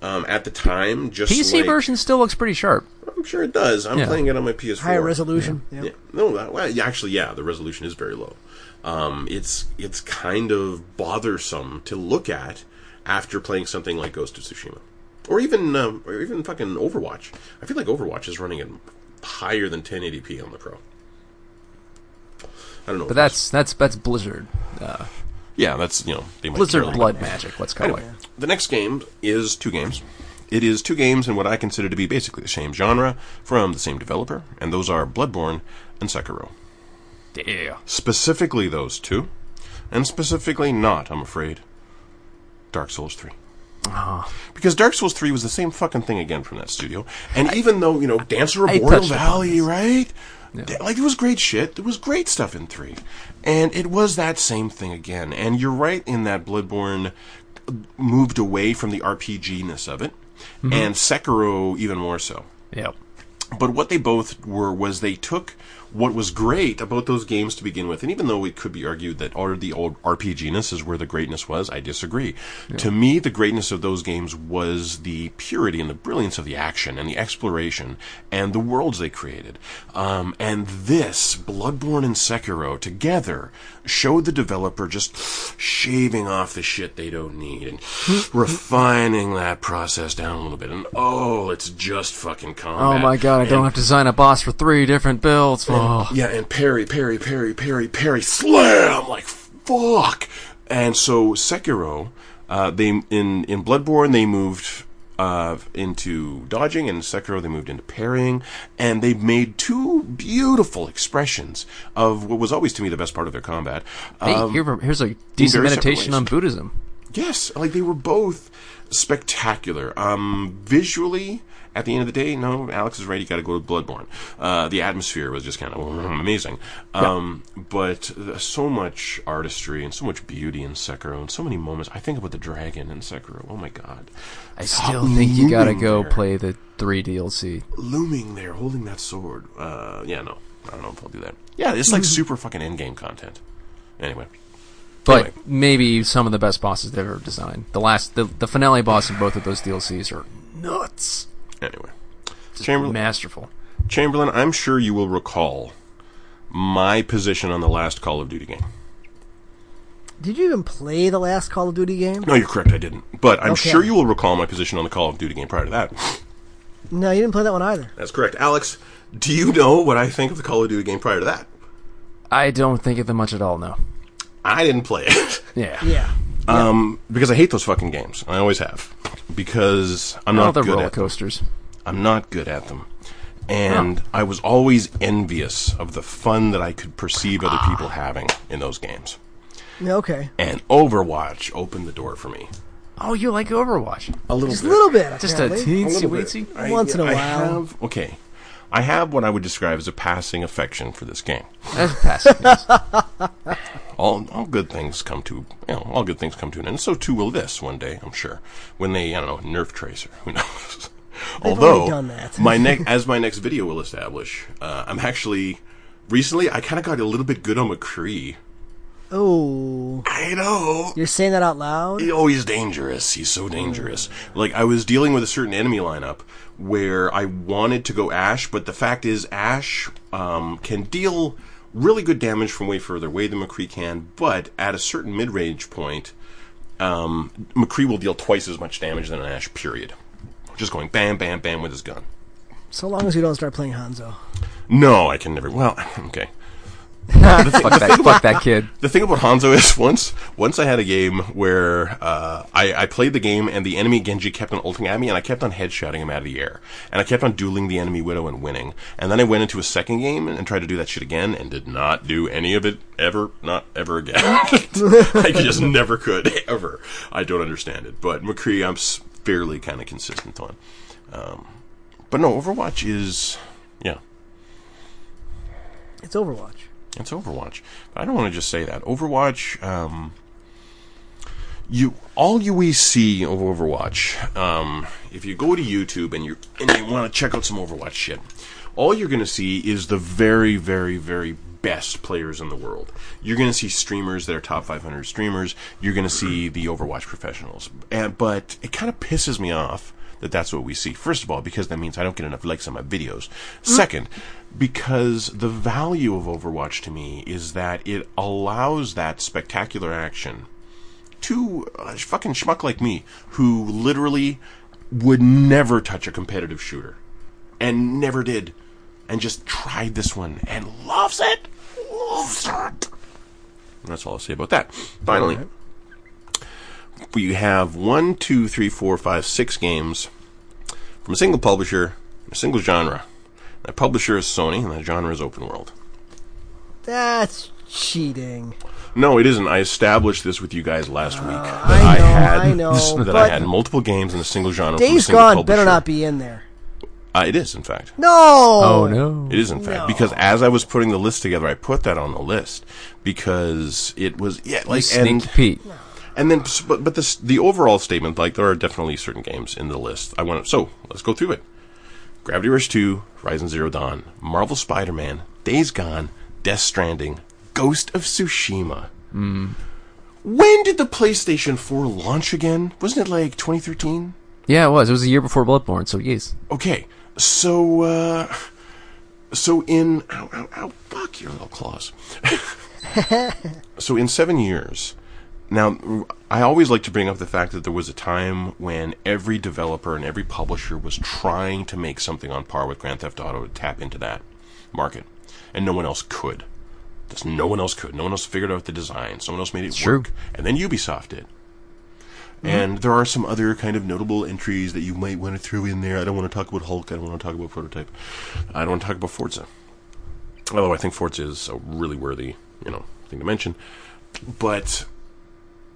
Speaker 3: Um, at the time, just
Speaker 2: PC
Speaker 3: like-
Speaker 2: version still looks pretty sharp.
Speaker 3: I'm sure it does. I'm
Speaker 2: Yeah.
Speaker 3: playing it on my PS4.
Speaker 1: Higher resolution. Yeah.
Speaker 3: Yeah. No, that, well, yeah, actually, yeah, the resolution is very low. Um, it's it's kind of bothersome to look at after playing something like Ghost of Tsushima, or even um, or even fucking Overwatch. I feel like Overwatch is running at higher than 1080p on the Pro. I don't know,
Speaker 2: But that's that's that's Blizzard. Uh,
Speaker 3: yeah, that's you know they might care a
Speaker 2: Blizzard
Speaker 3: little
Speaker 2: blood magic. Let's call it.
Speaker 3: The next game is two games. It is two games in what I consider to be basically the same genre from the same developer, and those are Bloodborne and Sekiro.
Speaker 2: Yeah.
Speaker 3: Specifically those two, and specifically not, I'm afraid, Dark Souls 3.
Speaker 2: Ah.
Speaker 3: Because Dark Souls 3 was the same fucking thing again from that studio. And even though, you know, Dancer of
Speaker 2: I
Speaker 3: Boreal
Speaker 2: touched upon
Speaker 3: Valley, right? Da- Like, it was great shit. There was great stuff in 3. And it was that same thing again. And you're right in that Bloodborne uh, moved away from the RPG ness of it.
Speaker 2: Mm-hmm.
Speaker 3: And Sekiro even more so.
Speaker 2: Yep.
Speaker 3: But what they both were was they took what was great about those games to begin with, and even though it could be argued that all the old RPGness is where the greatness was, I disagree. To me, the greatness of those games was the purity and the brilliance of the action and the exploration and the worlds they created. Um, and this, Bloodborne and Sekiro together, showed the developer just shaving off the shit they don't need and refining that process down a little bit. And oh, it's just fucking
Speaker 2: Oh
Speaker 3: combat.
Speaker 2: my god, I don't
Speaker 3: And-
Speaker 2: have to design a boss for three different builds. Oh.
Speaker 3: yeah, and parry, parry, parry, parry, parry, slam! Like, fuck! And so Sekiro, uh, they in in Bloodborne they moved uh, into dodging, and in Sekiro they moved into parrying, and they made two beautiful expressions of what was always to me the best part of their combat.
Speaker 2: Hey,
Speaker 3: Um,
Speaker 2: here- here's a decent
Speaker 3: very separate
Speaker 2: meditation
Speaker 3: ways.
Speaker 2: on Buddhism.
Speaker 3: Yes, like they were both spectacular. Um, visually, at the end of the day, no, Alex is right. You got to go to Bloodborne. Uh, the atmosphere was just kind of mm, amazing. Um, But th- so much artistry and so much beauty in Sekiro, and so many moments. I think about the dragon in Sekiro. Oh my god,
Speaker 2: I
Speaker 3: Stop
Speaker 2: still think you gotta
Speaker 3: moving
Speaker 2: go
Speaker 3: there.
Speaker 2: play the three DLC.
Speaker 3: looming there, holding that sword. Uh, yeah, no, I don't know if I'll do that. Yeah, it's
Speaker 2: Mm-hmm.
Speaker 3: like super fucking endgame content. Anyway,
Speaker 2: But
Speaker 3: Anyway.
Speaker 2: maybe some of the best bosses they've ever designed. The last, the, the finale boss in both of those DLCs are nuts.
Speaker 3: anyway,
Speaker 2: Just
Speaker 3: Chamberlain-
Speaker 2: masterful.
Speaker 3: Chamberlain. I'm sure you will recall my position on the last Call of Duty game.
Speaker 1: Did you even play the last Call of Duty game?
Speaker 3: No, you're correct. I didn't. But I'm
Speaker 1: Okay.
Speaker 3: sure you will recall my position on the Call of Duty game prior to that.
Speaker 1: No, you didn't play that one either.
Speaker 3: That's correct. Alex, do you know what I think of the Call of Duty game prior to that?
Speaker 2: I don't think of them much at all. No.
Speaker 3: I didn't play it.
Speaker 2: Yeah.
Speaker 1: Yeah.
Speaker 3: um, because I hate those fucking games. I always have. Because I'm
Speaker 2: All
Speaker 3: not
Speaker 2: the
Speaker 3: good
Speaker 2: roller
Speaker 3: at them.
Speaker 2: coasters.
Speaker 3: I'm not good at them. And I was always envious of the fun that I could perceive other people having in those games.
Speaker 1: Yeah, Okay.
Speaker 3: And Overwatch opened the door for me.
Speaker 2: Oh, you like Overwatch?
Speaker 3: A little
Speaker 1: Just a little bit.
Speaker 2: Just a
Speaker 1: apparently.
Speaker 2: teensy
Speaker 3: little bit.
Speaker 2: weensy.
Speaker 3: I-
Speaker 1: Once in a
Speaker 3: I
Speaker 1: while.
Speaker 3: have- okay, I have what I would describe as a passing affection for this game.
Speaker 2: That's Eh, passive. yes.
Speaker 3: All all good things come to you know, all good things come to an end. So too will this one day, I'm sure. When they I don't know nerf tracer, who knows? Although
Speaker 1: already done that.
Speaker 3: my next as my next video will establish, uh, I'm actually recently I kind of got a little bit good on McCree.
Speaker 1: Oh,
Speaker 3: I know.
Speaker 1: you're saying that out loud?
Speaker 3: Oh, he's dangerous. He's so dangerous. Like, I was dealing with a certain enemy lineup where I wanted to go Ash, but the fact is, Ash um, can deal really good damage from way further away than McCree can, but at a certain mid range point, um, McCree will deal twice as much damage than an Ash, period. Just going bam, bam, bam with his gun.
Speaker 1: So long as you don't start playing Hanzo.
Speaker 3: No, I can never. Well, okay.
Speaker 2: Ah, fuck that. fuck that kid.
Speaker 3: The thing about Hanzo is once once I had a game where uh, I, I played the game and the enemy Genji kept on ulting at me and I kept on headshotting him out of the air. And I kept on dueling the enemy Widow and winning. And then I went into a second game and, and tried to do that shit again and did not do any of it ever, not ever again. I just never could, ever. I don't understand it. But McCree, I'm s- fairly kind of consistent on. Um, but no, Overwatch is. Yeah.
Speaker 1: It's Overwatch.
Speaker 3: It's Overwatch. But I don't want to just say that. Overwatch, um, you all you we see of Overwatch. Um, if you go to YouTube and you and you want to check out some Overwatch shit, all you're gonna see is the very, very, very best players in the world. You're gonna see streamers that are top 500 streamers. You're gonna see the Overwatch professionals. And, but it kind of pisses me off that that's what we see. First of all, because that means I don't get enough likes on my videos. Second, because the value of Overwatch to me is that it allows that spectacular action to a uh, fucking schmuck like me who literally would never touch a competitive shooter and never did and just tried this one and loves it. Loves it. And that's all I'll say about that. Finally we have one, two, three, four, five, six games from a single publisher, a single genre. That publisher is Sony, and that genre is open world.
Speaker 1: That's cheating.
Speaker 3: No, it isn't. I established this with you guys last week. That
Speaker 1: Uh, I know,
Speaker 3: had,
Speaker 1: I know,
Speaker 3: that I
Speaker 1: but-
Speaker 3: had multiple games in a single genre. from a
Speaker 1: Days
Speaker 3: single
Speaker 1: Gone
Speaker 3: publisher.
Speaker 1: better not be in there.
Speaker 3: Uh, it is, in fact.
Speaker 1: No.
Speaker 2: Oh no.
Speaker 3: It is, in fact, because as I was putting the list together, I put that on the list because it was yeah, like
Speaker 2: Sneak
Speaker 3: and
Speaker 2: peek.
Speaker 3: and then s- but but this the overall statement like there are definitely certain games in the list. I want to so let's go through it. Gravity Rush Two, Horizon Zero Dawn, Marvel Spider Man, Days Gone, Death Stranding, Ghost of Tsushima. When did the PlayStation 4 launch again? Wasn't it like 2013?
Speaker 2: Yeah, it was. It was a year before Bloodborne, so yes.
Speaker 3: Okay, so uh, so in ow, ow, ow, fuck your little claws. so in seven years, now I always like to bring up the fact that there was a time when every developer and every publisher was trying to make something on par with Grand Theft Auto to tap into that market, and no one else could. Just no one else could. No one else figured out the design. Someone else made it
Speaker 2: true.
Speaker 3: work, and then Ubisoft did.
Speaker 2: Mm-hmm.
Speaker 3: And there are some other kind of notable entries that you might want to throw in there. I don't want to talk about Hulk. I don't want to talk about Prototype. I don't want to talk about Forza. Although I think Forza is a really worthy, you know, thing to mention. But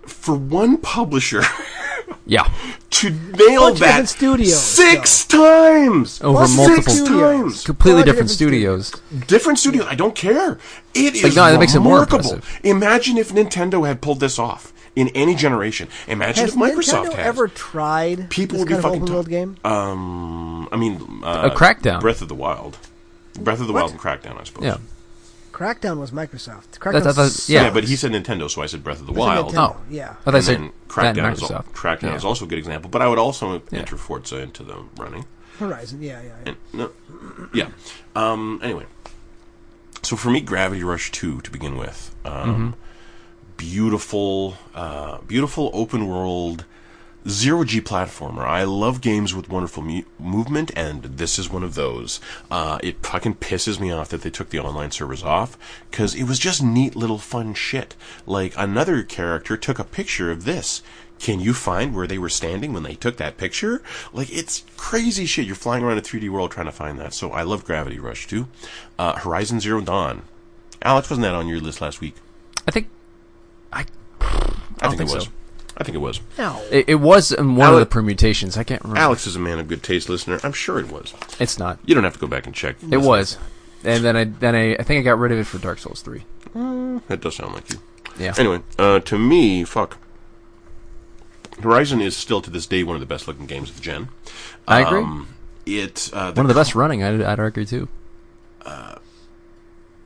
Speaker 3: for one publisher
Speaker 2: Yeah.
Speaker 3: to nail
Speaker 1: Bunch of
Speaker 3: that
Speaker 1: different studios,
Speaker 3: six times
Speaker 2: Over
Speaker 3: six
Speaker 2: multiple-
Speaker 3: times,
Speaker 2: Completely
Speaker 1: Bunch of
Speaker 2: different
Speaker 1: different
Speaker 2: studios.
Speaker 3: different studio. I don't care. It is
Speaker 2: Like, no, that makes it more
Speaker 3: remarkable.
Speaker 2: impressive.
Speaker 3: Imagine if Nintendo had pulled this off in any generation. Imagine
Speaker 1: Has
Speaker 3: if Microsoft
Speaker 1: Nintendo
Speaker 3: had.
Speaker 1: ever tried
Speaker 3: People
Speaker 1: this
Speaker 3: would be
Speaker 1: kind of
Speaker 3: fucking
Speaker 1: open
Speaker 3: ta-
Speaker 1: world game?
Speaker 3: Um, I mean, uh,
Speaker 2: A Crackdown.
Speaker 3: Breath of the Wild, Breath of the Wild, and Crackdown, I suppose.
Speaker 2: Yeah.
Speaker 1: Crackdown was Microsoft.
Speaker 2: That-
Speaker 1: Crackdown
Speaker 2: that- that-
Speaker 3: yeah,
Speaker 2: yeah.
Speaker 3: but he said Nintendo, so I said Breath of the
Speaker 1: Wild.
Speaker 3: Wild.
Speaker 1: Nintendo.
Speaker 2: Oh.
Speaker 1: Yeah.
Speaker 2: I thought I
Speaker 3: And
Speaker 2: said
Speaker 3: then
Speaker 2: that and
Speaker 3: Crackdown, is, al-
Speaker 2: Microsoft.
Speaker 3: Crackdown
Speaker 2: Yeah.
Speaker 3: is also a good example, but I would also
Speaker 2: Yeah.
Speaker 3: enter Forza into the running.
Speaker 1: Horizon. Yeah, yeah. yeah.
Speaker 3: No, yeah. Um, anyway, so for me, Gravity Rush Two to begin with,
Speaker 2: Mm-hmm.
Speaker 3: um, beautiful, uh, beautiful open world zero G platformer. I love games with wonderful mu- movement, and this is one of those. Uh, it fucking pisses me off that they took the online servers off because it was just neat little fun shit. Like another character took a picture of this. Can you find where they were standing when they took that picture? Like it's crazy shit. You're flying around a 3D world trying to find that. So I love Gravity Rush too. Uh, Horizon Zero Dawn. Alex, wasn't that on your list last week?
Speaker 2: I think I,
Speaker 3: I,
Speaker 2: don't
Speaker 3: think,
Speaker 2: think
Speaker 3: it was.
Speaker 2: so.
Speaker 3: I think it was.
Speaker 1: No.
Speaker 2: it, it was in one of
Speaker 3: Alex-
Speaker 2: the permutations. I can't remember.
Speaker 3: Alex is a man of good taste, listener. I'm sure it was.
Speaker 2: It's not.
Speaker 3: You don't have to go back and check.
Speaker 2: It was. And then I then I, I think I got rid of it for Dark Souls 3.
Speaker 3: That does sound like you.
Speaker 2: Yeah.
Speaker 3: Anyway, uh, to me, fuck. Horizon is still to this day one of the best looking games of the gen.
Speaker 2: I agree.
Speaker 3: Um, It uh,
Speaker 2: one of the best running, I'd, I'd argue too.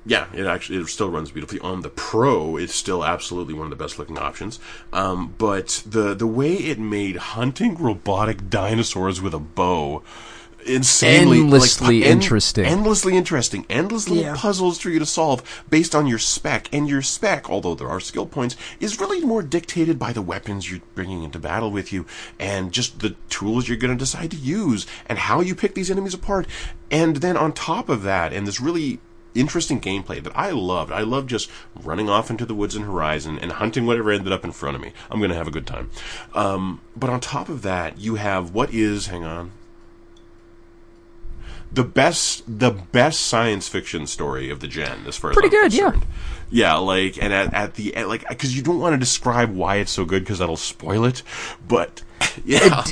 Speaker 3: yeah, it actually it still runs beautifully. On the Pro, it's still absolutely one of the best looking options. Um, but the the way it made hunting robotic dinosaurs with a bow insanely like,
Speaker 2: Endlessly
Speaker 3: en-
Speaker 2: interesting.
Speaker 3: endlessly interesting, endless little
Speaker 1: Yeah.
Speaker 3: puzzles for you to solve based on your spec. And your spec, although there are skill points, is really more dictated by the weapons you're bringing into battle with you and just the tools you're going to decide to use and how you pick these enemies apart. And then on top of that, and this really interesting gameplay that I loved. I loved just running off into the woods and horizon and hunting whatever ended up in front of me. I'm going to have a good time. Um, but on top of that, you have what is, hang on, the best the best science fiction story of the gen as far as
Speaker 2: Pretty
Speaker 3: I'm
Speaker 2: good, yeah.
Speaker 3: concerned. yeah like and at, at the at, like because you don't want to describe why it's so good because that'll spoil it but yeah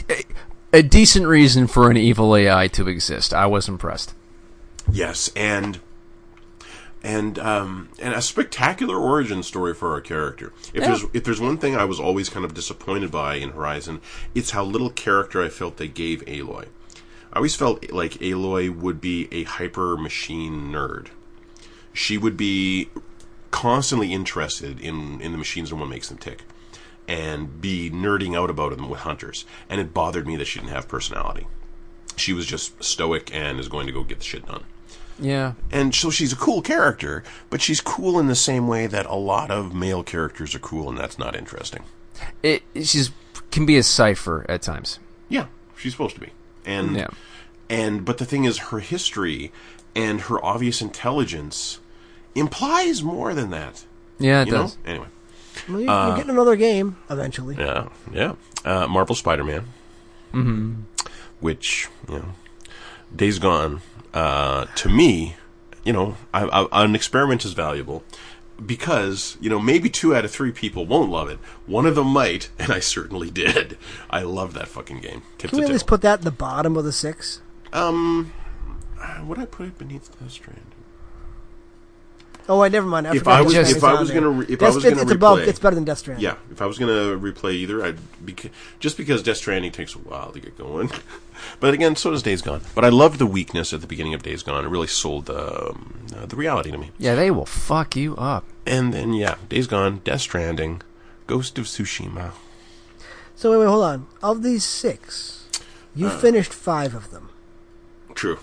Speaker 2: A decent reason for an evil AI to exist. I was impressed.
Speaker 3: yes and and um and a spectacular origin story for our character if there's if there's one thing i was always kind of disappointed by in horizon it's how little character i felt they gave aloy i always felt like aloy would be a hyper machine nerd she would be constantly interested in in the machines and what makes them tick and be nerding out about them with hunters and it bothered me that she didn't have personality she was just stoic and is going to go get the shit done
Speaker 2: Yeah.
Speaker 3: and so she's a cool character, but she's cool in the same way that a lot of male characters are cool, and that's not interesting.
Speaker 2: It she's can be a cipher at times.
Speaker 3: Yeah, she's supposed to be. And
Speaker 2: Yeah.
Speaker 3: and but the thing is, her history and her obvious intelligence implies more than that.
Speaker 2: Yeah, it
Speaker 3: You
Speaker 2: does.
Speaker 3: know. Anyway.
Speaker 1: Well, you're, you're getting another game eventually.
Speaker 3: Uh, Yeah. Yeah. Uh, Marvel Spider-Man. Mm-hmm. Which you know, Days Gone. Uh, to me, you know, I, I, an experiment is valuable. because, you know, maybe two out of three people won't love it. One of them might, and I certainly did. I love that fucking game. Tip
Speaker 1: Can we
Speaker 3: to
Speaker 1: at
Speaker 3: tail.
Speaker 1: least put that at the bottom of the six?
Speaker 3: um, uh, would I put it beneath the strand?
Speaker 1: Oh, wait, never mind. I
Speaker 3: If
Speaker 1: forgot
Speaker 3: I
Speaker 1: Death
Speaker 3: was-
Speaker 1: Stranding's
Speaker 3: if I
Speaker 1: on
Speaker 3: was
Speaker 1: there.
Speaker 3: gonna re- if I
Speaker 1: That's-
Speaker 3: was
Speaker 1: it's,
Speaker 3: gonna
Speaker 1: it's above,
Speaker 3: replay-
Speaker 1: it's better than Death Stranding.
Speaker 3: Yeah, if I was gonna replay either, I'd beca- just because Death Stranding takes a while to get going. but again, so does Days Gone. But I loved the weakness at the beginning of Days Gone. It really sold the um, uh, the reality to me.
Speaker 2: Yeah, they will fuck you up.
Speaker 3: And then yeah, Days Gone, Death Stranding, Ghost of Tsushima.
Speaker 1: So wait, wait, hold on. Of these six, you
Speaker 3: Uh,
Speaker 1: finished five of them.
Speaker 3: True.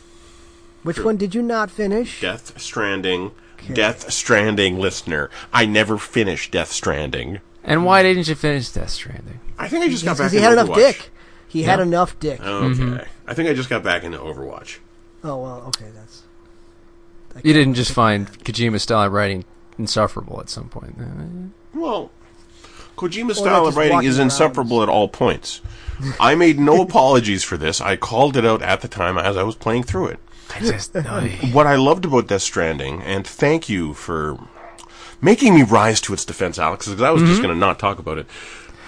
Speaker 1: Which one did you not finish?
Speaker 3: Death Stranding. Death Stranding listener. I never finished Death Stranding.
Speaker 2: And why didn't you finish Death Stranding?
Speaker 3: I think I just got back
Speaker 1: Because he
Speaker 3: into
Speaker 1: had enough
Speaker 3: Overwatch. Mm-hmm.
Speaker 1: dick. He had enough dick.
Speaker 3: Okay. I think I just got back into Overwatch.
Speaker 1: oh well, okay, that's
Speaker 2: You didn't just find Kojima style writing insufferable at some point.
Speaker 3: Well, Kojima's style of
Speaker 1: just
Speaker 3: writing
Speaker 1: walking
Speaker 3: is
Speaker 1: around.
Speaker 3: insufferable at all points. I made no apologies for this. I called it out at the time as I was playing through it.
Speaker 2: I just
Speaker 3: What I loved about Death Stranding, and thank you for making me rise to its defense, Alex, because I was
Speaker 1: Mm-hmm.
Speaker 3: just going to not talk about it.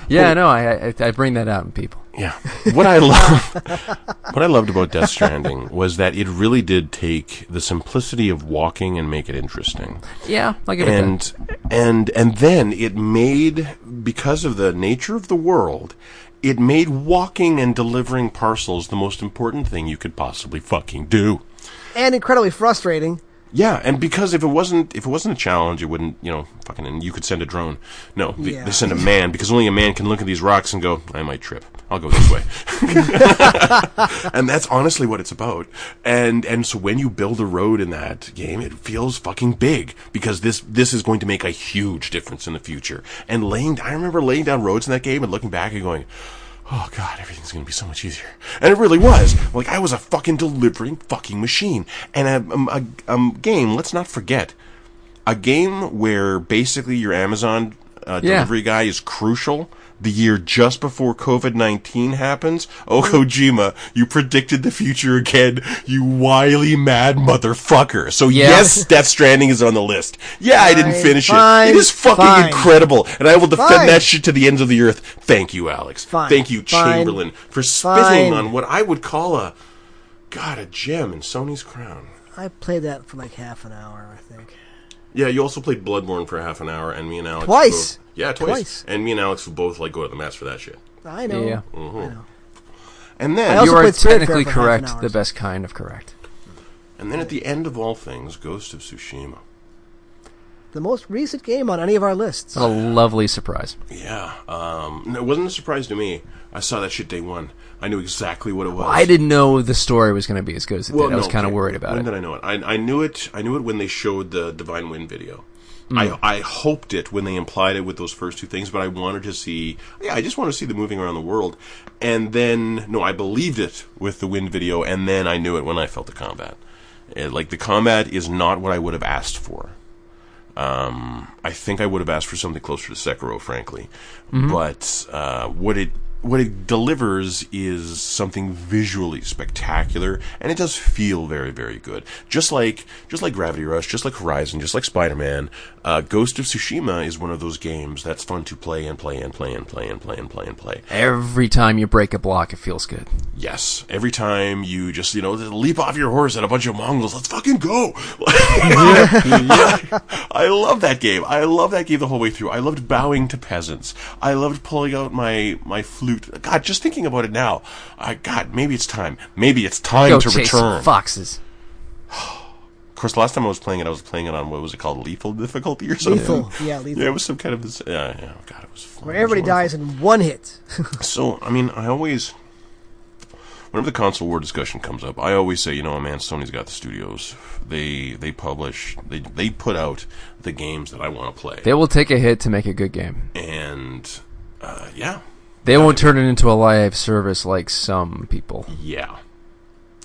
Speaker 2: yeah, no, I, I I bring that out in people.
Speaker 3: Yeah. What I love, what I loved about Death Stranding was that it really did take the simplicity of walking and make it interesting.
Speaker 2: Yeah, I give it that.
Speaker 3: and and and then it made because of the nature of the world it made walking and delivering parcels the most important thing you could possibly fucking do
Speaker 1: and incredibly frustrating.
Speaker 3: yeah and because if it wasn't if it wasn't a challenge it wouldn't you know fucking and you could send a drone no they,
Speaker 1: Yeah.
Speaker 3: they send a man because only a man can look at these rocks and go i might trip i'll go this way and that's honestly what it's about. And and so when you build a road in that game, it feels fucking big because this this is going to make a huge difference in the future. And laying, I remember laying down roads in that game and looking back and going. Oh god, everything's gonna be so much easier, and it really was. Like I was a fucking delivering fucking machine, and a, um, a, um game. Let's not forget, a game where basically your Amazon uh,
Speaker 2: Yeah.
Speaker 3: delivery guy is crucial. The year just before COVID 19 happens, oh Kojima, you predicted the future again, you wily mad motherfucker. So,
Speaker 2: Yeah.
Speaker 3: yes, Death Stranding is on the list. Yeah, I didn't
Speaker 1: Fine,
Speaker 3: finish it.
Speaker 1: fine,
Speaker 3: It is fucking
Speaker 1: fine.
Speaker 3: incredible, and I will defend
Speaker 1: Fine.
Speaker 3: that shit to the ends of the earth. Thank you, Alex.
Speaker 1: Fine,
Speaker 3: Thank you,
Speaker 1: fine,
Speaker 3: Chamberlain, for spitting
Speaker 1: fine.
Speaker 3: on what I would call a, God, a gem in Sony's crown.
Speaker 1: I played that for like half an hour, I think.
Speaker 3: Yeah, you also played Bloodborne for half an hour, and me and Alex
Speaker 1: Twice.
Speaker 3: both- yeah, twice.
Speaker 1: Twice.
Speaker 3: And me and Alex would both like go to the mess for that shit.
Speaker 1: I know.
Speaker 2: Yeah.
Speaker 1: I know.
Speaker 3: And then,
Speaker 1: I also
Speaker 2: You are
Speaker 1: played Spirit
Speaker 2: technically
Speaker 1: Fair for half an
Speaker 2: correct,
Speaker 1: hour.
Speaker 2: the best kind of correct.
Speaker 3: and then at the end of all things, Ghost of Tsushima.
Speaker 1: The most recent game on any of our lists.
Speaker 2: What a lovely surprise.
Speaker 3: Yeah, um, no, it wasn't a surprise to me. I saw that shit day one. I knew exactly what it was.
Speaker 2: I didn't know the story was going to be as good as it did. I was kind of
Speaker 3: okay.
Speaker 2: worried about
Speaker 3: when
Speaker 2: it.
Speaker 3: did I know it? I, I knew it. I knew it when they showed the Divine Wind video.
Speaker 2: Hmm.
Speaker 3: I, I hoped it when they implied it with those first two things, but I wanted to see. Yeah, I just wanted to see the moving around the world, and then no, I believed it with the wind video, and then I knew it when I felt the combat. Uh, like the combat is not what I would have asked for. Um, I think I would have asked for something closer to Sekiro, frankly. Mm-hmm. But uh, what it what it delivers is something visually spectacular, and it does feel very, very good. Just like just like Gravity Rush, just like Horizon, just like Spider Man, uh, Ghost of Tsushima is one of those games that's fun to play and play and play and play and play and play and play.
Speaker 2: Every time you break a block, it feels good.
Speaker 3: Yes, every time you just you know leap off your horse at a bunch of Mongols, let's fucking go! I love that game. I love that game the whole way through. I loved bowing to peasants. I loved pulling out my my flute. God, just thinking about it now, I God, maybe it's time. Maybe it's time
Speaker 2: Go
Speaker 3: to
Speaker 2: chase
Speaker 3: return.
Speaker 2: foxes.
Speaker 3: Of course, last time I was playing it, I was playing it on what was it called, lethal difficulty or something.
Speaker 1: Lethal, yeah, lethal.
Speaker 3: Yeah, it was some kind of this. Yeah, yeah. God, it was. Fun.
Speaker 1: where
Speaker 3: It was
Speaker 1: everybody
Speaker 3: wonderful.
Speaker 1: dies in one hit.
Speaker 3: So, I mean, I always, whenever the console war discussion comes up, I always say, you know, man, Sony's got the studios. They they publish, they they put out the games that I want to play,
Speaker 2: They will take a hit to make a good game.
Speaker 3: and uh, yeah,
Speaker 2: They won't turn it into a live service like some people.
Speaker 3: yeah,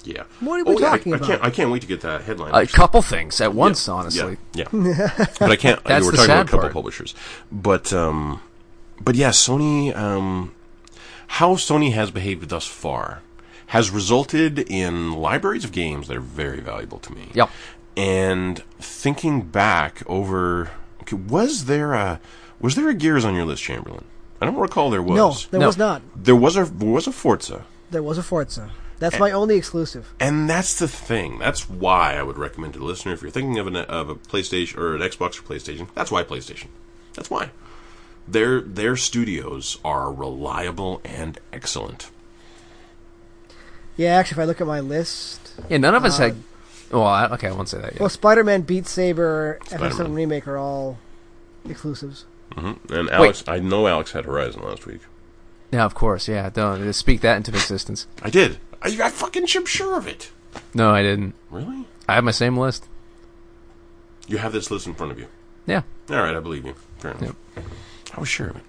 Speaker 3: yeah.
Speaker 1: What are we
Speaker 3: Oh, yeah, I-
Speaker 1: talking
Speaker 3: I,
Speaker 1: about?
Speaker 3: can't I can't wait to get that headline.
Speaker 2: A
Speaker 3: actually.
Speaker 2: couple things at once, honestly.
Speaker 3: Yeah, yeah. but I can't.
Speaker 2: That's
Speaker 3: we're
Speaker 2: the
Speaker 3: talking
Speaker 2: sad
Speaker 3: about a couple
Speaker 2: part.
Speaker 3: publishers, but um, but yeah, Sony. Um, how Sony has behaved thus far has resulted in libraries of games that are very valuable to me.
Speaker 2: Yep.
Speaker 3: And thinking back over Okay, was there a was there a Gears on your list, Chamberlain? I don't recall there was.
Speaker 1: No, there
Speaker 2: No.
Speaker 1: was not.
Speaker 3: There was a there was a Forza,
Speaker 1: There was a Forza.
Speaker 3: Eh.
Speaker 1: That's my only exclusive.
Speaker 3: and that's the thing. That's why I would recommend to the listener if you're thinking of an of a PlayStation or an Xbox or PlayStation. That's why PlayStation. That's why their their studios are reliable and excellent.
Speaker 1: Yeah, actually, if I look at my list,
Speaker 2: Yeah, none of us
Speaker 1: Uh,
Speaker 2: had. Well, I, okay, I won't say that yet.
Speaker 1: well, Spider-Man, Beat Saber, FF7
Speaker 3: Spider-Man.
Speaker 1: Remake are all exclusives.
Speaker 3: Mm-hmm. And Alex, I know Alex had Horizon last week.
Speaker 2: yeah, of course. Yeah, don't speak that into existence.
Speaker 3: I did. I, I fucking am sure of it.
Speaker 2: No, I didn't.
Speaker 3: Really?
Speaker 2: I have my same list.
Speaker 3: You have this list in front of you.
Speaker 2: Yeah.
Speaker 3: All right, I believe you. Fair enough. I was sure of it.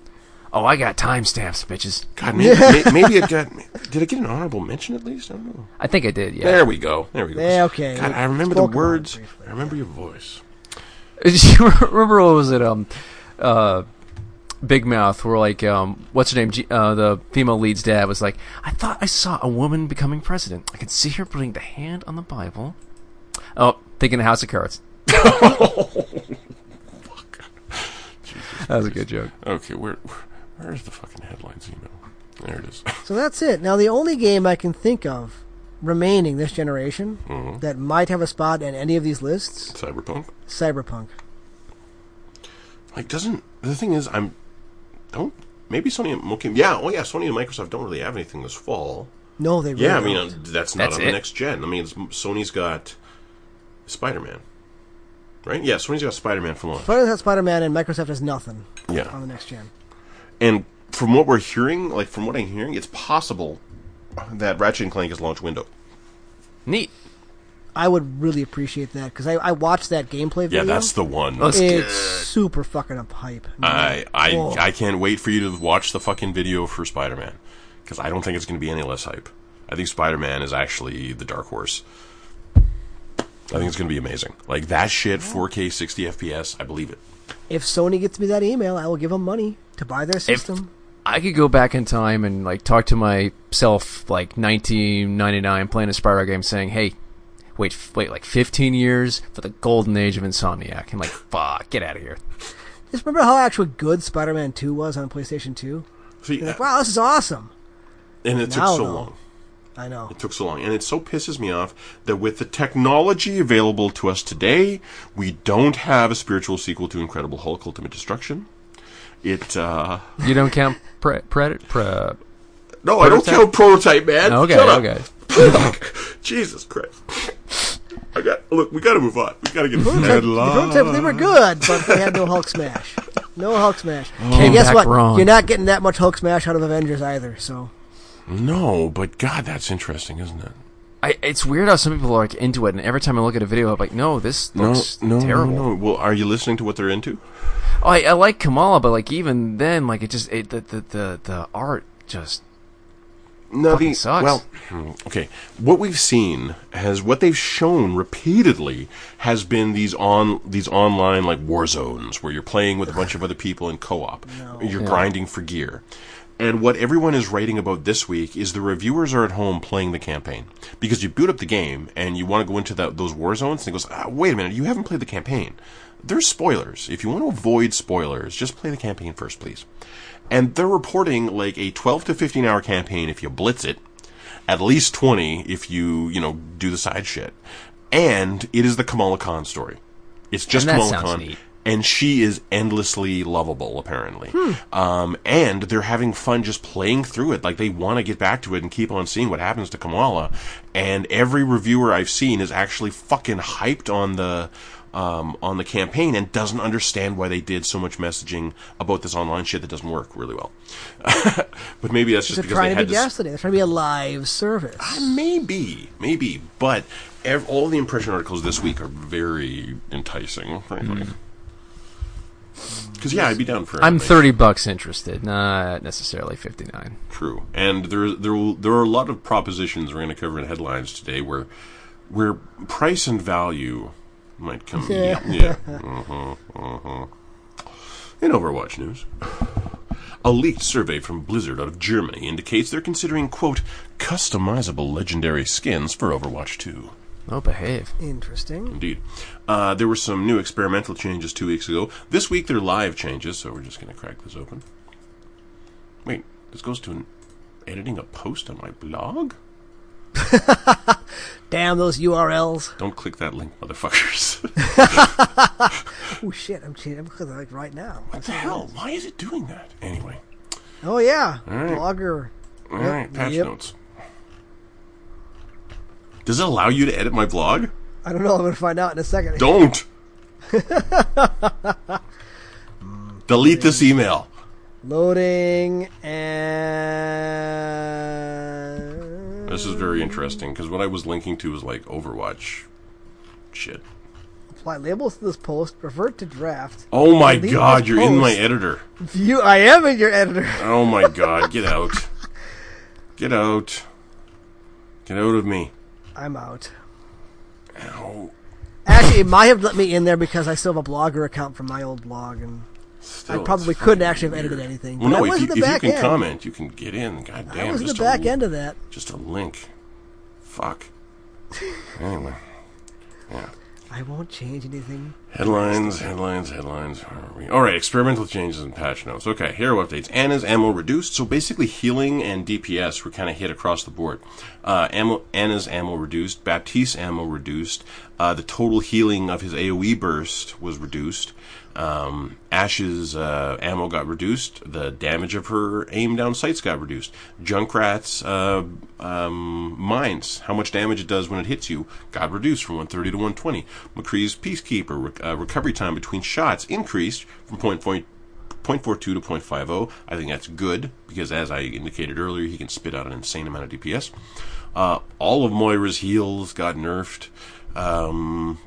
Speaker 2: Oh, I got timestamps, bitches.
Speaker 3: God, maybe, may- maybe it got. Did I get an honorable mention at least? I don't know.
Speaker 2: I think I did. Yeah.
Speaker 3: There we go. There we go.
Speaker 1: Yeah, Eh, okay.
Speaker 3: God, I remember
Speaker 1: Spoke
Speaker 3: the words.
Speaker 1: about it briefly.
Speaker 3: I remember your voice.
Speaker 2: Remember what was it? Um, uh, Big Mouth. Where like, um, what's her name? G- uh, the female lead's dad was like, I thought I saw a woman becoming president. I could see her putting the hand on the Bible. Oh, thinking of House of Cards. That was a good joke.
Speaker 3: Okay, where, where- where is the fucking headlines email? There it is.
Speaker 1: So that's it. Now, the only game I can think of remaining this generation
Speaker 3: Mm-hmm.
Speaker 1: that might have a spot in any of these lists,
Speaker 3: Cyberpunk.
Speaker 1: Cyberpunk.
Speaker 3: Like, doesn't the thing is, I'm don't maybe Sony. and- Okay, yeah, oh yeah, Sony and Microsoft don't really have anything this fall.
Speaker 1: No, they really
Speaker 3: Yeah, I mean
Speaker 1: don't.
Speaker 3: uh, that's not
Speaker 2: That's
Speaker 3: on
Speaker 2: it.
Speaker 3: the next gen. I mean, it's, Sony's got Spider Man, right? Yeah, Sony's got Spider Man for launch.
Speaker 1: Spider-Man has Spider-Man and Microsoft has nothing on
Speaker 3: Yeah,
Speaker 1: the next gen.
Speaker 3: and from what we're hearing, like from what I'm hearing, it's possible that Ratchet and Clank is launch window.
Speaker 2: Neat.
Speaker 1: I would really appreciate that because I, I watched that gameplay video.
Speaker 3: Yeah, that's the one.
Speaker 2: Let's
Speaker 1: it's super fucking up hype.
Speaker 3: I I
Speaker 1: Whoa.
Speaker 3: I can't wait for you to watch the fucking video for Spider Man because I don't think it's going to be any less hype. I think Spider Man is actually the dark horse. I think it's going to be amazing. Like that shit, 4K, 60 FPS. I believe it.
Speaker 1: If Sony gets me that email, I will give them money to buy their system.
Speaker 2: I could go back in time and like talk to myself like 1999 playing a Spyro game, saying, "Hey, wait, f- wait, like 15 years for the golden age of Insomniac," and like, "Fuck, get out of here."
Speaker 1: Just remember how actually good Spider-Man 2 was on PlayStation 2?
Speaker 3: See, uh,
Speaker 1: Like, wow, this is awesome.
Speaker 3: and it took
Speaker 1: now,
Speaker 3: so
Speaker 1: though.
Speaker 3: long.
Speaker 1: I know.
Speaker 3: It took so long, and it so pisses me off that with the technology available to us today, we don't have a spiritual sequel to Incredible Hulk: Ultimate Destruction. It uh
Speaker 2: You don't count pre- pre- pre-
Speaker 3: no, I don't
Speaker 2: Prototype?
Speaker 3: count prototype, man.
Speaker 2: Okay,
Speaker 3: Shut up.
Speaker 2: okay.
Speaker 3: Jesus Christ. I got look, we gotta move on. We gotta get
Speaker 1: Prototype- the prototype, they were good, but they had no Hulk Smash. No Hulk Smash. and guess
Speaker 2: Oh, back
Speaker 1: what?
Speaker 2: wrong.
Speaker 1: You're not getting that much Hulk Smash out of Avengers either, so.
Speaker 3: No, but God, that's interesting, isn't it?
Speaker 2: I, it's weird how some people are like into it, and every time I look at a video, I'm like, "No, this looks terrible."
Speaker 3: no. Well, are you listening to what they're into?
Speaker 2: Oh, I, I like Kamala, but like even then, like it just it, the, the the the art just
Speaker 3: No,
Speaker 2: Fucking
Speaker 3: the-
Speaker 2: sucks.
Speaker 3: well, hmm, okay. What we've seen has what they've shown repeatedly has been these on these online like war zones where you're playing with a bunch of other people in co-op. You're grinding for gear. And what everyone is writing about this week is the reviewers are at home playing the campaign because you boot up the game and you want to go into that, those war zones and it goes, ah, wait a minute, you haven't played the campaign. There's spoilers. If you want to avoid spoilers, just play the campaign first, please and they're reporting like a 12 to 15 hour campaign if you blitz it at least 20 if you you know do the side shit and it is the kamala khan story it's just
Speaker 2: And that
Speaker 3: kamala
Speaker 2: sounds
Speaker 3: khan
Speaker 2: neat.
Speaker 3: and she is endlessly lovable apparently
Speaker 2: Hmm.
Speaker 3: um, and they're having fun just playing through it like they want to get back to it and keep on seeing what happens to kamala and every reviewer i've seen is actually fucking hyped on the um, on the campaign and doesn't understand why they did so much messaging about this online shit that doesn't work really well but maybe that's just
Speaker 1: They're
Speaker 3: because they
Speaker 1: trying to
Speaker 3: had
Speaker 1: be
Speaker 3: to s-
Speaker 1: yesterday. They're trying to be a live service.
Speaker 3: Maybe, maybe, but ev- all the impression articles this week are very enticing, frankly. Because yeah, I'd be down for.
Speaker 2: I'm
Speaker 3: anything.
Speaker 2: 30 bucks interested, not necessarily 59.
Speaker 3: True, and there there will- there are a lot of propositions we're going to cover in headlines today where where price and value might come.
Speaker 1: Yeah.
Speaker 3: Yeah, yeah. uh-huh, uh-huh. In Overwatch news, a leaked survey from Blizzard out of Germany indicates they're considering quote customizable legendary skins for Overwatch 2.
Speaker 2: Oh, behave.
Speaker 1: Interesting.
Speaker 3: Indeed. Uh, there were some new experimental changes two weeks ago. This week they're live changes, so we're just going to crack this open. Wait, this goes to an, editing a post on my blog?
Speaker 1: Damn those URLs.
Speaker 3: Don't click that link, motherfuckers.
Speaker 1: Oh shit! I'm cheating. I'm looking at it right now.
Speaker 3: what the hell? Why is it doing that? Anyway.
Speaker 1: Oh yeah,
Speaker 3: right.
Speaker 1: blogger.
Speaker 3: All right, patch
Speaker 1: yep.
Speaker 3: notes. Does it allow you to edit my blog?
Speaker 1: I don't know. I'm gonna find out in a second.
Speaker 3: Don't. Delete this email.
Speaker 1: Loading and
Speaker 3: This is very interesting because what I was linking to was like Overwatch shit.
Speaker 1: apply labels to this post. Revert to draft.
Speaker 3: Oh my
Speaker 1: Delete
Speaker 3: god,
Speaker 1: this
Speaker 3: you're in my
Speaker 1: post.
Speaker 3: editor.
Speaker 1: View. I am in your editor.
Speaker 3: Oh my god, get out. Get out. Get out of me.
Speaker 1: I'm out.
Speaker 3: Ow.
Speaker 1: Actually, it might have let me in there because I still have a blogger account from my old blog, and
Speaker 3: Still,
Speaker 1: I probably
Speaker 3: it's
Speaker 1: couldn't
Speaker 3: fucking
Speaker 1: actually have edited
Speaker 3: weird.
Speaker 1: anything,
Speaker 3: Well,
Speaker 1: but I
Speaker 3: no,
Speaker 1: was
Speaker 3: if you,
Speaker 1: in the
Speaker 3: if you
Speaker 1: back
Speaker 3: can
Speaker 1: end.
Speaker 3: comment, you can get in. God damn,
Speaker 1: I was in the
Speaker 3: just
Speaker 1: back
Speaker 3: a,
Speaker 1: end of that.
Speaker 3: Just a link. Fuck. anyway. Yeah.
Speaker 1: I won't change anything.
Speaker 3: Headlines, headlines, headlines. Where are we? All right, experimental changes and patch notes. Okay, hero updates. Anna's ammo reduced, so basically healing and DPS were kind of hit across the board. Uh, ammo, Anna's ammo reduced, Baptiste's ammo reduced, uh, the total healing of his AoE burst was reduced, um, Ash's uh, ammo got reduced, the damage of her aim down sights got reduced, Junkrat's uh, um, mines, how much damage it does when it hits you, got reduced from 130 to 120. McCree's Peacekeeper rec- uh, recovery time between shots increased from point point. 0.42 to 0.50. I think that's good because, as I indicated earlier, he can spit out an insane amount of DPS. Uh, all of Moira's heals got nerfed. Um,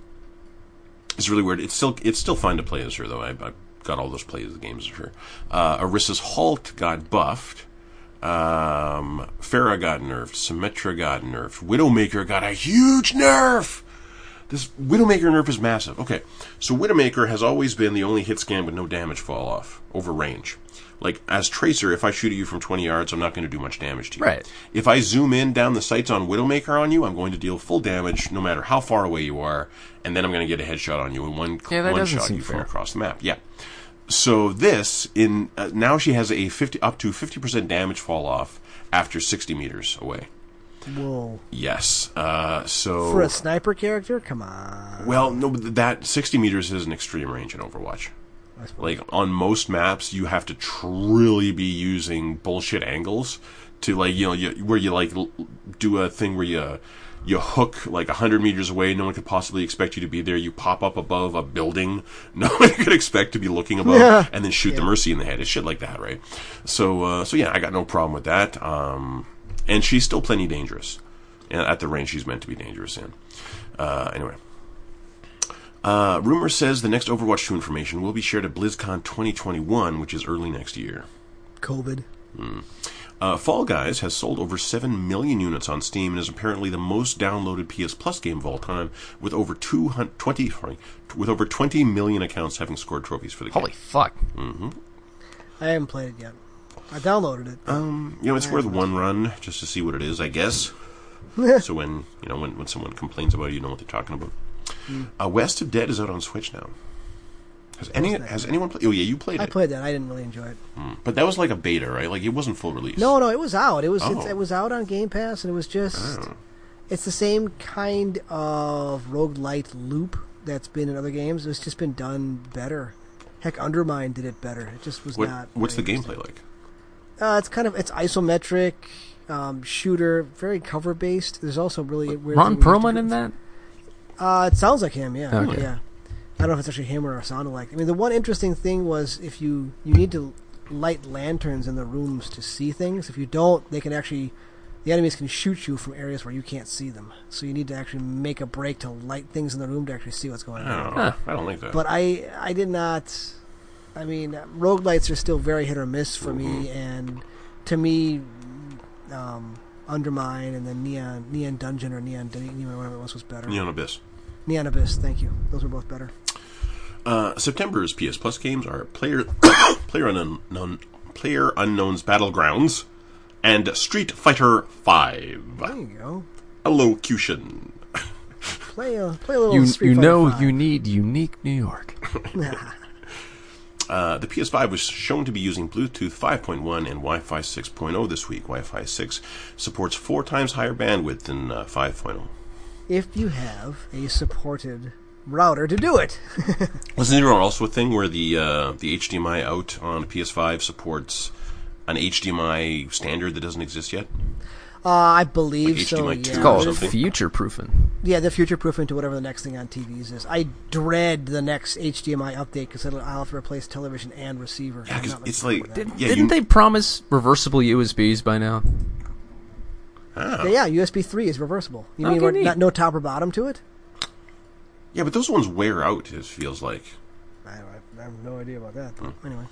Speaker 3: it's really weird. It's still it's still fun to play as her though. I, I got all those plays of the games of her. Uh, Arissa's Halt got buffed. Um, Farah got nerfed. Symmetra got nerfed. Widowmaker got a huge nerf. This Widowmaker nerf is massive. Okay, so Widowmaker has always been the only hit scan with no damage fall off over range. Like as Tracer, if I shoot at you from 20 yards, I'm not going to do much damage to you.
Speaker 2: Right.
Speaker 3: If I zoom in down the sights on Widowmaker on you, I'm going to deal full damage no matter how far away you are, and then I'm going to get a headshot on you in one
Speaker 2: Yeah, that
Speaker 3: one
Speaker 2: doesn't
Speaker 3: shot
Speaker 2: seem
Speaker 3: you
Speaker 2: fair.
Speaker 3: from across the map. Yeah. So this in uh, now she has a 50 up to 50% damage fall off after 60 meters away.
Speaker 1: Whoa.
Speaker 3: Yes. Uh, so
Speaker 1: For a sniper character? Come on.
Speaker 3: well, no, but that 60 meters is an extreme range in Overwatch. Like, on most maps, you have to tr- really be using bullshit angles to, like, you know, you, where you, like, l- do a thing where you, you hook, like, 100 meters away. No one could possibly expect you to be there. You pop up above a building. No one could expect to be looking above
Speaker 1: Yeah.
Speaker 3: and then shoot the Mercy in the head. It's shit like that, right? So, uh, so yeah, I got no problem with that. Um, and she's still plenty dangerous uh, at the range she's meant to be dangerous in. Uh, anyway. Uh, rumor says the next Overwatch 2 information will be shared at BlizzCon 2021, which is early next year.
Speaker 1: COVID.
Speaker 3: Uh, Fall Guys has sold over 7 million units on Steam and is apparently the most downloaded PS Plus game of all time, with over 200, 20, sorry, with over 20 million accounts having scored trophies for the
Speaker 2: Holy
Speaker 3: game.
Speaker 2: fuck.
Speaker 1: I haven't played it yet. I downloaded it.
Speaker 3: You know, it's worth one run just to see what it is, I guess. so when you know when, when someone complains about it, you know what they're talking about. Uh, West of Dead is out on Switch now. Has any has anyone played? Oh yeah, you played
Speaker 1: I
Speaker 3: it.
Speaker 1: played that. I didn't really enjoy it.
Speaker 3: But that was like a beta, right? Like it wasn't full release.
Speaker 1: No, no, it was out. It was it's,
Speaker 3: Oh.
Speaker 1: it was out on Game Pass, and it was just it's the same kind of roguelite loop that's been in other games. It's just been done better. Heck, Undermine did it better. It just was
Speaker 3: What,
Speaker 1: not.
Speaker 3: what's the
Speaker 1: very interesting.
Speaker 3: gameplay like?
Speaker 1: Uh, it's kind of it's isometric um, shooter, very cover based. There's also really weird
Speaker 2: Ron
Speaker 1: thing where you have to
Speaker 2: Perlman
Speaker 1: do-
Speaker 2: in that?
Speaker 1: Uh, it sounds like him, yeah,
Speaker 2: Okay.
Speaker 1: yeah. I don't know if it's actually him or it sounded like. I mean, the one interesting thing was if you you need to light lanterns in the rooms to see things. If you don't, they can actually the enemies can shoot you from areas where you can't see them. So you need to actually make a break to light things in the room to actually see what's going
Speaker 3: I
Speaker 1: on.
Speaker 3: don't know. I don't like that.
Speaker 1: But I I did not. I mean, roguelites are still very hit or miss for me, and to me, um, Undermine and then Neon Neon Dungeon or Neon Neon whatever it was was better.
Speaker 3: Neon Abyss.
Speaker 1: Neon Abyss, thank you. Those were both better.
Speaker 3: Uh, September's PS Plus games are Player Player Unknown Player Unknown's Battlegrounds and Street Fighter Five.
Speaker 1: There you go.
Speaker 3: Allocution.
Speaker 1: Play a play a little.
Speaker 2: You,
Speaker 1: Street
Speaker 2: you
Speaker 1: Fighter
Speaker 2: know
Speaker 1: V.
Speaker 2: you need unique New York.
Speaker 3: Uh, the PS5 was shown to be using Bluetooth 5.1 and Wi Fi 6.0 this week. Wi Fi 6 supports four times higher bandwidth than uh, 5.0.
Speaker 1: if you have a supported router to do it.
Speaker 3: Wasn't there also a thing where the uh, the HDMI out on PS5 supports an HDMI standard that doesn't exist yet?
Speaker 1: Uh, I believe
Speaker 3: Like
Speaker 1: so.
Speaker 3: HDMI
Speaker 1: yeah.
Speaker 3: two or
Speaker 2: Called
Speaker 3: something.
Speaker 2: future proofing.
Speaker 1: Yeah, the future proof into whatever the next thing on TVs is. I dread the next HDMI update because I'll have to replace television and receiver.
Speaker 3: Yeah,
Speaker 1: I'm
Speaker 3: 'cause
Speaker 1: not looking
Speaker 3: it's
Speaker 1: forward
Speaker 3: like
Speaker 1: to
Speaker 3: yeah,
Speaker 2: Didn't
Speaker 3: you,
Speaker 2: they promise reversible USBs by now?
Speaker 3: uh,
Speaker 1: that. yeah, yeah, USB three is reversible. You mean
Speaker 2: Okay,
Speaker 1: we're
Speaker 2: neat.
Speaker 1: not no top or bottom to it?
Speaker 3: yeah, but those ones wear out. It feels like.
Speaker 1: I, don't, I have no idea about that. But
Speaker 3: Hmm.
Speaker 1: Anyway,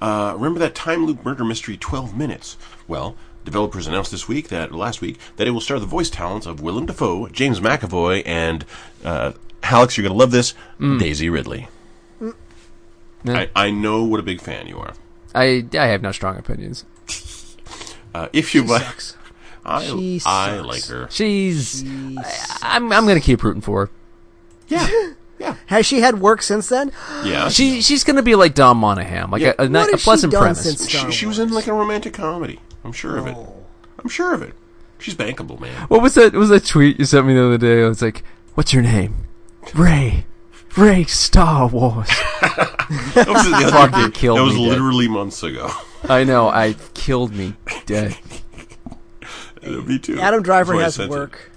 Speaker 3: Uh, remember that time loop murder mystery, 12 minutes? Well, developers announced this week that last week that it will star the voice talents of Willem Dafoe, James McAvoy, and uh, Alex. You're gonna love this, Daisy Ridley.
Speaker 2: Yeah.
Speaker 3: I, I know what a big fan you are.
Speaker 2: I I have no strong opinions.
Speaker 3: Uh, if you
Speaker 1: she
Speaker 3: like,
Speaker 1: sucks.
Speaker 3: I,
Speaker 1: She
Speaker 3: I
Speaker 1: sucks.
Speaker 3: like her.
Speaker 2: She's
Speaker 1: She sucks.
Speaker 2: I'm I'm gonna keep rooting for her.
Speaker 3: Yeah, yeah,
Speaker 1: Has she had work since then?
Speaker 3: yeah.
Speaker 2: She she's gonna be like Don Monahan, like
Speaker 3: Yeah.
Speaker 2: a, a, ni-
Speaker 1: What
Speaker 2: a
Speaker 1: has she
Speaker 2: pleasant
Speaker 1: done
Speaker 2: premise.
Speaker 1: since-
Speaker 3: she, she was in like a romantic comedy. I'm sure of it.
Speaker 2: Oh.
Speaker 3: I'm sure of it. She's bankable, man.
Speaker 2: What was that? What was that tweet you sent me the other day? I was like, "What's your name?" Ray. Ray Star Wars.
Speaker 3: That was, the other
Speaker 2: Fucking
Speaker 3: day.
Speaker 2: killed
Speaker 3: that was
Speaker 2: me, Dad.
Speaker 3: literally months ago.
Speaker 2: I know. I killed me dead.
Speaker 3: Uh, me too.
Speaker 1: Adam Driver
Speaker 3: That's why I
Speaker 1: has
Speaker 3: sent it.
Speaker 1: work.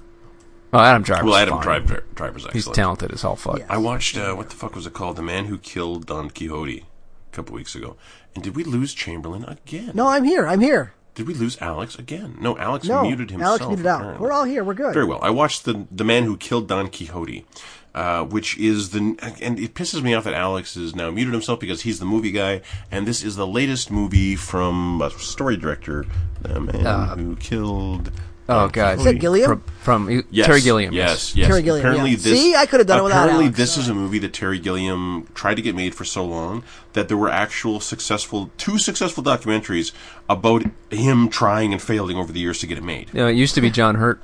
Speaker 2: Oh, Adam Driver.
Speaker 3: Well, Adam
Speaker 2: fine.
Speaker 3: Driver, Driver's excellent.
Speaker 2: He's talented as hell. Fuck.
Speaker 1: Yeah.
Speaker 3: I watched uh, what the fuck was it called? The Man Who Killed Don Quixote a couple weeks ago. And did we lose Chamberlain again?
Speaker 1: No, I'm here. I'm here.
Speaker 3: Did we lose Alex again? No, Alex
Speaker 1: No,
Speaker 3: muted himself.
Speaker 1: Alex muted out.
Speaker 3: apparently.
Speaker 1: We're all here. We're good.
Speaker 3: Very well. I watched the the Man Who Killed Don Quixote, uh, which is the and it pisses me off that Alex is now muted himself because he's the movie guy, and this is the latest movie from a story director, the man
Speaker 2: Uh,
Speaker 3: who killed.
Speaker 2: Oh god.
Speaker 1: Is that Gilliam?
Speaker 2: From, from
Speaker 3: Yes,
Speaker 2: Terry Gilliam.
Speaker 3: Yes, yes.
Speaker 1: Terry Gilliam,
Speaker 3: Apparently
Speaker 1: yeah.
Speaker 3: this,
Speaker 1: See, I could have done it without
Speaker 3: Apparently,
Speaker 1: Alex.
Speaker 3: this is a movie that Terry Gilliam tried to get made for so long that there were actual successful two successful documentaries about him trying and failing over the years to get it made.
Speaker 2: You know, it used to be John Hurt.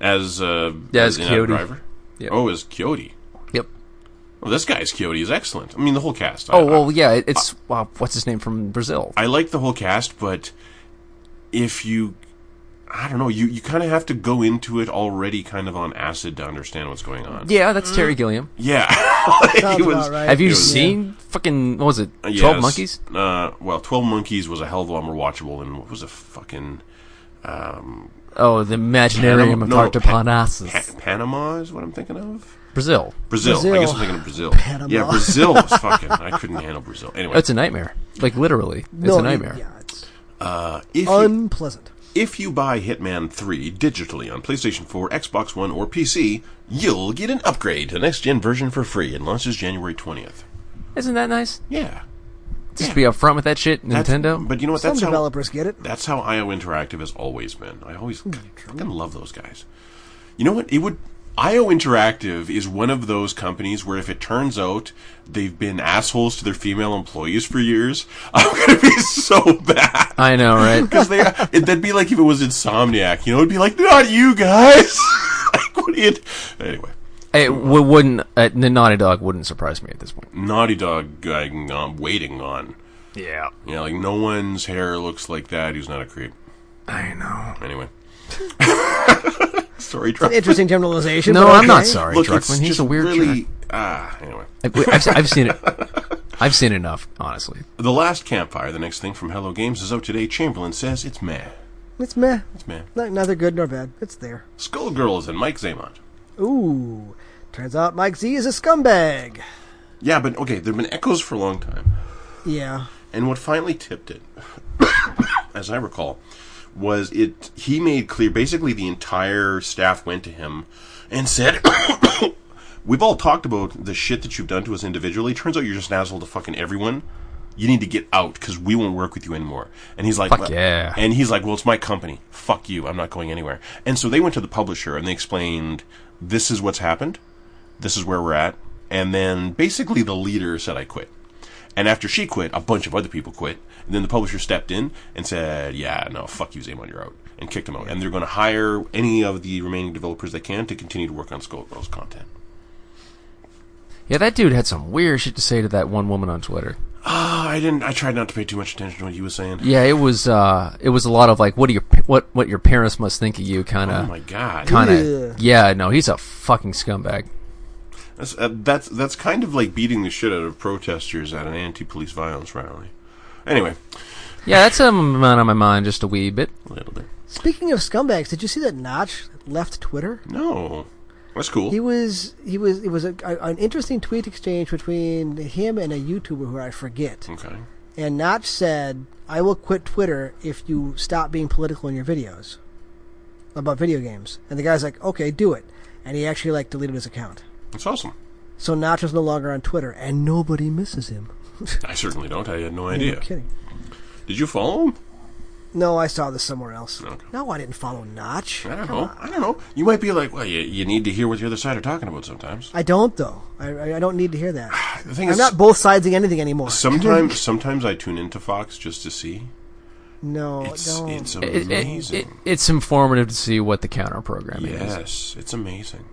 Speaker 3: As uh,
Speaker 2: Yeah, as
Speaker 3: in Adam
Speaker 2: Coyote.
Speaker 3: Driver.
Speaker 2: Yeah.
Speaker 3: Oh, as Coyote.
Speaker 2: Yep.
Speaker 3: Well, this guy's Coyote is excellent. I mean, the whole cast. I,
Speaker 2: Oh well, yeah.
Speaker 3: uh,
Speaker 2: it- It's wow, what's his name from Brazil?
Speaker 3: I like the whole cast, but if you, I don't know, you you kind of have to go into it already kind of on acid to understand what's going on.
Speaker 2: yeah, that's Terry
Speaker 3: Mm.
Speaker 2: Gilliam.
Speaker 3: Yeah.
Speaker 1: Sounds
Speaker 3: He was-
Speaker 1: about right.
Speaker 2: Have you
Speaker 3: it was-
Speaker 2: seen fucking what was it?
Speaker 3: Uh,
Speaker 2: Twelve
Speaker 3: yes.
Speaker 2: Monkeys.
Speaker 3: Uh, well, Twelve Monkeys was a hell of a lot more watchable than what was a fucking um,
Speaker 2: Oh, the Imaginarium
Speaker 3: Panama-
Speaker 2: of
Speaker 3: no,
Speaker 2: Artapanasis.
Speaker 3: Pa- Panama is what I'm thinking of.
Speaker 2: Brazil.
Speaker 3: Brazil. I
Speaker 1: Brazil.
Speaker 3: guess I'm thinking of Brazil.
Speaker 1: Panama.
Speaker 3: Yeah, Brazil was fucking. I couldn't handle Brazil. Anyway,
Speaker 2: It's a nightmare. Like literally, it's
Speaker 1: No,
Speaker 2: a nightmare.
Speaker 1: Yeah, it's
Speaker 3: uh, if you,
Speaker 1: unpleasant.
Speaker 3: if you buy Hitman 3 digitally on PlayStation 4, Xbox One, or PC, you'll get an upgrade to the next gen version for free and launches January 20th.
Speaker 2: Isn't that nice?
Speaker 3: Yeah.
Speaker 2: Just be upfront with that shit,
Speaker 3: That's-
Speaker 2: Nintendo.
Speaker 3: But you know what?
Speaker 1: Some
Speaker 3: That's how,
Speaker 1: developers Hmm, get it.
Speaker 3: That's how IO Interactive has always been. I always fucking love those guys. You know what? It would. IO Interactive is one of those companies where if it turns out they've been assholes to their female employees for years, I'm gonna be so bad.
Speaker 2: I know, right?
Speaker 3: Because they, it, that'd be like if it was Insomniac. You know, it'd be like, not you guys. like, what do you? Anyway,
Speaker 2: it w- wouldn't. Uh, the Naughty Dog wouldn't surprise me at this point.
Speaker 3: Naughty Dog, I'm um, waiting on.
Speaker 2: Yeah,
Speaker 3: You know, like no one's hair looks like that. Who's not a creep?
Speaker 2: I know.
Speaker 3: Anyway. Sorry, Trump.
Speaker 1: Interesting generalization.
Speaker 2: No,
Speaker 1: but
Speaker 2: I'm not
Speaker 1: okay.
Speaker 2: sorry,
Speaker 3: Look, it's
Speaker 2: Druckmann. He's
Speaker 3: just
Speaker 2: a weird
Speaker 3: really, Ah, anyway.
Speaker 2: jerk. I- I've, se- I've seen it. I've seen enough, honestly.
Speaker 3: The Last Campfire, the next thing from Hello Games, is out today. Chamberlain says it's meh.
Speaker 1: It's meh.
Speaker 3: It's meh.
Speaker 1: Not, neither good nor bad. It's there.
Speaker 3: Skullgirls and Mike Zaymont.
Speaker 1: Ooh. Turns out Mike Z is a scumbag.
Speaker 3: Yeah, but okay, there have been echoes for a long time.
Speaker 1: Yeah.
Speaker 3: And what finally tipped it, as I recall, was it he made clear basically the entire staff went to him and said We've all talked about the shit that you've done to us individually. Turns out you're just an asshole to fucking everyone. You need to get out because we won't work with you anymore. And he's like,
Speaker 2: Fuck
Speaker 3: "Well-"
Speaker 2: yeah.
Speaker 3: And he's like, well, it's my company. Fuck you. I'm not going anywhere. And so they went to the publisher and they explained, this is what's happened. This is where we're at. And then basically the leader said, I quit. And after she quit, a bunch of other people quit. And then the publisher stepped in and said, "Yeah, no, fuck you, Zaymon, you're out." and kicked them out. And they're going to hire any of the remaining developers they can to continue to work on Skullgirls content.
Speaker 2: Yeah, that dude had some weird shit to say to that one woman on Twitter.
Speaker 3: Ah, I didn't. I tried not to pay too much attention to what you were saying.
Speaker 2: Yeah, it was uh, it was a lot of like, what do your what what your parents must think of you, kind
Speaker 3: Oh
Speaker 2: of,
Speaker 3: my god.
Speaker 2: kind
Speaker 1: Yeah.
Speaker 2: of. Yeah, no, he's a fucking scumbag.
Speaker 3: That's, uh, that's that's kind of like beating the shit out of protesters at an anti-police violence rally. Anyway,
Speaker 2: Yeah, that's um, on my mind just a wee bit.
Speaker 3: a little bit.
Speaker 1: Speaking of scumbags, did you see that Notch left Twitter?
Speaker 3: No, that's cool.
Speaker 1: He was he was it was a, a, an interesting tweet exchange between him and a YouTuber who I forget.
Speaker 3: okay.
Speaker 1: And Notch said, "I will quit Twitter if you stop being political in your videos about video games." And the guy's like, "Okay, do it." And he actually like deleted his account.
Speaker 3: That's awesome.
Speaker 1: So Notch is no longer on Twitter, and nobody misses him.
Speaker 3: I certainly don't. I had no
Speaker 1: No
Speaker 3: idea.
Speaker 1: kidding.
Speaker 3: Did you follow him?
Speaker 1: No, I saw this somewhere else.
Speaker 3: Okay.
Speaker 1: No, I didn't follow Notch.
Speaker 3: I don't know. I don't know. You might be like, well, you, you need to hear what the other side are talking about sometimes.
Speaker 1: I don't though. I- I, I don't need to hear that.
Speaker 3: The thing
Speaker 1: I'm
Speaker 3: is,
Speaker 1: not both sides of anything anymore.
Speaker 3: sometimes sometimes I tune into Fox just to see.
Speaker 1: no,
Speaker 3: It's
Speaker 1: no.
Speaker 3: it's
Speaker 2: It, it,
Speaker 3: amazing.
Speaker 2: it, it's informative to see what the counter programming is.
Speaker 3: yes, it's amazing.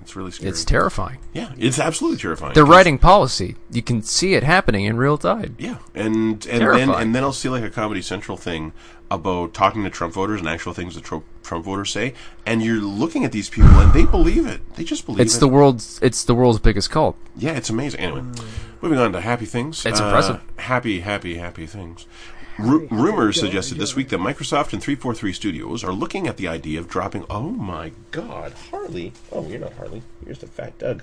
Speaker 3: It's really scary.
Speaker 2: It's terrifying.
Speaker 3: yeah, it's absolutely terrifying.
Speaker 2: They're
Speaker 3: It's-
Speaker 2: writing policy. You can see it happening in real time.
Speaker 3: Yeah, and and then
Speaker 2: Terrifying.
Speaker 3: and then I'll see like a Comedy Central thing about talking to Trump voters and actual things that Trump, Trump voters say, and you're looking at these people and they believe it. They just believe
Speaker 2: It's
Speaker 3: it.
Speaker 2: the world's it's the world's biggest cult.
Speaker 3: yeah, it's amazing. Anyway, moving on to happy things. Uh,
Speaker 2: It's impressive.
Speaker 3: Happy, happy, happy things. Ru- rumors suggested this week that Microsoft and 343 Studios are looking at the idea of dropping. Oh my God, Harley! Oh, you're not Harley. You're just a fat Doug.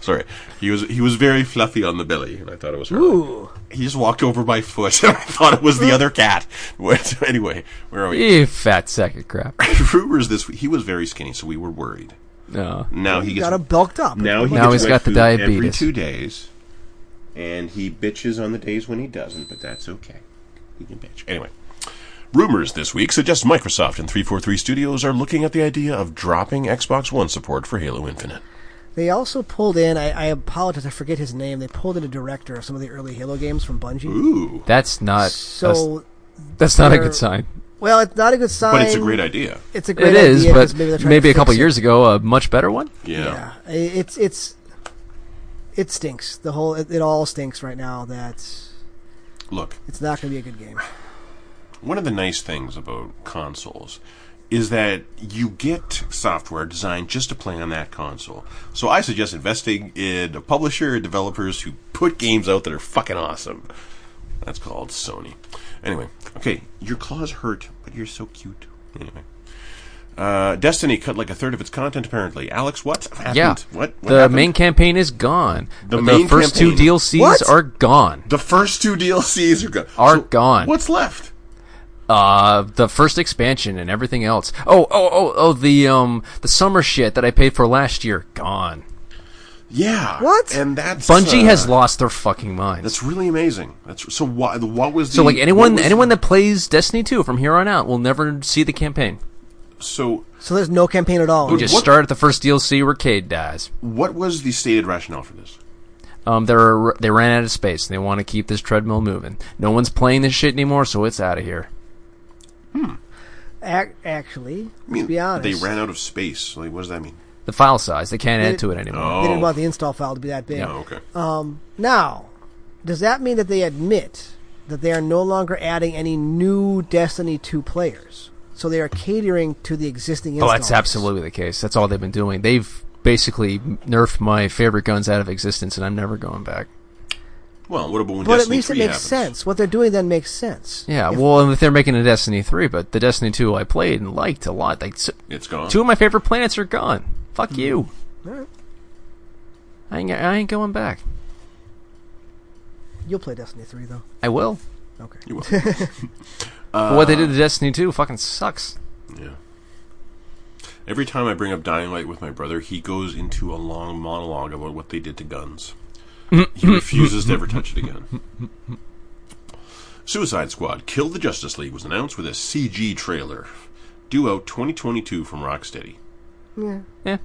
Speaker 3: Sorry, he was he was very fluffy on the belly, and I thought it was Harley.
Speaker 1: Ooh.
Speaker 3: He just walked over my foot, and I thought it was the other cat. What- anyway, where are we?
Speaker 2: You fat sack of crap.
Speaker 3: Rumors this week. He was very skinny, so we were worried.
Speaker 2: No.
Speaker 3: Now he gets
Speaker 1: Got him bulked up.
Speaker 3: now he
Speaker 2: Now
Speaker 3: gets
Speaker 2: he's got
Speaker 3: wet
Speaker 2: the
Speaker 3: food every
Speaker 2: diabetes.
Speaker 3: two days, and he bitches on the days when he doesn't, but that's okay. He can bitch anyway. Rumors this week suggest Microsoft and 343 Studios are looking at the idea of dropping Xbox One support for Halo Infinite.
Speaker 1: They also pulled in. I, I apologize, I forget his name. They pulled in a director of some of the early Halo games from Bungie.
Speaker 3: Ooh,
Speaker 2: That's not
Speaker 1: so,
Speaker 2: that's, that's not a
Speaker 1: they're-
Speaker 2: good sign.
Speaker 1: well, it's not a good sign.
Speaker 3: but it's a great idea.
Speaker 1: It's a great
Speaker 2: It is,
Speaker 1: idea, 'cause
Speaker 2: but
Speaker 1: maybe, they're
Speaker 2: maybe,
Speaker 1: trying to
Speaker 2: a
Speaker 1: fix
Speaker 2: couple
Speaker 1: it.
Speaker 2: years ago, a much better one.
Speaker 3: Yeah.
Speaker 1: Yeah, I- it's it's it stinks. The whole it, it all stinks right now. That's
Speaker 3: Look,
Speaker 1: it's not going to be a good game.
Speaker 3: one of the nice things about consoles is that you get software designed just to play on that console. So I suggest investing in a publisher, developers who put games out that are fucking awesome. That's called Sony. Anyway, okay, your claws hurt, but you're so cute. Anyway. Uh, Destiny cut like a third of its content, apparently. Alex, what happened?
Speaker 2: Yeah.
Speaker 3: What? what
Speaker 2: the
Speaker 3: happened?
Speaker 2: main campaign is gone.
Speaker 3: The main
Speaker 2: first two
Speaker 3: campaign-
Speaker 2: DLCs
Speaker 1: What?
Speaker 2: are gone.
Speaker 3: The first two DLCs are gone.
Speaker 2: Are gone.
Speaker 3: What's left?
Speaker 2: Uh, the first expansion and everything else. Oh, oh, oh, oh, the um, the summer shit that I paid for last year gone.
Speaker 3: Yeah.
Speaker 1: What?
Speaker 3: And that's
Speaker 2: Bungie
Speaker 3: uh,
Speaker 2: has lost their fucking minds.
Speaker 3: That's really amazing. That's so. Why, what was the,
Speaker 2: So like anyone,
Speaker 3: what was-
Speaker 2: anyone that plays Destiny 2 from here on out will never see the campaign.
Speaker 3: So
Speaker 1: So there's no campaign at all.
Speaker 3: But
Speaker 2: Just
Speaker 3: What-
Speaker 2: start at the first DLC where Cade dies.
Speaker 3: what was the stated rationale for this?
Speaker 2: Um, they're they ran out of space. and They want to keep this treadmill moving. No one's playing this shit anymore, so it's out of here.
Speaker 1: Ac- actually,
Speaker 3: I mean,
Speaker 1: to be honest,
Speaker 3: they ran out of space. Like, what does that mean?
Speaker 2: The file size they can't add to it anymore.
Speaker 3: Oh,
Speaker 1: They didn't want the install file to be that big.
Speaker 3: oh, okay.
Speaker 1: Now, does that mean that they admit that they are no longer adding any new Destiny 2 players? So they are catering to the existing
Speaker 2: Oh,
Speaker 1: install
Speaker 2: that's
Speaker 1: base.
Speaker 2: absolutely the case. That's all they've been doing. They've basically nerfed my favorite guns out of existence, and I'm never going back.
Speaker 3: well, what about when
Speaker 1: But at
Speaker 3: Destiny
Speaker 1: least it
Speaker 3: 3
Speaker 1: makes
Speaker 3: happens?
Speaker 1: sense. What they're doing then makes sense.
Speaker 2: Yeah, well, and if they're making a Destiny three, but the Destiny two I played and liked a lot, like s-
Speaker 3: It's gone.
Speaker 2: two of my favorite planets are gone. Fuck you.
Speaker 1: Alright.
Speaker 2: I ain't, I ain't going back.
Speaker 1: You'll play Destiny 3 though.
Speaker 2: I will.
Speaker 1: Okay.
Speaker 3: You will.
Speaker 2: But what they did to Destiny 2 fucking sucks.
Speaker 3: yeah. Every time I bring up Dying Light with my brother, he goes into a long monologue about what they did to guns. he refuses to ever touch it again. Suicide Squad: Kill the Justice League was announced with a CG trailer, due out 2022 from Rocksteady.
Speaker 2: Yeah.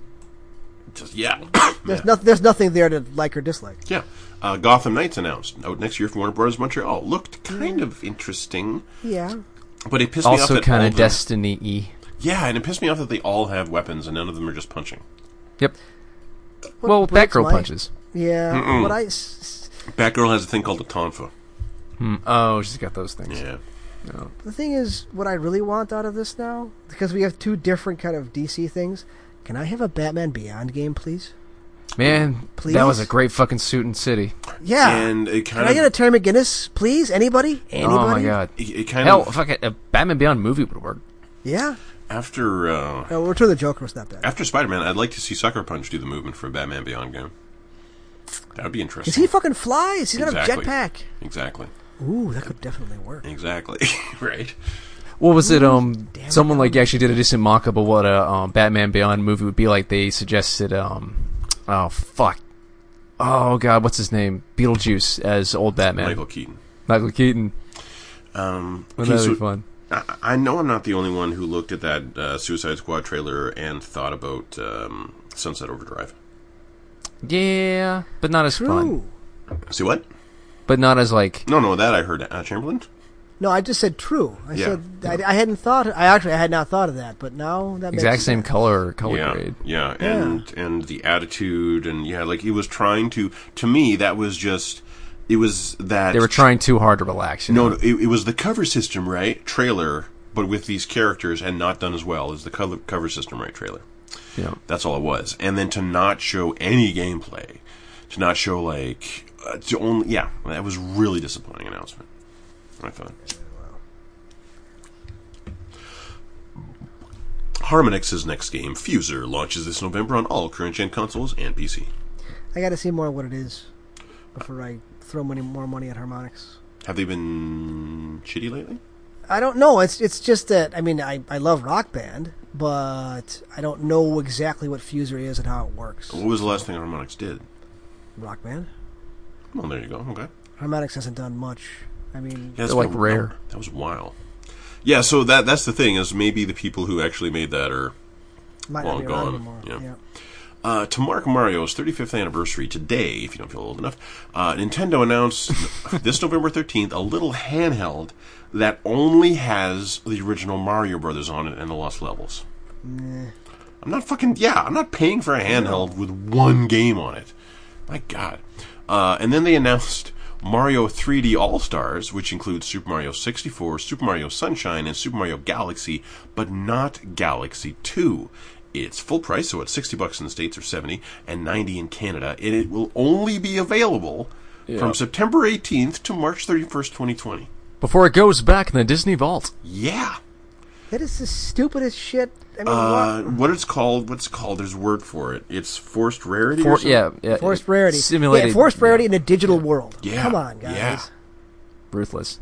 Speaker 3: Just yeah.
Speaker 1: There's, noth- there's nothing there to like or dislike.
Speaker 3: Yeah. Uh, Gotham Knights announced out next year from Warner Brothers Montreal. Looked kind of interesting.
Speaker 1: Yeah.
Speaker 3: But it pissed me off.
Speaker 2: Also
Speaker 3: that
Speaker 2: kind
Speaker 3: all
Speaker 2: of Destiny y.
Speaker 3: Yeah, and it pissed me off that they all have weapons and none of them are just punching.
Speaker 2: Yep. Well,
Speaker 1: breaks
Speaker 2: Batgirl
Speaker 1: my-
Speaker 2: punches.
Speaker 1: Yeah, but I s-
Speaker 3: Batgirl has a thing called a tonfa.
Speaker 2: Oh, she's got those things.
Speaker 3: Yeah.
Speaker 1: the thing is, what I really want out of this now, because we have two different kind of DC things. Can I have a Batman Beyond game, please?
Speaker 2: Man,
Speaker 1: Please?
Speaker 2: that was a great fucking suit and city.
Speaker 1: Yeah.
Speaker 3: And it
Speaker 1: Ah, Can
Speaker 3: kind
Speaker 1: I get a
Speaker 3: of.
Speaker 1: Terry McGinnis, please? Anybody? Anybody?
Speaker 2: Oh my god.
Speaker 3: It, it kind
Speaker 2: Hell,
Speaker 3: of.
Speaker 2: fuck it. A uh, Batman Beyond movie would work.
Speaker 1: Yeah.
Speaker 3: After. Uh,
Speaker 1: No, Return of the Joker was not bad.
Speaker 3: after Spider Man, I'd like to see Sucker Punch do the movement for a Batman Beyond game. That would be interesting.
Speaker 1: Does he fucking fly? Is he got
Speaker 3: Exactly.
Speaker 1: a jetpack?
Speaker 3: Exactly.
Speaker 1: Ooh, that could definitely work.
Speaker 3: Exactly. right.
Speaker 2: What was it? Um,
Speaker 1: Damn it.
Speaker 2: someone like actually did a decent mock-up of what a um, Batman Beyond movie would be like. They suggested, um, oh fuck, oh god, what's his name? Beetlejuice as old Batman,
Speaker 3: Michael Keaton.
Speaker 2: Michael Keaton.
Speaker 3: Um,
Speaker 2: Wouldn't
Speaker 3: okay,
Speaker 2: that be
Speaker 3: so-
Speaker 2: fun?
Speaker 3: I I know I'm not the only one who looked at that uh, Suicide Squad trailer and thought about um, Sunset Overdrive.
Speaker 2: Yeah, but not as fun.
Speaker 1: True.
Speaker 3: See what?
Speaker 2: But not as like
Speaker 3: No, no, that I heard. Uh, Chamberlain.
Speaker 1: No, I just said true. I
Speaker 3: Yeah.
Speaker 1: said I, I hadn't thought. I actually I had not thought of that, but now that
Speaker 2: exact
Speaker 1: makes
Speaker 2: same color color
Speaker 3: Yeah,
Speaker 2: grade.
Speaker 3: yeah, and and the attitude, and yeah, like he was trying to. To me, that was just. It was that
Speaker 2: They were trying too hard to relax. You
Speaker 3: No,
Speaker 2: know?
Speaker 3: no, it, it was the cover system, right? Trailer, but with these characters and not done as well as the cover, cover system, right? Trailer.
Speaker 2: Yeah.
Speaker 3: That's all it was. And then to not show any gameplay, to not show like uh, to only yeah, that was really disappointing announcement. I thought. Harmonix's next game, Fuser, launches this November on all current gen consoles and PC.
Speaker 1: I got to see more what it is before I throw money more money at harmonics.
Speaker 3: Have they been shitty lately?
Speaker 1: I don't know. It's it's just that I mean I, I love Rock Band, but I don't know exactly what Fuser is and how it works.
Speaker 3: What was the last thing Harmonix did?
Speaker 1: Rock Band.
Speaker 3: Well, there you go. Okay.
Speaker 1: Harmonix hasn't done much. I mean,
Speaker 3: Yeah, that's
Speaker 2: They're, like,
Speaker 3: been-
Speaker 2: rare.
Speaker 3: That was wild. Yeah, so that that's the thing is maybe the people who actually made that are
Speaker 1: might
Speaker 3: long
Speaker 1: not be around
Speaker 3: gone,
Speaker 1: anymore.
Speaker 3: yeah. uh, to mark Mario's 35th anniversary today. If you don't feel old enough, uh, Nintendo announced this November 13th a little handheld that only has the original Mario Brothers on it and the lost levels. I'm not fucking yeah. I'm not paying for a handheld with one game on it. My God. Uh, and then they announced Mario 3D All Stars, which includes Super Mario 64, Super Mario Sunshine, and Super Mario Galaxy, but not Galaxy 2. It's full price, so it's 60 bucks in the states or 70, and 90 in Canada, and it will only be available from September 18th to March 31st, 2020.
Speaker 2: Before it goes back in the Disney vault.
Speaker 3: Yeah.
Speaker 1: That is the stupidest shit. I mean,
Speaker 3: Uh,
Speaker 1: what-
Speaker 3: what it's called? What's it called? There's a word for it. It's forced rarity.
Speaker 2: For,
Speaker 3: or something?
Speaker 2: yeah, yeah.
Speaker 1: forced rarity.
Speaker 2: Simulated.
Speaker 1: Yeah, forced rarity in a digital world.
Speaker 3: Yeah.
Speaker 1: Come on, guys.
Speaker 3: Yeah.
Speaker 2: Ruthless.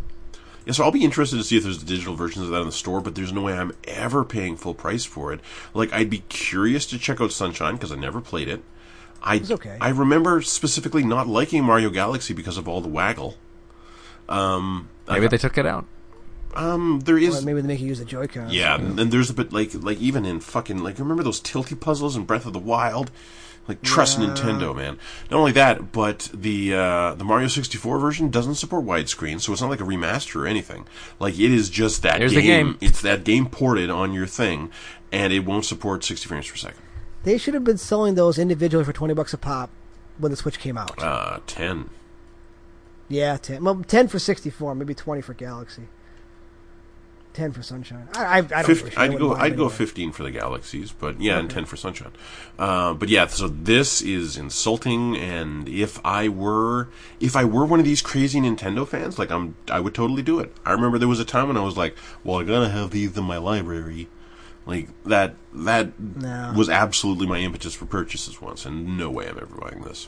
Speaker 3: Yeah, so I'll be interested to see if there's digital versions of that in the store, but there's no way I'm ever paying full price for it. Like, I'd be curious to check out Sunshine because I never played it. I
Speaker 1: okay.
Speaker 3: I remember specifically not liking Mario Galaxy because of all the waggle.
Speaker 2: Maybe they took it out.
Speaker 3: Um, there is
Speaker 1: Well, maybe they make you use the Joy-Con.
Speaker 3: yeah, and there's a bit like like even in fucking like remember those tilty puzzles in Breath of the Wild. Like trust Nintendo, man. Not only that, but the uh, the Mario 64 version doesn't support widescreen, so it's not like a remaster or anything. Like it is just that
Speaker 2: Here's
Speaker 3: game.
Speaker 2: the game.
Speaker 3: It's that game ported on your thing, and it won't support 60 frames per second.
Speaker 1: They should have been selling those individually for twenty bucks a pop when the Switch came out.
Speaker 3: Uh, 10.
Speaker 1: yeah, ten. Well, ten for sixty-four, maybe twenty for Galaxy. Ten for Sunshine. I, I, I don't. give a shit.
Speaker 3: Fif-
Speaker 1: I
Speaker 3: I'd
Speaker 1: wouldn't
Speaker 3: go.
Speaker 1: buy 'em
Speaker 3: I'd go
Speaker 1: anyway.
Speaker 3: 15 for the galaxies, but yeah, and 10 for sunshine. Uh, but yeah, so this is insulting. And if I were, if I were one of these crazy Nintendo fans, like I'm, I would totally do it. I remember there was a time when I was like, "Well, I gotta have these in my library." Like that. That
Speaker 1: No.
Speaker 3: was absolutely my impetus for purchases once, and no way I'm ever buying this.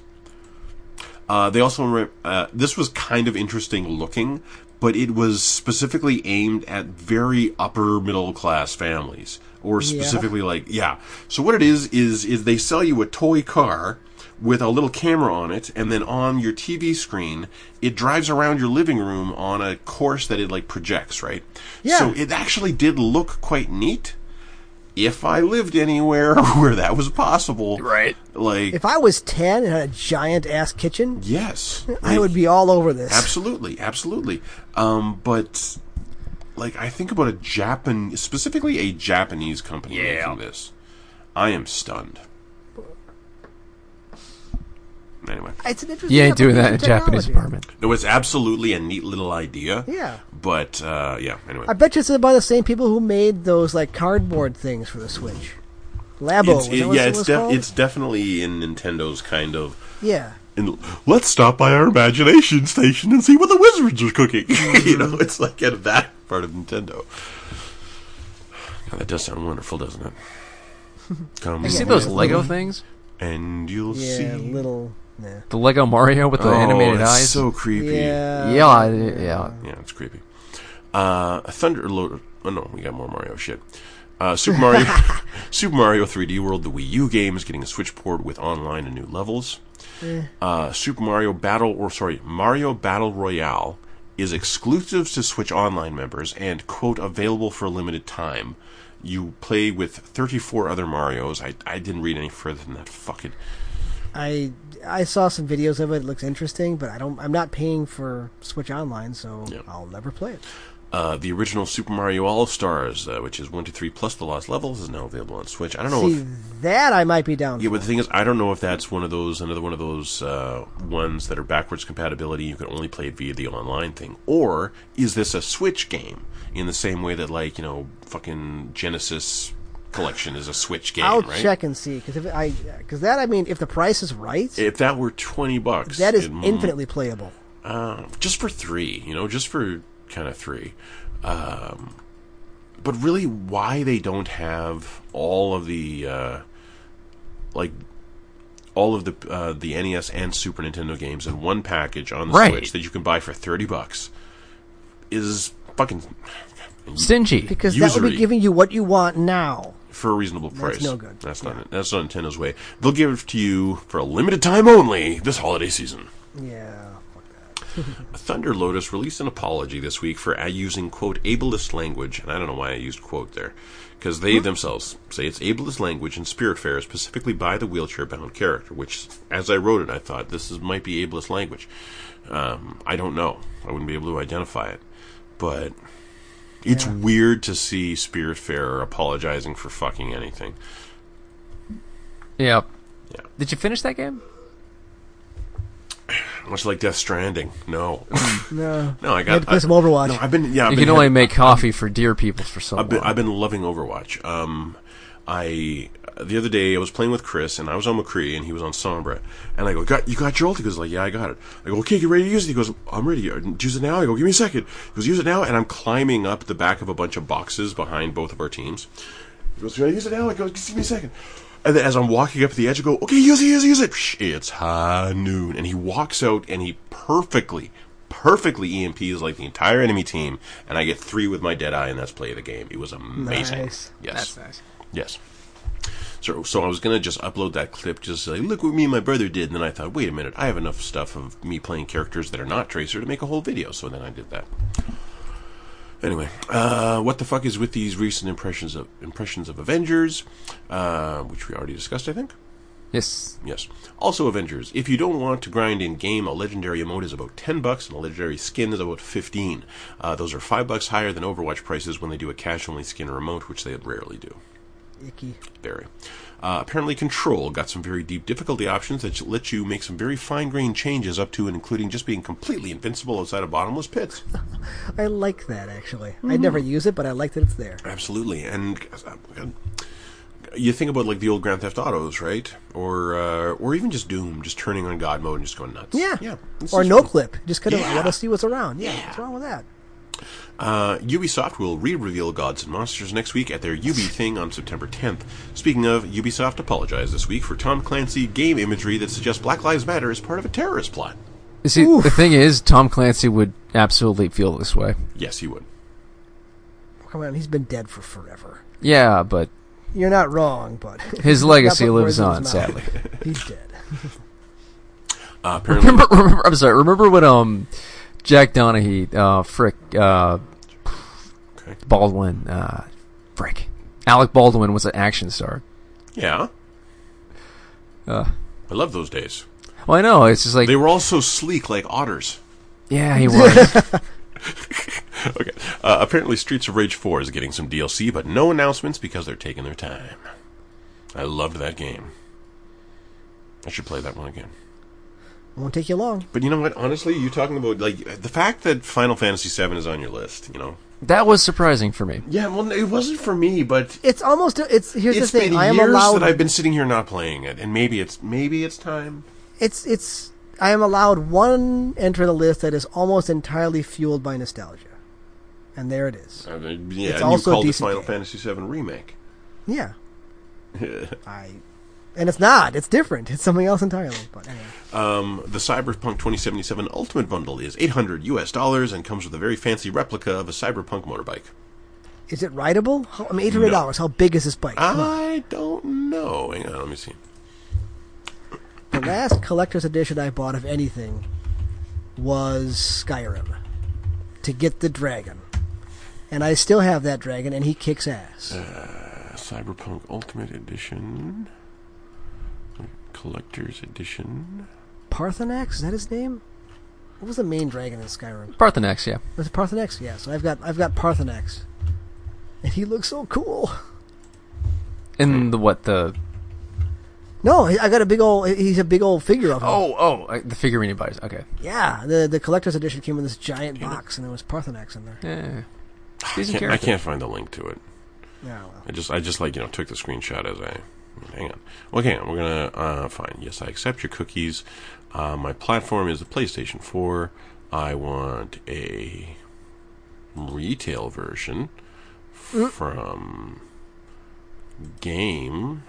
Speaker 3: Uh, they also re- uh, this was kind of interesting looking, but it was specifically aimed at very upper middle class families, or specifically like yeah. So what it is is is they sell you a toy car with a little camera on it, and then on your TV screen, it drives around your living room on a course that it like projects, right?
Speaker 1: Yeah.
Speaker 3: So it actually did look quite neat. If I lived anywhere where that was possible,
Speaker 2: Right.
Speaker 3: Like
Speaker 1: If I was ten and had a giant ass kitchen,
Speaker 3: yes,
Speaker 1: I would be all over this.
Speaker 3: Absolutely, absolutely. Um, but like I think about a Japan, specifically a Japanese company
Speaker 2: Yeah.
Speaker 3: making this. I am stunned. Anyway,
Speaker 1: It's an interesting
Speaker 2: You ain't doing that in
Speaker 1: application
Speaker 2: a
Speaker 1: of
Speaker 2: Japanese
Speaker 1: technology.
Speaker 2: apartment.
Speaker 3: it was absolutely a neat little idea.
Speaker 1: Yeah.
Speaker 3: But uh, yeah. Anyway,
Speaker 1: I bet you it's by the same people who made those like cardboard things for the Switch. Labo.
Speaker 3: it's,
Speaker 1: is that
Speaker 3: it-
Speaker 1: what
Speaker 3: yeah,
Speaker 1: it
Speaker 3: it's
Speaker 1: was
Speaker 3: def-
Speaker 1: called?
Speaker 3: it's definitely in Nintendo's kind of.
Speaker 1: yeah.
Speaker 3: And let's stop by our imagination station and see what the wizards are cooking. you know, it's like at that part of Nintendo. Now, that does sound wonderful, doesn't it? Come
Speaker 2: You see
Speaker 3: with
Speaker 2: those
Speaker 3: me
Speaker 2: Lego things?
Speaker 3: and you'll see.
Speaker 1: Yeah, little. Nah.
Speaker 2: The Lego Mario with the
Speaker 3: oh,
Speaker 2: animated
Speaker 3: that's
Speaker 2: eyes.
Speaker 3: so creepy.
Speaker 1: Yeah.
Speaker 2: yeah, I- yeah.
Speaker 3: Yeah, it's creepy. Uh, Thunder Lord. Oh no, we got more Mario shit. Uh, Super Mario, Super Mario 3D World, the Wii U game is getting a Switch port with online and new levels. Uh, Super Mario Battle, or sorry, Mario Battle Royale is exclusive to Switch Online members and quote available for a limited time. You play with 34 other Mario's. I I didn't read any further than that. Fuck it.
Speaker 1: I I saw some videos of it. It looks interesting, but I don't. I'm not paying for Switch Online, so I'll never play it.
Speaker 3: Uh, the original Super Mario All Stars, uh, which is one to three plus the lost levels, is now available on Switch. I don't know. if...
Speaker 1: See that I might be down.
Speaker 3: Yeah, but the thing is, I don't know if that's one of those another one of those uh, ones that are backwards compatibility. You can only play it via the online thing, or is this a Switch game in the same way that like you know fucking Genesis collection is a Switch game,
Speaker 1: for. I'll
Speaker 3: right?
Speaker 1: check and see because if I because that I mean if the price is right,
Speaker 3: If that were twenty bucks,
Speaker 1: that is
Speaker 3: it-
Speaker 1: infinitely playable.
Speaker 3: uh, just for three, you know, just for kind of three. Um, but really, why they don't have all of the uh, like all of the uh, the NES and Super Nintendo games in one package on the
Speaker 2: Right.
Speaker 3: Switch that you can buy for thirty bucks is fucking
Speaker 2: Stingy.
Speaker 1: Because that would be
Speaker 3: Usury.
Speaker 1: giving you what you want now.
Speaker 3: for a reasonable price.
Speaker 1: no good.
Speaker 3: That's not that's not Nintendo's way. They'll give it to you for a limited time only this holiday season.
Speaker 1: Yeah.
Speaker 3: Thunder Lotus released an apology this week for uh, using quote ableist language, and I don't know why I used quote there, because
Speaker 1: Hmm?
Speaker 3: they themselves say it's ableist language in Spiritfarer, specifically by the wheelchair-bound character. Which, as I wrote it, I thought this is might be ableist language. Um, I don't know. I wouldn't be able to identify it, but it's weird to see Spiritfarer apologizing for fucking anything.
Speaker 2: Yeah.
Speaker 3: Yeah.
Speaker 2: Did you finish that game?
Speaker 3: Much like Death Stranding. No,
Speaker 1: No.
Speaker 3: no, I
Speaker 1: I had
Speaker 3: got.
Speaker 1: to play
Speaker 3: I,
Speaker 1: some Overwatch.
Speaker 3: no, I've been yeah. I've
Speaker 2: You
Speaker 3: been
Speaker 2: can only make coffee for dear people for so
Speaker 3: I've been,
Speaker 2: long.
Speaker 3: I've been loving Overwatch. Um, I the other day I was playing with Chris and I was on McCree and he was on Sombra and I go, "Got you got your ult?" He goes, "Like yeah, I got it." I go, "Okay, get ready to use it." He goes, "I'm ready. Uh, Use it now." I go, "Give me a second. He goes, "Use it now." And I'm climbing up the back of a bunch of boxes behind both of our teams. He goes, "Should I use it now?" I go, "Just "Give me a second. And then as I'm walking up the edge, I go, "Okay, use it, use it, use it." Psh, It's high noon, and he walks out and he perfectly. Perfectly E EMPs like the entire enemy team, and I get three with my dead eye, and that's play of the game. It was amazing.
Speaker 1: Nice.
Speaker 3: Yes.
Speaker 2: That's nice.
Speaker 3: Yes. So, so I was gonna just upload that clip, just say, look what me and my brother did. And then I thought, wait a minute, I have enough stuff of me playing characters that are not Tracer to make a whole video. So then I did that. Anyway, uh, what the fuck is with these recent impressions of impressions of Avengers, uh, which we already discussed, I think.
Speaker 2: Yes.
Speaker 3: Yes. Also, Avengers. If you don't want to grind in game, a legendary emote is about ten bucks, and a legendary skin is about fifteen. Uh, those are five bucks higher than Overwatch prices when they do a cash-only skin or emote, which they rarely do.
Speaker 1: Icky.
Speaker 3: Barry. Uh, apparently, Control got some very deep difficulty options that let you make some very fine-grained changes up to and including just being completely invincible outside of bottomless pits.
Speaker 1: I like that actually. I never use it, but I like that it's there.
Speaker 3: Absolutely, and uh, you think about like the old Grand Theft Autos, right? Or uh, or even just Doom, just turning on God mode and just going nuts.
Speaker 1: Yeah.
Speaker 3: yeah. this
Speaker 1: Or
Speaker 3: is
Speaker 1: no
Speaker 3: fun.
Speaker 1: clip. Just kind of
Speaker 3: Yeah.
Speaker 1: let us see what's around. Yeah.
Speaker 3: Yeah.
Speaker 1: What's wrong with that?
Speaker 3: Uh, Ubisoft will re-reveal Gods and Monsters next week at their UB thing on September 10th. Speaking of, Ubisoft apologized this week for Tom Clancy game imagery that suggests Black Lives Matter is part of a terrorist plot.
Speaker 2: You see, the thing is, Tom Clancy would absolutely feel this way.
Speaker 3: Yes, he would.
Speaker 1: Oh, Come on, he's been dead for forever.
Speaker 2: Yeah, but
Speaker 1: You're not wrong, but
Speaker 2: his legacy
Speaker 1: put
Speaker 2: lives
Speaker 1: words in his
Speaker 2: on,
Speaker 1: mouth.
Speaker 2: sadly.
Speaker 1: he's dead.
Speaker 3: Uh, apparently,
Speaker 2: remember, remember, I'm sorry. Remember when um, Jack Donaghy, uh, Frick, uh,
Speaker 3: Okay.
Speaker 2: Baldwin, uh, Frick, Alec Baldwin was an action star.
Speaker 3: yeah.
Speaker 2: Uh.
Speaker 3: I love those days.
Speaker 2: Well, I know it's just like,
Speaker 3: They were all so sleek, like otters.
Speaker 2: yeah, he was.
Speaker 3: Okay. Uh, apparently, Streets of Rage 4 is getting some DLC, but no announcements because they're taking their time. I loved that game. I should play that one again.
Speaker 1: Won't take you long.
Speaker 3: But you know what? Honestly, you talking about like the fact that Final Fantasy VII is on your list. You know?
Speaker 2: That was surprising for me.
Speaker 3: Yeah. Well, it wasn't for me, but
Speaker 1: It's almost. It's here's
Speaker 3: it's
Speaker 1: the thing.
Speaker 3: been
Speaker 1: I am
Speaker 3: years
Speaker 1: allowed.
Speaker 3: that I've been sitting here not playing it, and maybe it's maybe it's time.
Speaker 1: It's it's. I am allowed one entry on the list that is almost entirely fueled by nostalgia, and there it is.
Speaker 3: I mean, yeah,
Speaker 1: It's
Speaker 3: and
Speaker 1: also a
Speaker 3: you called it
Speaker 1: decent
Speaker 3: Final
Speaker 1: game.
Speaker 3: Fantasy VII remake.
Speaker 1: Yeah. I. And it's not. It's different. It's something else entirely. But anyway.
Speaker 3: Um, the Cyberpunk 2077 Ultimate Bundle is 800 US dollars and comes with a very fancy replica of a Cyberpunk motorbike.
Speaker 1: Is it rideable? How, I mean, eight hundred dollars. How big is this bike?
Speaker 3: Ah. I don't know. Hang on, let me see.
Speaker 1: the last collector's edition I bought of anything was Skyrim to get the dragon. And I still have that dragon, and he kicks ass.
Speaker 3: Cyberpunk Ultimate Edition. Collector's Edition.
Speaker 1: Parthenax, is that his name? What was the main dragon in Skyrim?
Speaker 2: Parthenax, yeah.
Speaker 1: Was it Parthenax? Yeah, so I've got I've got Parthenax. And he looks so cool.
Speaker 2: In the what the
Speaker 1: No, I I got a big old he's a big old figure of him.
Speaker 2: oh oh I- the figurine he buys. Okay,
Speaker 1: Yeah, the the collector's edition came in this giant box and there was Parthenax in there.
Speaker 2: yeah.
Speaker 3: I
Speaker 2: Decent
Speaker 3: can't, I
Speaker 2: character.
Speaker 3: can't find the link to it.
Speaker 1: Yeah, well.
Speaker 3: I just, I just like you know, took the screenshot as I. Hang on. Well, hang on. We're gonna. Uh, fine. Yes, I accept your cookies. Uh, my platform is the PlayStation 4. I want a retail version
Speaker 1: Mm.
Speaker 3: from game.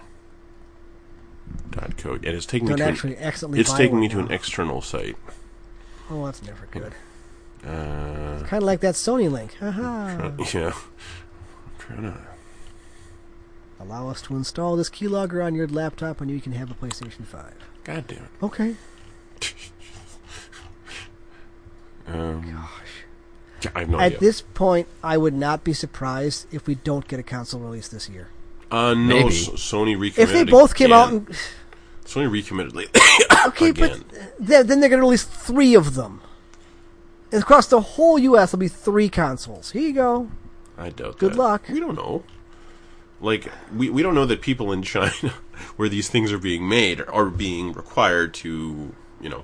Speaker 3: Dot code. And it's taking
Speaker 1: Don't
Speaker 3: me to
Speaker 1: actually
Speaker 3: an,
Speaker 1: accidentally
Speaker 3: It's
Speaker 1: buy
Speaker 3: taking
Speaker 1: one
Speaker 3: me to
Speaker 1: now.
Speaker 3: an external site.
Speaker 1: Oh, that's never good.
Speaker 3: Uh,
Speaker 1: Kind of like that Sony link. Haha.
Speaker 3: yeah. I'm trying to.
Speaker 1: Allow us to install this keylogger on your laptop and you can have a PlayStation 5.
Speaker 3: God damn it.
Speaker 1: Okay.
Speaker 3: Um,
Speaker 1: Gosh.
Speaker 3: I have no idea.
Speaker 1: At this point, I would not be surprised if we don't get a console release this year.
Speaker 3: Uh, no,
Speaker 2: Maybe.
Speaker 3: S- Sony recommitted.
Speaker 1: If they both came out
Speaker 3: again.
Speaker 1: and.
Speaker 3: Sony recommitted late.
Speaker 1: Okay,
Speaker 3: Again.
Speaker 1: but th- then they're going to release three of them. And across the whole U.S., there'll be three consoles. Here you go.
Speaker 3: I doubt.
Speaker 1: Good
Speaker 3: that.
Speaker 1: luck.
Speaker 3: We don't know. Like we we don't know that people in China, where these things are being made, are being required to you know.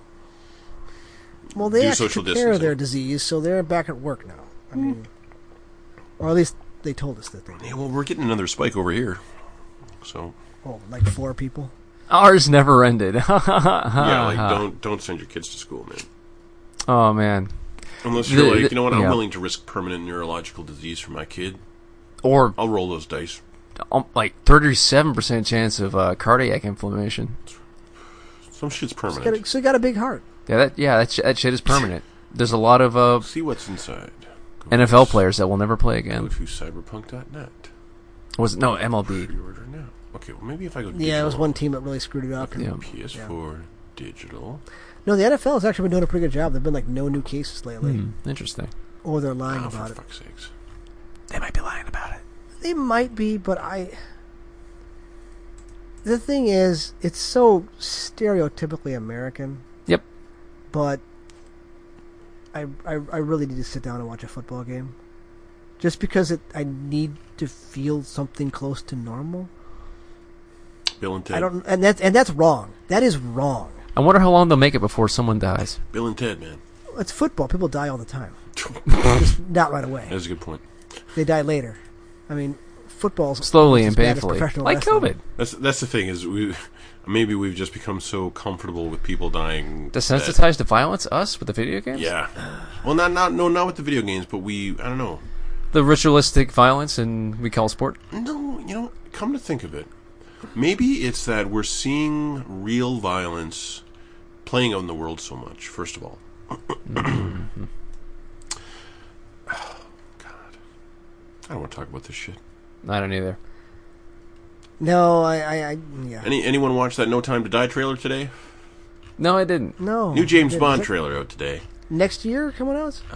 Speaker 1: Well, they
Speaker 3: Do
Speaker 1: actually
Speaker 3: social
Speaker 1: took care of
Speaker 3: distancing.
Speaker 1: their disease, so they're back at work now. I mean, or at least they told us that they did.
Speaker 3: Hey, well, we're getting another spike over here, so
Speaker 1: Oh, like four people.
Speaker 2: Ours never ended.
Speaker 3: yeah.
Speaker 2: Uh-huh.
Speaker 3: Like don't don't send your kids to school, man.
Speaker 2: oh man,
Speaker 3: Unless you're
Speaker 2: The-
Speaker 3: like,
Speaker 2: the-
Speaker 3: you know what, I'm
Speaker 2: yeah.
Speaker 3: willing to risk permanent neurological disease for my kid.
Speaker 2: or
Speaker 3: I'll roll those dice.
Speaker 2: um, like thirty-seven percent chance of uh, cardiac inflammation.
Speaker 3: Some shit's
Speaker 1: Got a,
Speaker 3: permanent.
Speaker 1: so you got a big heart.
Speaker 2: Yeah, that yeah that, sh- that shit is permanent. There's a lot of uh,
Speaker 3: See what's inside. Go
Speaker 2: NFL
Speaker 3: to-
Speaker 2: players that will never play
Speaker 3: Go
Speaker 2: again.
Speaker 3: to cyberpunk.net.
Speaker 2: Was it no MLB?
Speaker 3: Pre-order now. Okay, well maybe if I go.
Speaker 1: Yeah, it was
Speaker 3: digital.
Speaker 1: one team that really screwed it up.
Speaker 2: Yeah.
Speaker 3: PS4 digital.
Speaker 1: No, the NFL has actually been doing a pretty good job. There've been like no new cases lately,
Speaker 2: Hmm, interesting.
Speaker 1: or they're lying
Speaker 3: Oh,
Speaker 1: about
Speaker 3: for
Speaker 1: it.
Speaker 3: fuck's sakes.
Speaker 2: They might be lying about it.
Speaker 1: They might be, but I. The thing is, it's so stereotypically American,
Speaker 2: Yep.
Speaker 1: but I, I I really need to sit down and watch a football game, just because it I need to feel something close to normal.
Speaker 3: Bill and Ted.
Speaker 1: I don't, and that's and that's wrong. That is wrong.
Speaker 2: I wonder how long they'll make it before someone dies.
Speaker 3: Bill and Ted, man.
Speaker 1: It's football. People die all the time. Not right away.
Speaker 3: That's a good point.
Speaker 1: they die later. I mean, football's
Speaker 2: Slowly
Speaker 1: almost
Speaker 2: and
Speaker 1: as bad as
Speaker 2: painfully,
Speaker 1: professional
Speaker 2: like
Speaker 1: wrestling.
Speaker 2: COVID.
Speaker 3: That's that's the thing is we maybe we've just become so comfortable with people dying. that-
Speaker 2: Desensitized to violence, us with the video games.
Speaker 3: Yeah. Well, not not no not with the video games, but we I don't know.
Speaker 2: the ritualistic violence, and we call sport.
Speaker 3: No, you know, come to think of it, maybe it's that we're seeing real violence playing out in the world so much. First of all, God, I don't want to talk about this shit.
Speaker 2: I don't either.
Speaker 1: No, I, I, I yeah.
Speaker 3: Any anyone watch that No Time to Die trailer today?
Speaker 2: No, I didn't.
Speaker 1: No.
Speaker 3: New James
Speaker 1: Oh, Is
Speaker 3: Bond
Speaker 1: it
Speaker 3: trailer out today.
Speaker 1: Next year coming out?
Speaker 3: Uh,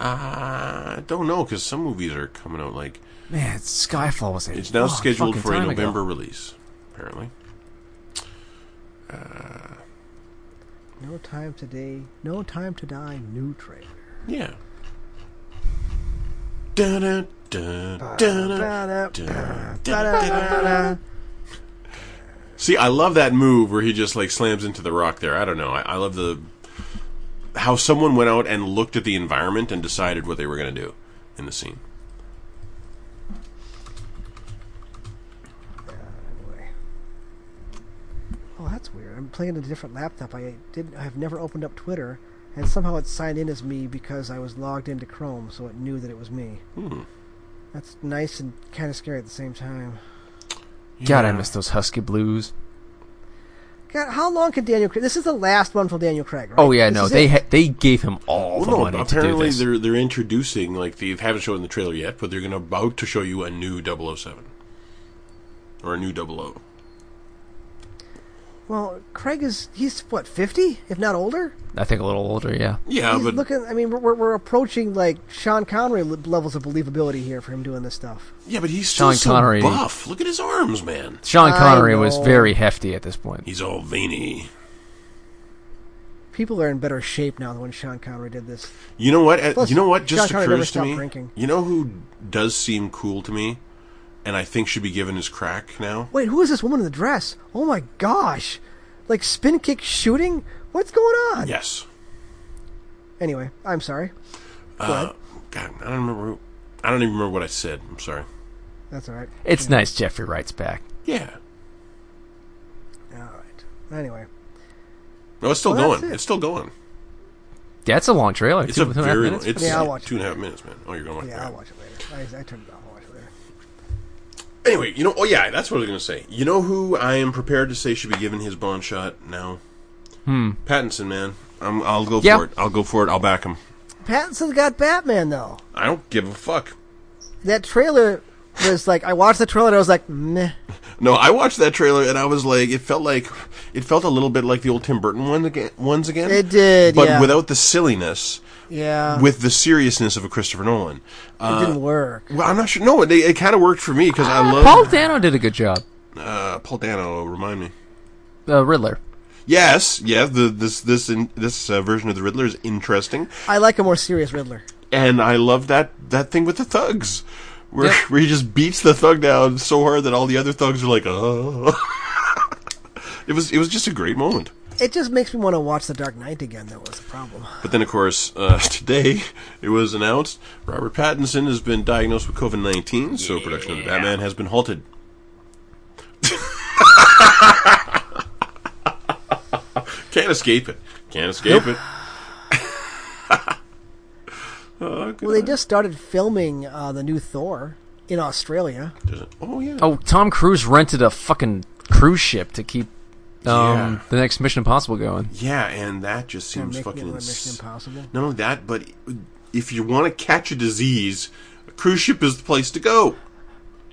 Speaker 3: I don't know because some movies are coming out like
Speaker 2: Man, Skyfall was a
Speaker 3: it's
Speaker 1: Oh,
Speaker 3: now
Speaker 2: long
Speaker 3: scheduled
Speaker 2: fucking
Speaker 3: for a
Speaker 2: time ago.
Speaker 3: November release. Apparently,
Speaker 1: No time today. No time to die. New trailer.
Speaker 3: yeah. Dun, dun, dun, dun, dun, dun, dun. See, I love that move where he just like slams into the rock there. I don't know. I, I love the how someone went out and looked at the environment and decided what they were going to do in the scene.
Speaker 1: Oh, that's weird. I'm playing on a different laptop. I didn't. I've never opened up Twitter, and somehow it signed in as me because I was logged into Chrome, so it knew that it was me.
Speaker 3: Hmm.
Speaker 1: That's nice and kind of scary at the same time.
Speaker 2: God, I miss those Husky Blues.
Speaker 1: God, how long can Daniel? Craig... This is the last one from Daniel Craig, right?
Speaker 2: Oh yeah,
Speaker 1: This
Speaker 2: no,
Speaker 1: is
Speaker 2: they
Speaker 1: it.
Speaker 2: ha- they gave him all the
Speaker 3: Well,
Speaker 2: money
Speaker 3: Oh, no,
Speaker 2: to do
Speaker 3: apparently
Speaker 2: this.
Speaker 3: they're they're introducing like they haven't shown the trailer yet, but they're going to about to show you a new 007 or a new oh. 00.
Speaker 1: Well, Craig is he's what fifty, if not older.
Speaker 2: I think a little older, yeah.
Speaker 3: Yeah,
Speaker 1: he's
Speaker 3: but
Speaker 1: looking. I mean, we're- we're we're approaching like Sean Connery le- levels of believability here for him doing this stuff.
Speaker 3: yeah, but he's still
Speaker 2: Sean
Speaker 3: so
Speaker 2: Connery.
Speaker 3: buff. Look at his arms, man.
Speaker 2: Sean
Speaker 1: I
Speaker 2: Connery was
Speaker 1: know.
Speaker 2: very hefty at this point.
Speaker 3: He's all veiny.
Speaker 1: People are in better shape now than when Sean Connery did this.
Speaker 3: You know what? uh,
Speaker 1: Plus,
Speaker 3: you know what? Just
Speaker 1: Josh Hartnett never
Speaker 3: occurs to
Speaker 1: stopped
Speaker 3: me.
Speaker 1: drinking.
Speaker 3: You know who does seem cool to me, and I think should be given his crack now.
Speaker 1: Wait, who is this woman in the dress? Oh my gosh, like spin kick shooting. What's going on?
Speaker 3: Yes.
Speaker 1: Anyway, I'm sorry.
Speaker 3: Uh, God, I don't remember. Who, I don't even remember what I said. I'm sorry.
Speaker 1: That's all right.
Speaker 2: It's nice Jeffrey Wright's back.
Speaker 3: Yeah.
Speaker 1: All right. Anyway,
Speaker 3: No, it's still
Speaker 1: Well, that's
Speaker 3: going.
Speaker 1: it.
Speaker 3: It's still going.
Speaker 2: That's a long trailer.
Speaker 3: It's
Speaker 2: two,
Speaker 3: a
Speaker 2: two and half
Speaker 3: very.
Speaker 2: minutes.
Speaker 3: It's
Speaker 1: Yeah, I'll watch
Speaker 3: two and a half minutes, man. Oh, you're gonna watch
Speaker 1: yeah, I'll
Speaker 3: that.
Speaker 1: watch it later. I, I turned it off. I'll watch it later.
Speaker 3: Anyway, you know. Oh yeah, that's what I was gonna say. You know who I am prepared to say should be given his bond shot now? Hmm. Pattinson, man. I'm, I'll go
Speaker 2: Yeah.
Speaker 3: for it. I'll go for it. I'll back him.
Speaker 1: Pattinson's got Batman though.
Speaker 3: I don't give a fuck.
Speaker 1: That trailer was like I watched the trailer and I was like, meh.
Speaker 3: No, I watched that trailer and I was like, it felt like, it felt a little bit like the old Tim Burton one again, ones again.
Speaker 1: It did,
Speaker 3: but
Speaker 1: yeah.
Speaker 3: without the silliness,
Speaker 1: Yeah,
Speaker 3: with the seriousness of a Christopher Nolan.
Speaker 1: it
Speaker 3: Uh,
Speaker 1: didn't work.
Speaker 3: well, I'm not sure. No, it, it kind of worked for me because I love
Speaker 2: Paul Dano did a good job.
Speaker 3: uh, Paul Dano. Remind me.
Speaker 2: Uh, Riddler.
Speaker 3: Yes, yeah. The, this this in, this uh, version of the Riddler is interesting,
Speaker 1: I like a more serious Riddler.
Speaker 3: and I love that that thing with the thugs. Where,
Speaker 2: Yeah.
Speaker 3: where he just beats the thug down so hard that all the other thugs are like, oh. it was it was just a great moment.
Speaker 1: It just makes me want to watch The Dark Knight again. That was the problem.
Speaker 3: But then, of course, uh, today it was announced Robert Pattinson has been diagnosed with COVID 19, so production of the Batman has been halted. Can't escape it. Can't escape it. oh,
Speaker 1: Well, they just started filming uh, the new Thor in Australia.
Speaker 3: oh, yeah.
Speaker 2: Oh, Tom Cruise rented a fucking cruise ship to keep um,
Speaker 3: Yeah.
Speaker 2: the next Mission Impossible going.
Speaker 3: Yeah, and that just
Speaker 1: They're
Speaker 3: seems
Speaker 1: making it
Speaker 3: fucking.
Speaker 1: into a
Speaker 3: ins-
Speaker 1: Mission Impossible.
Speaker 3: Not only that, but if you want to catch a disease, a cruise ship is the place to go.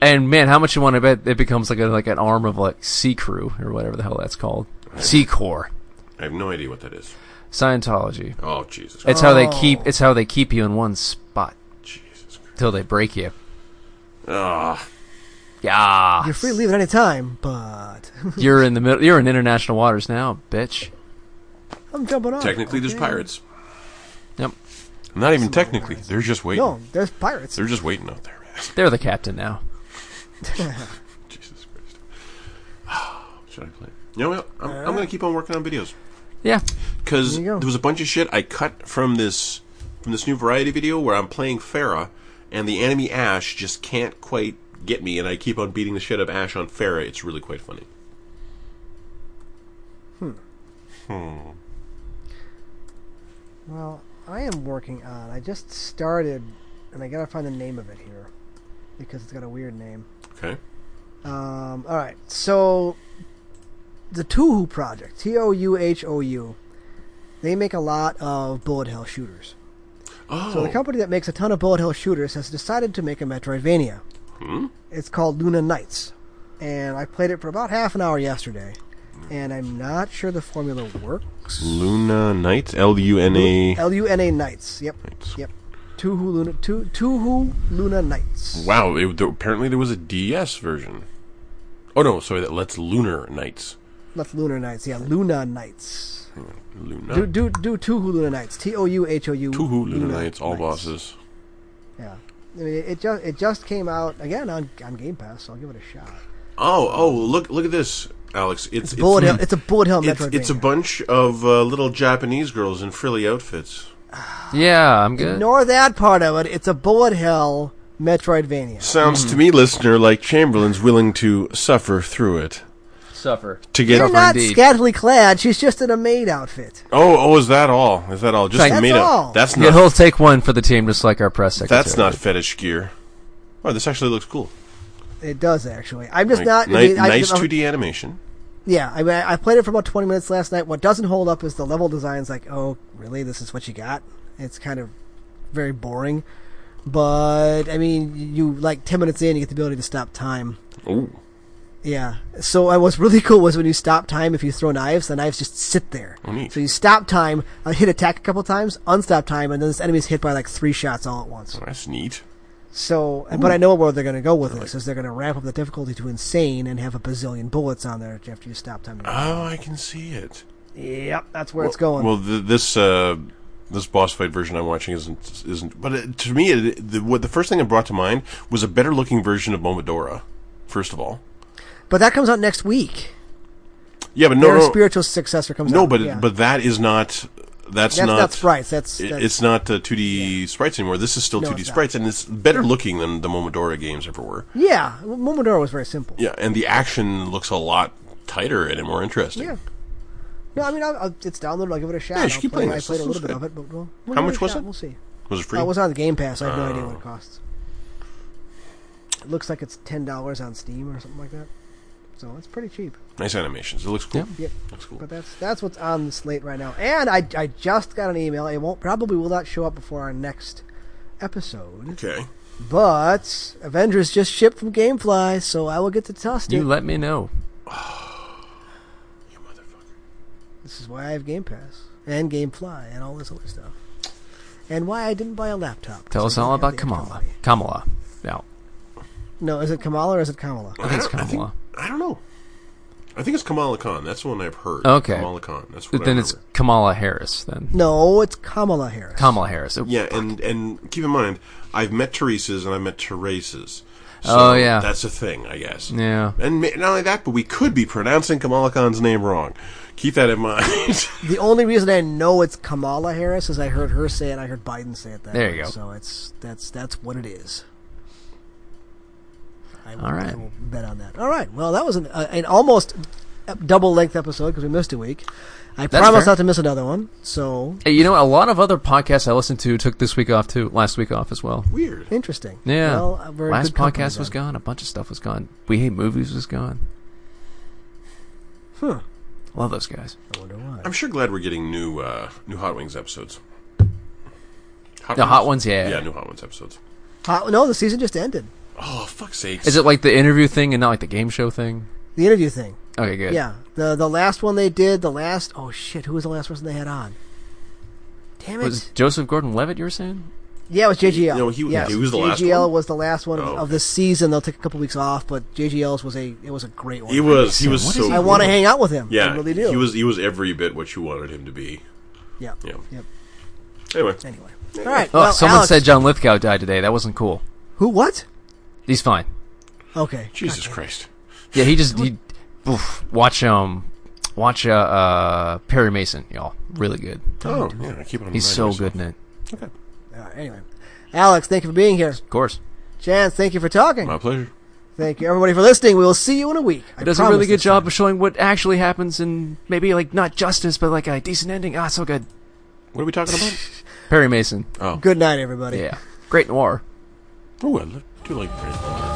Speaker 2: And man, how much you want to bet it becomes like a, like an arm of like Sea Crew or whatever the hell that's called. Sea Corps.
Speaker 3: I have no idea what that is.
Speaker 2: Scientology.
Speaker 3: Oh, Jesus
Speaker 2: It's how they
Speaker 1: Oh.
Speaker 2: keep. It's how they keep you in one spot
Speaker 3: Jesus Christ.
Speaker 2: till they break you.
Speaker 3: Ah.
Speaker 2: Yeah,
Speaker 1: You're free to leave at any time, but
Speaker 2: you're in the middle. You're in international waters now, bitch.
Speaker 1: I'm jumping off.
Speaker 3: Technically, there's
Speaker 1: Okay.
Speaker 3: pirates.
Speaker 2: Yep,
Speaker 3: Not even technically. They're just waiting.
Speaker 1: No, there's pirates.
Speaker 3: They're just waiting out there, man.
Speaker 2: they're the captain now.
Speaker 3: Jesus Christ. Should I play? You know what? I'm, I'm going to keep on working on videos
Speaker 2: Yeah,
Speaker 3: because
Speaker 1: There you
Speaker 3: there
Speaker 1: go.
Speaker 3: was a bunch of shit I cut from this from this new variety video where I'm playing Farah, and the enemy Ash just can't quite get me, and I keep on beating the shit up Ash on Farah. It's really quite funny.
Speaker 1: Well, I am working on. I just started, and I gotta find the name of it here because it's got a weird name.
Speaker 3: Okay.
Speaker 1: Um, all right, so the Touhou Project, T O U H O U, they make a lot of bullet hell shooters.
Speaker 3: Oh.
Speaker 1: So the company that makes a ton of bullet hell shooters has decided to make a Metroidvania.
Speaker 3: hmm?
Speaker 1: It's called Luna Knights, and I played it for about half an hour yesterday, and I'm not sure the formula works.
Speaker 3: Luna Knight. L U N A.
Speaker 1: L U N A Knights. Yep. Yep. Touhou Luna. Tou- Touhou Luna Knights.
Speaker 3: Wow, it, there, apparently there was a DS version. Oh no, sorry, that let's Lunar Knights.
Speaker 1: Not Lunar Knights. Yeah, Luna Knights.
Speaker 3: Luna.
Speaker 1: Do do do Touhou Luna Knights. T O U H O U.
Speaker 3: Two Luna Knights, all bosses.
Speaker 1: Yeah. I mean, it just it just came out again on, on Game Pass, so I'll give it a shot.
Speaker 3: Oh, oh, look, look at this, Alex. It's,
Speaker 1: It's bullet hell, it's a bullet hell
Speaker 3: it's,
Speaker 1: Metroidvania.
Speaker 3: it's a bunch of uh, little Japanese girls in frilly outfits.
Speaker 2: Yeah, I'm good.
Speaker 1: Ignore that part of it. It's a bullet hell Metroidvania.
Speaker 3: Sounds to me, listener, like Chamberlain's willing to suffer through it
Speaker 2: Suffer.
Speaker 3: to get.
Speaker 1: You're
Speaker 2: Suffer
Speaker 1: not
Speaker 2: indeed.
Speaker 1: scantily clad. She's just in a maid outfit.
Speaker 3: Oh, oh, is that all? Is that all? Just
Speaker 2: Thank-
Speaker 3: made
Speaker 1: That's
Speaker 3: up.
Speaker 1: all.
Speaker 3: That's
Speaker 2: Yeah,
Speaker 3: not.
Speaker 2: he'll take one for the team, just like our press secretary.
Speaker 3: that's not fetish gear. Oh, this actually looks cool.
Speaker 1: It does actually. I'm just not.
Speaker 3: Like, ni-
Speaker 1: I mean, I-
Speaker 3: nice
Speaker 1: I'm-
Speaker 3: 2D animation.
Speaker 1: Yeah, I mean, I played it for about 20 minutes last night. What doesn't hold up is the level design's like, oh, really? This is what you got? It's kind of very boring. But, I mean, you, like, 10 minutes in, you get the ability to stop time.
Speaker 3: Ooh.
Speaker 1: Yeah. So, uh, what's really cool was when you stop time, if you throw knives, the knives just sit there.
Speaker 3: Oh, neat.
Speaker 1: So, you stop time, uh, hit attack a couple times, unstop time, and then this enemy's hit by, like, three shots all at once.
Speaker 3: That's neat.
Speaker 1: So, but I know where they're going to go with this, is they're going to ramp up the difficulty to insane and have a bazillion bullets on there after you stop time.
Speaker 3: Oh, I can see it.
Speaker 1: Yep, that's where it's going.
Speaker 3: Well, th- this uh, this boss fight version I'm watching isn't isn't. But it, to me, it, the, what the first thing it brought to mind was a better looking version of Momodora. First of all,
Speaker 1: But that comes out next week.
Speaker 3: yeah, but no,
Speaker 1: Their
Speaker 3: no,
Speaker 1: spiritual successor comes out.
Speaker 3: no, but
Speaker 1: yeah.
Speaker 3: but that is not. That's,
Speaker 1: that's
Speaker 3: not.
Speaker 1: not sprites. That's,
Speaker 3: it-
Speaker 1: that's
Speaker 3: It's not uh, 2D sprites anymore. This is still
Speaker 1: No,
Speaker 3: 2D
Speaker 1: it's not.
Speaker 3: sprites, and it's better looking than the Momodora games ever were.
Speaker 1: yeah. Momodora was very simple.
Speaker 3: Yeah, and the action looks a lot tighter and more interesting.
Speaker 1: Yeah. No, I mean I'll, I'll, it's downloaded. I'll give it a shot.
Speaker 3: Yeah, you should
Speaker 1: I'll
Speaker 3: keep
Speaker 1: play-
Speaker 3: playing
Speaker 1: I
Speaker 3: this.
Speaker 1: played a
Speaker 3: This
Speaker 1: little
Speaker 3: looks
Speaker 1: bit of
Speaker 3: good.
Speaker 1: it, but we'll, we'll
Speaker 3: How
Speaker 1: give
Speaker 3: much
Speaker 1: a
Speaker 3: was
Speaker 1: shot.
Speaker 3: it? Oh.
Speaker 1: We'll see.
Speaker 3: Was it free?
Speaker 1: Uh, it was on the Game Pass. I have no idea what it costs. It looks like it's ten dollars on Steam or something like that. So it's pretty cheap.
Speaker 3: nice animations. It looks cool.
Speaker 1: Yep.
Speaker 3: Looks cool.
Speaker 1: But that's that's what's on the slate right now. And I, I just got an email. It won't probably will not show up before our next episode.
Speaker 3: Okay.
Speaker 1: But Avengers just shipped from GameFly, so I will get to test
Speaker 2: You
Speaker 1: it.
Speaker 2: let me know.
Speaker 3: You motherfucker.
Speaker 1: this is why I have Game Pass and GameFly and all this other stuff, and why I didn't buy a laptop.
Speaker 2: Tell
Speaker 1: 'cause
Speaker 2: us
Speaker 1: I
Speaker 2: all
Speaker 1: don't have
Speaker 2: about
Speaker 1: the
Speaker 2: Kamala.
Speaker 1: ability.
Speaker 2: Kamala. No,
Speaker 1: No, is it Kamala or is it Kamala?
Speaker 2: I think it's
Speaker 3: I think,
Speaker 2: Kamala.
Speaker 3: I don't know. I think it's Kamala Khan. That's the one I've heard.
Speaker 2: Okay.
Speaker 3: Kamala Khan. That's what I
Speaker 2: then it's
Speaker 3: remember.
Speaker 2: Kamala Harris. Then
Speaker 1: No, it's Kamala Harris.
Speaker 2: Kamala Harris. Oh,
Speaker 3: Yeah, and and keep in mind, I've met Teresa's and I have met Teresa's. So
Speaker 2: Oh, yeah.
Speaker 3: that's a thing, I guess.
Speaker 2: Yeah.
Speaker 3: and ma- not only that, but we could be pronouncing Kamala Khan's name wrong. Keep that in mind.
Speaker 1: The only reason I know it's Kamala Harris is I heard her say it. I heard Biden say it. That
Speaker 2: There
Speaker 1: way,
Speaker 2: you go.
Speaker 1: So it's that's that's what it is. I will,
Speaker 2: All right.
Speaker 1: I will bet on that. All right. Well, that was an, uh, an almost double length episode because we missed a week. I
Speaker 2: That's
Speaker 1: promise
Speaker 2: fair.
Speaker 1: not to miss another one. So
Speaker 2: Hey, you know, a lot of other podcasts I listened to took this week off too, last week off as well.
Speaker 3: Weird.
Speaker 1: interesting.
Speaker 2: Yeah.
Speaker 1: Well, uh, we're in
Speaker 2: last
Speaker 1: good company
Speaker 2: podcast was
Speaker 1: then.
Speaker 2: gone. A bunch of stuff was gone. We hate movies was gone.
Speaker 1: Huh.
Speaker 2: Love those guys.
Speaker 1: I wonder why.
Speaker 3: I'm sure glad we're getting new uh, new Hot Wings episodes.
Speaker 2: The hot ones, yeah.
Speaker 3: Yeah, new Hot Ones episodes.
Speaker 1: Uh, no, the season just ended.
Speaker 3: Oh, fuck's sake.
Speaker 2: Is it like the interview thing and not like the game show thing?
Speaker 1: The interview thing.
Speaker 2: Okay, good.
Speaker 1: Yeah. The the last one they did. The last. Oh shit! Who was the last person they had on? Damn it.
Speaker 2: Was Joseph Gordon-Levitt you were saying?
Speaker 1: Yeah, it was JGL.
Speaker 3: No, he was-
Speaker 1: yes.
Speaker 3: he was the last
Speaker 1: JGL
Speaker 3: one?
Speaker 1: was the last one of-
Speaker 3: Oh.
Speaker 1: of this season. They'll take a couple weeks off, but JGL's was a it was a great one.
Speaker 3: He was. He was
Speaker 2: What is
Speaker 3: so.
Speaker 2: he
Speaker 1: I want to hang out with him.
Speaker 3: Yeah,
Speaker 1: I really do.
Speaker 3: He was. He was every bit what you wanted him to be.
Speaker 1: Yeah.
Speaker 3: Yeah.
Speaker 1: Yep.
Speaker 3: Anyway,
Speaker 1: Anyway. All right.
Speaker 2: Oh,
Speaker 1: well,
Speaker 2: someone
Speaker 1: Alex-
Speaker 2: said John Lithgow died today. That wasn't cool.
Speaker 1: who? What?
Speaker 2: He's fine.
Speaker 1: Okay.
Speaker 3: Jesus Christ.
Speaker 2: Yeah, he just he oof, watch um watch uh, uh Perry Mason, y'all. Really good.
Speaker 3: Oh, yeah. I keep on.
Speaker 2: He's so
Speaker 3: reminding myself.
Speaker 2: good in it.
Speaker 1: All right, anyway, Alex, thank you for being here.
Speaker 2: Of course.
Speaker 1: Chance, thank you for talking.
Speaker 3: My pleasure.
Speaker 1: Thank you everybody for listening. We will see you in a week. I
Speaker 2: It does a
Speaker 1: promise
Speaker 2: really good
Speaker 1: this
Speaker 2: job of showing what actually happens and maybe like not justice but like a decent ending. Ah, so good.
Speaker 3: What are we talking about?
Speaker 2: Perry Mason.
Speaker 1: time. Good night, everybody.
Speaker 2: Yeah. Great noir.
Speaker 3: oh, I look- do like. Prince.